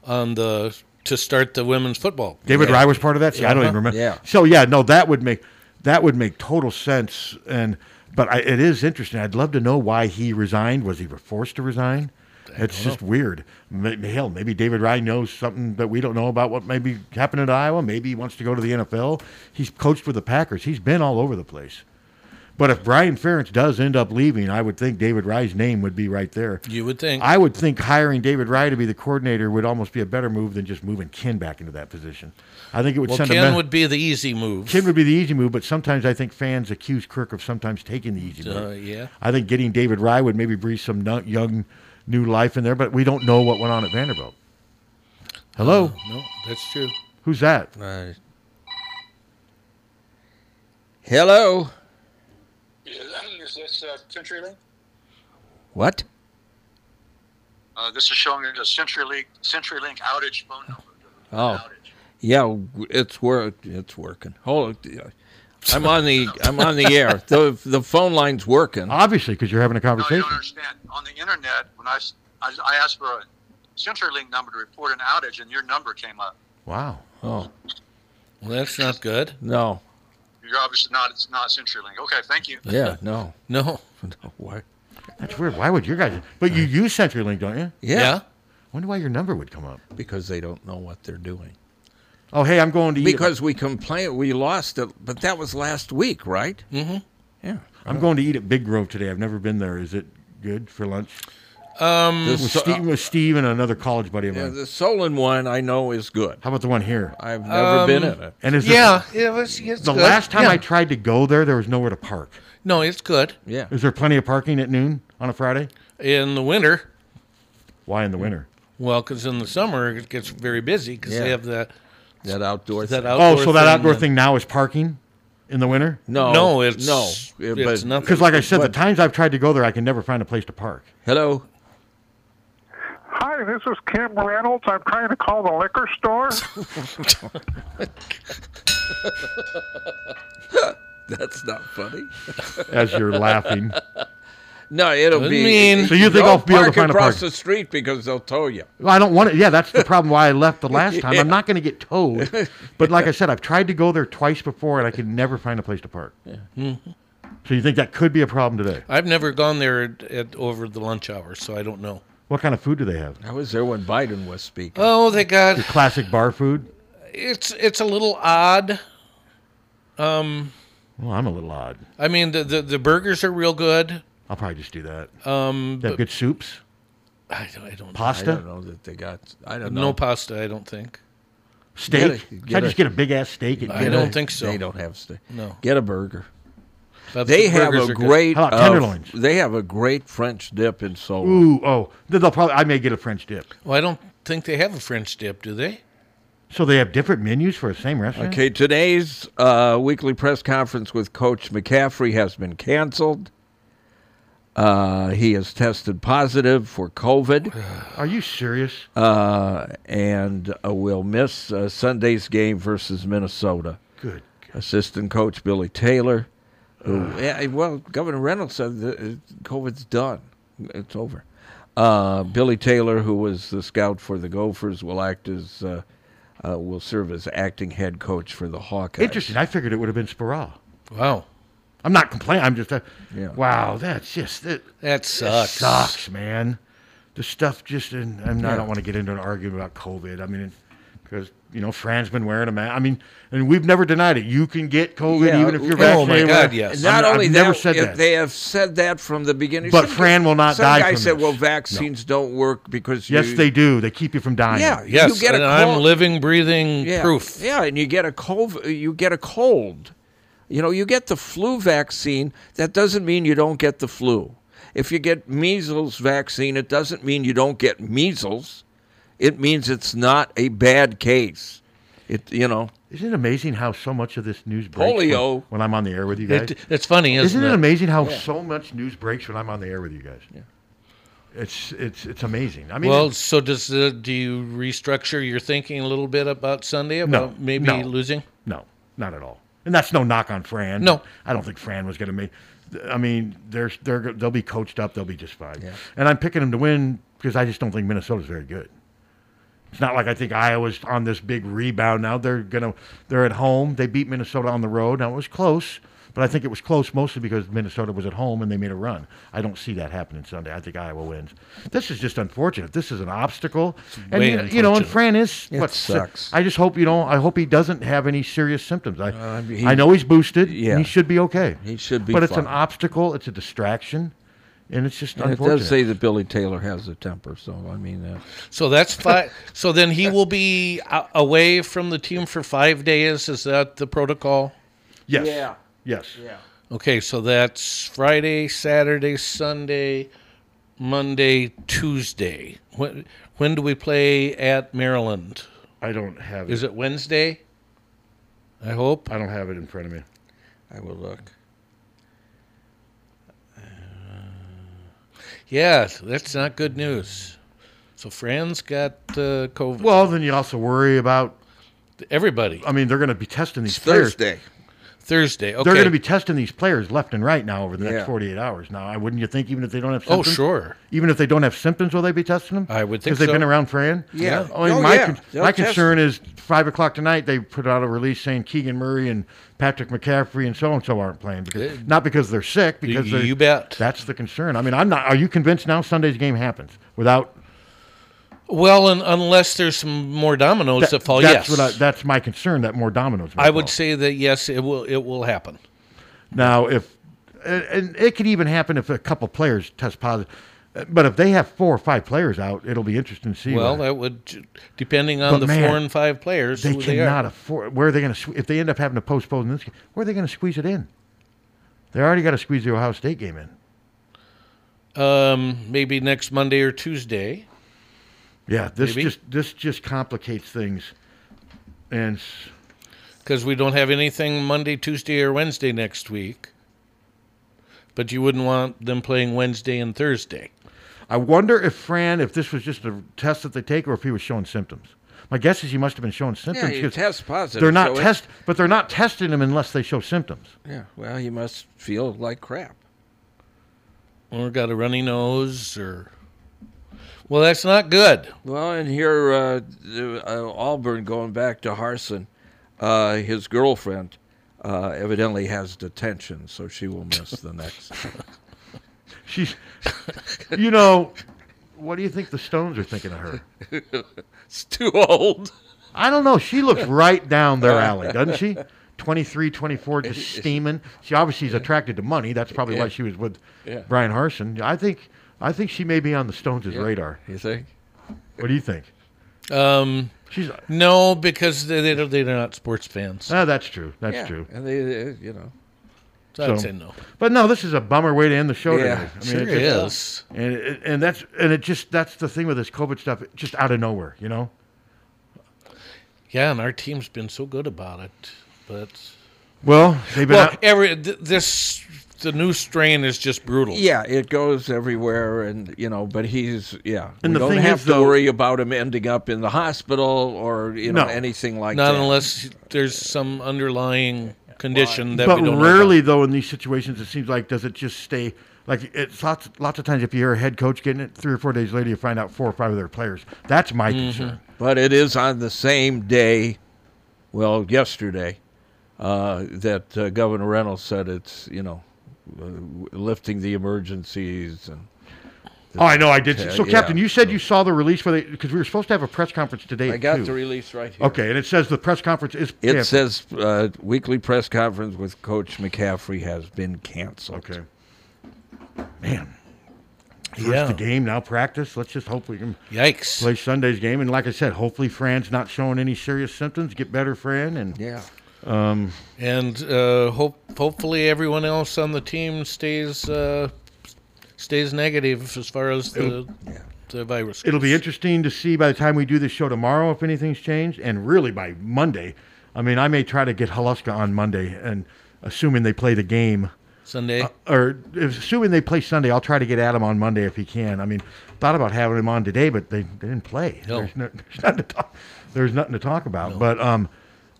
Speaker 1: on the to start the women's football.
Speaker 3: Oh, David Rye was part of that. See, I don't even
Speaker 1: Uh-huh.
Speaker 3: remember. So yeah, no, that would make that would make total sense. And but I, it is interesting. I'd love to know why he resigned. Was he forced to resign? It's just weird. Ma- Hell, maybe David Rye knows something that we don't know about what maybe happened at Iowa. Maybe he wants to go to the NFL. He's coached with the Packers. He's been all over the place. But if Brian Ferentz does end up leaving, I would think David Rye's name would be right there.
Speaker 1: You would think.
Speaker 3: I would think hiring David Rye to be the coordinator would almost be a better move than just moving Ken back into that position. I think it would
Speaker 1: Well,
Speaker 3: send a
Speaker 1: Ken
Speaker 3: me-
Speaker 1: would be the easy move.
Speaker 3: Ken would be the easy move, but sometimes I think fans accuse Kirk of sometimes taking the easy
Speaker 1: Uh,
Speaker 3: move.
Speaker 1: yeah.
Speaker 3: I think getting David Rye would maybe breathe some nu- young, new life in there, but we don't know what went on at Vanderbilt. Hello,
Speaker 1: No, that's true.
Speaker 3: who's that?
Speaker 2: Right. Hello.
Speaker 17: Is this uh, CenturyLink?
Speaker 2: What?
Speaker 17: Uh, this is showing a CenturyLink CenturyLink outage phone number.
Speaker 2: Oh, yeah, w- it's work. It's working. Hold. on. I'm on the. I'm on the
Speaker 3: [LAUGHS]
Speaker 2: air. the The phone line's working.
Speaker 3: Obviously, because you're having a conversation.
Speaker 17: On the internet, when I, s- I- I asked for a CenturyLink number to report an outage, and your number came up.
Speaker 3: Wow.
Speaker 2: Oh.
Speaker 1: Well, that's not good.
Speaker 2: No.
Speaker 17: You're obviously not. It's not CenturyLink. Okay, thank you. [LAUGHS]
Speaker 2: Yeah. [LAUGHS] No.
Speaker 1: no.
Speaker 2: What? Uh,
Speaker 3: That's weird. Why would your guys? But you use CenturyLink, don't you?
Speaker 2: Yeah. Yeah.
Speaker 3: Wonder why your number would come up.
Speaker 2: Because they don't know what they're doing.
Speaker 3: Oh, hey, I'm going to eat.
Speaker 2: Because we complained, we lost it, but that was last week, right?
Speaker 1: Mm-hmm.
Speaker 2: Yeah.
Speaker 3: I'm going to eat at Big Grove today. I've never been there. Is it good for lunch?
Speaker 1: Um,
Speaker 3: with,
Speaker 2: This-
Speaker 3: Steve, with Steve and another college buddy of
Speaker 2: uh, Yeah,
Speaker 3: mine.
Speaker 2: the Solon one I know is good.
Speaker 3: How about the one here?
Speaker 2: I've never been in it.
Speaker 3: And is it-
Speaker 1: Um, yeah, it was. It's
Speaker 3: the
Speaker 1: good.
Speaker 3: last time
Speaker 1: Yeah.
Speaker 3: I tried to go there, there was nowhere to park.
Speaker 1: No, it's good.
Speaker 2: Yeah.
Speaker 3: Is there plenty of parking at noon on a Friday?
Speaker 1: In the winter.
Speaker 3: Why in the winter?
Speaker 1: Well, because in the summer it gets very busy because
Speaker 3: Yeah.
Speaker 1: they have that
Speaker 2: that outdoor
Speaker 1: that
Speaker 2: thing.
Speaker 3: oh,
Speaker 1: outdoor
Speaker 3: so that outdoor
Speaker 1: and-
Speaker 3: thing now is parking in the winter?
Speaker 1: No. No, it's- No.
Speaker 2: Yeah,
Speaker 1: it's nothing.
Speaker 3: Because, like I said,
Speaker 1: But-
Speaker 3: the times I've tried to go there, I can never find a place to park.
Speaker 2: Hello.
Speaker 18: Hi, this is Kim Reynolds. I'm trying to call the liquor store.
Speaker 2: [LAUGHS] That's not funny.
Speaker 3: [LAUGHS] As you're laughing.
Speaker 2: No, it'll
Speaker 3: Doesn't
Speaker 2: be.
Speaker 3: mean- So you think
Speaker 2: Don't
Speaker 3: I'll be able to
Speaker 2: park
Speaker 3: find a
Speaker 2: across
Speaker 3: parking-
Speaker 2: the street because they'll tow you.
Speaker 3: Well, I don't want it. Yeah,
Speaker 1: [LAUGHS]
Speaker 3: that's the problem. Why I left the last time. I'm not going to get towed. But like I said, I've tried to go there twice before, and I could never find a place to park.
Speaker 1: Mhm.
Speaker 3: So you think that could be a problem today?
Speaker 1: I've never gone there at, at over the lunch hour, so I don't know.
Speaker 3: What kind of food do they have?
Speaker 2: I was there when Biden was speaking.
Speaker 1: Oh, they got
Speaker 3: Your classic bar food.
Speaker 1: it's it's a little odd. Um,
Speaker 3: Well, I'm a little odd.
Speaker 1: I mean the the, the burgers are real good.
Speaker 3: I'll probably just do that.
Speaker 1: Um,
Speaker 3: they have
Speaker 1: but-
Speaker 3: good soups.
Speaker 1: I don't, I don't
Speaker 3: Pasta? I don't
Speaker 2: know that they got. I don't know.
Speaker 1: No pasta, I don't think.
Speaker 3: Steak? Can I just get a big ass steak?
Speaker 1: I don't think so.
Speaker 2: They don't have steak.
Speaker 1: No.
Speaker 2: Get a burger.
Speaker 1: But
Speaker 2: they
Speaker 1: the
Speaker 2: have
Speaker 1: burgers
Speaker 2: a
Speaker 1: are good.
Speaker 2: great
Speaker 3: How
Speaker 2: uh,
Speaker 3: about tenderloins?
Speaker 2: They have a great French dip in Solon.
Speaker 3: Ooh, oh, then they'll probably. I may get a French dip.
Speaker 1: Well, I don't think they have a French dip, do they?
Speaker 3: So they have different menus for the same restaurant.
Speaker 2: Okay, today's uh, weekly press conference with Coach McCaffrey has been canceled. Uh, he has tested positive for COVID.
Speaker 3: Are you serious?
Speaker 2: Uh, and uh, will miss uh, Sunday's game versus Minnesota.
Speaker 3: Good
Speaker 2: Assistant coach Billy Taylor. Who, yeah, well, Governor Reynolds said that uh, COVID's done. It's over. Uh, Billy Taylor, who was the scout for the Gophers, will act as uh, uh, will serve as acting head coach for the Hawkeyes.
Speaker 3: Interesting. I figured it would have been Sparrow.
Speaker 1: Wow.
Speaker 3: I'm not complaining. I'm just. Uh,
Speaker 2: Yeah.
Speaker 3: Wow, that's just that.
Speaker 1: That sucks.
Speaker 3: sucks, man. The stuff just. And I'm not- I
Speaker 1: Yeah.
Speaker 3: don't want to get into an argument about COVID. I mean, because you know, Fran's been wearing a mask. I mean, and we've never denied it. You can get COVID
Speaker 2: Yeah.
Speaker 3: even if you're
Speaker 2: Oh,
Speaker 3: vaccinated.
Speaker 2: my God,
Speaker 3: I'm
Speaker 2: yes. Not
Speaker 3: I've
Speaker 2: only that,
Speaker 3: never said
Speaker 2: if
Speaker 3: that.
Speaker 2: they have said that from the beginning.
Speaker 3: But
Speaker 2: Some
Speaker 3: Fran
Speaker 2: guy-
Speaker 3: will not
Speaker 2: some
Speaker 3: die
Speaker 2: guy
Speaker 3: from
Speaker 2: said,
Speaker 3: this.
Speaker 2: "Well, vaccines don't work because
Speaker 3: yes,
Speaker 2: you,
Speaker 3: they do. They keep you from dying.
Speaker 2: Yeah,
Speaker 1: Yes,
Speaker 2: you get
Speaker 1: and
Speaker 2: a
Speaker 1: I'm
Speaker 2: cold-
Speaker 1: living, breathing
Speaker 2: yeah,
Speaker 1: proof.
Speaker 2: Yeah, and you get a cold. You get a cold. You know, you get the flu vaccine. That doesn't mean you don't get the flu. If you get measles vaccine, it doesn't mean you don't get measles. it means it's not a bad case. It you know
Speaker 3: Isn't it amazing how so much of this news breaks
Speaker 2: Polio.
Speaker 3: When, when I'm on the air with you
Speaker 2: It-
Speaker 3: guys?
Speaker 1: it's funny, isn't
Speaker 3: it?
Speaker 1: it?
Speaker 3: amazing how
Speaker 1: Yeah.
Speaker 3: so much news breaks when I'm on the air with you guys? Yeah. It's it's it's amazing. I mean,
Speaker 1: well, so does the, do you restructure your thinking a little bit about Sunday about maybe
Speaker 3: no,
Speaker 1: losing?
Speaker 3: No, not at all. And that's no knock on Fran.
Speaker 1: No.
Speaker 3: I don't think Fran was going to make. I mean, they're they're go- they'll be coached up. They'll be just fine. And I'm picking them to win because I just don't think Minnesota's very good. It's not like I think Iowa's on this big rebound now. They're gonna they're at home. They beat Minnesota on the road. Now it was close, but I think it was close mostly because Minnesota was at home and they made a run. I don't see that happening Sunday. I think Iowa wins. This is just unfortunate. This is an obstacle. And
Speaker 1: way
Speaker 3: you, you know, and
Speaker 1: unfortunate.
Speaker 3: Fran is
Speaker 1: It
Speaker 3: what
Speaker 1: sucks.
Speaker 3: I just hope you know. I hope he doesn't have any serious symptoms. I
Speaker 2: Uh, he-
Speaker 3: I know he's boosted.
Speaker 2: Yeah.
Speaker 3: and he should be okay.
Speaker 2: He should be
Speaker 3: But it's an
Speaker 2: fine.
Speaker 3: obstacle. It's a distraction, and it's just
Speaker 2: And it
Speaker 3: unfortunate.
Speaker 2: does say that Billy Taylor has a temper, so I mean uh,
Speaker 1: So that's five. so then he will be a- away from the team for five days. Is that the protocol?
Speaker 3: Yes. Yeah. Yes. Yeah.
Speaker 1: Okay, so that's Friday, Saturday, Sunday, Monday, Tuesday. When when do we play at Maryland?
Speaker 3: I don't have
Speaker 1: Is it Wednesday? I hope.
Speaker 3: I don't have it in front of me.
Speaker 2: I will look.
Speaker 1: Yeah, that's not good news. So Fran's got uh, COVID.
Speaker 3: Well, then you also worry about
Speaker 1: everybody.
Speaker 3: I mean, they're going to be testing these players.
Speaker 1: Thursday. Thursday. Okay.
Speaker 3: They're going to be testing these players left and right now over the next
Speaker 1: Yeah.
Speaker 3: 48 hours. Now, I wouldn't you think even if they don't have
Speaker 1: Oh,
Speaker 3: symptoms?
Speaker 1: sure.
Speaker 3: Even if they don't have symptoms, will they be testing them? I
Speaker 1: would think
Speaker 3: Because they've
Speaker 1: so.
Speaker 3: been around Fran?
Speaker 1: Yeah.
Speaker 3: I mean,
Speaker 1: Oh,
Speaker 3: my
Speaker 1: yeah.
Speaker 3: con-
Speaker 1: They'll
Speaker 3: my
Speaker 1: test
Speaker 3: concern is 5 o'clock tonight, they put out a release saying Keegan Murray and Patrick McCaffrey and so-and-so aren't playing. because
Speaker 1: Eh.
Speaker 3: Not because they're sick, because they're...
Speaker 1: You bet.
Speaker 3: That's the concern. I mean, I'm not... Are you convinced now Sunday's game happens without...
Speaker 1: Well, un unless there's some more dominoes that,
Speaker 3: that-
Speaker 1: fall,
Speaker 3: that's
Speaker 1: yes.
Speaker 3: what I, That's my concern, that more dominoes. may
Speaker 1: I would say that yes, it will. It will happen.
Speaker 3: Now, if and- and it could even happen if a couple players test positive, but if they have four or five players out, it'll be interesting to see.
Speaker 1: well,
Speaker 3: where-
Speaker 1: that would depending on
Speaker 3: But
Speaker 1: the
Speaker 3: man,
Speaker 1: four and five players
Speaker 3: they
Speaker 1: who they
Speaker 3: cannot
Speaker 1: are.
Speaker 3: afford. Where are they going to? If they end up having to postpone this, game, where are they going to squeeze it in? They already got to squeeze the Ohio State game in.
Speaker 1: Um, maybe next Monday or Tuesday.
Speaker 3: Yeah, this
Speaker 1: Maybe.
Speaker 3: just this just complicates things, and s-
Speaker 1: because we don't have anything Monday, Tuesday, or Wednesday next week. But you wouldn't want them playing Wednesday and Thursday.
Speaker 3: I wonder if Fran, if this was just a test that they take, or if he was showing symptoms. My guess is he must have been showing symptoms.
Speaker 2: you
Speaker 3: 'cause
Speaker 2: test positive,
Speaker 3: They're not
Speaker 2: so it-
Speaker 3: test, but they're not testing him unless they show symptoms.
Speaker 2: Yeah, well, he must feel like crap.
Speaker 1: Or got a runny nose, or well, that's not good.
Speaker 2: Well, and here, uh, the- uh, Auburn going back to Harson, uh, his girlfriend uh, evidently has detention, so she will miss
Speaker 1: [LAUGHS]
Speaker 2: the next.
Speaker 3: She's, you know, what do you think the Stones are thinking of her?
Speaker 2: it's too old.
Speaker 3: I don't know. She looks right down their alley, doesn't she? 23, 24, just steaming. She obviously is attracted to money. That's probably why
Speaker 2: Yeah.
Speaker 3: she was with
Speaker 2: Yeah.
Speaker 3: Brian Harson. I think, I think she may be on the Stones'
Speaker 2: Yeah.
Speaker 3: radar.
Speaker 2: You think?
Speaker 3: What do you think?
Speaker 1: Um,
Speaker 3: She's
Speaker 1: no, because they they- they're not sports fans.
Speaker 3: Ah, that's true. That's
Speaker 2: Yeah,
Speaker 3: true.
Speaker 2: And they, they- you know,
Speaker 1: So I'd say no.
Speaker 3: But no, this is a bummer way to end the show
Speaker 2: Yeah,
Speaker 3: today.
Speaker 2: sure
Speaker 3: it just-
Speaker 2: is.
Speaker 3: And it- and that's and it just that's the thing with this COVID stuff, it just out of nowhere, you know.
Speaker 1: Yeah, and our team's been so good about it, but
Speaker 3: Well, they've been
Speaker 1: well,
Speaker 3: out-
Speaker 1: every th- this the new strain is just brutal.
Speaker 2: yeah, it goes everywhere, and you know, but he's yeah.
Speaker 1: And
Speaker 2: we
Speaker 1: the
Speaker 2: don't
Speaker 1: thing
Speaker 2: have
Speaker 1: is,
Speaker 2: to
Speaker 1: though-
Speaker 2: worry about him ending up in the hospital or you know
Speaker 3: No.
Speaker 2: anything like
Speaker 1: Not
Speaker 2: that.
Speaker 1: unless there's some underlying condition that
Speaker 3: but
Speaker 1: we don't know about.
Speaker 3: rarely though in these situations it seems like does it just stay like it's lots lots of times if you hear a head coach getting it three or four days later you find out four or five of their players. That's my
Speaker 1: Mm-hmm.
Speaker 3: concern.
Speaker 2: But it is on the same day, well, yesterday, uh, that uh, Governor Reynolds said it's, you know, uh, lifting the emergencies and.
Speaker 3: Oh, I know, I did. see-
Speaker 2: Uh,
Speaker 3: so,
Speaker 2: yeah.
Speaker 3: Captain, you said you saw the release where they because we were supposed to have a press conference today.
Speaker 2: I
Speaker 3: at
Speaker 2: got
Speaker 3: two.
Speaker 2: the release right here.
Speaker 3: Okay, and it says the press conference is.
Speaker 2: It
Speaker 3: canceled.
Speaker 2: says uh, weekly press conference with Coach McCaffrey has been canceled. Okay.
Speaker 3: First
Speaker 2: Yeah.
Speaker 3: the game, now practice. Let's just hope we can
Speaker 1: Yikes.
Speaker 3: play Sunday's game. And like I said, hopefully Fran's not showing any serious symptoms. Get better, Fran. And
Speaker 2: yeah,
Speaker 3: um,
Speaker 1: and uh, hope hopefully everyone else on the team stays uh, stays negative as far as the the virus.
Speaker 3: It'll be interesting to see by the time we do this show tomorrow if anything's changed, and really by Monday. I mean, I may try to get Haluska on Monday, and assuming they play the game uh,
Speaker 1: Sunday.
Speaker 3: or if, assuming they play Sunday, I'll try to get Adam on Monday if he can. I mean, thought about having him on today, but they, they didn't play.
Speaker 1: No.
Speaker 3: There's, no, there's nothing to talk. There's nothing to talk about. But um,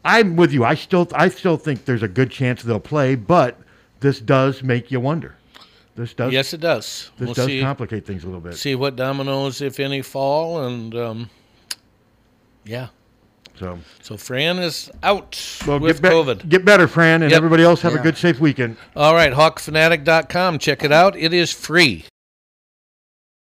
Speaker 3: I'm with you. I still I still think there's a good chance they'll play, but this does make you wonder. This does.
Speaker 1: Yes, it does.
Speaker 3: This
Speaker 1: We'll
Speaker 3: does
Speaker 1: see-
Speaker 3: complicate things a little bit.
Speaker 1: See what dominoes, if any, fall, and um, yeah.
Speaker 3: So.
Speaker 1: So Fran is out with
Speaker 3: get, be-
Speaker 1: COVID.
Speaker 3: get better, Fran, and
Speaker 1: Yep.
Speaker 3: everybody else. Have
Speaker 1: Yeah.
Speaker 3: a good, safe weekend.
Speaker 1: All right, hawkfanatic.com. Check it out. It is free.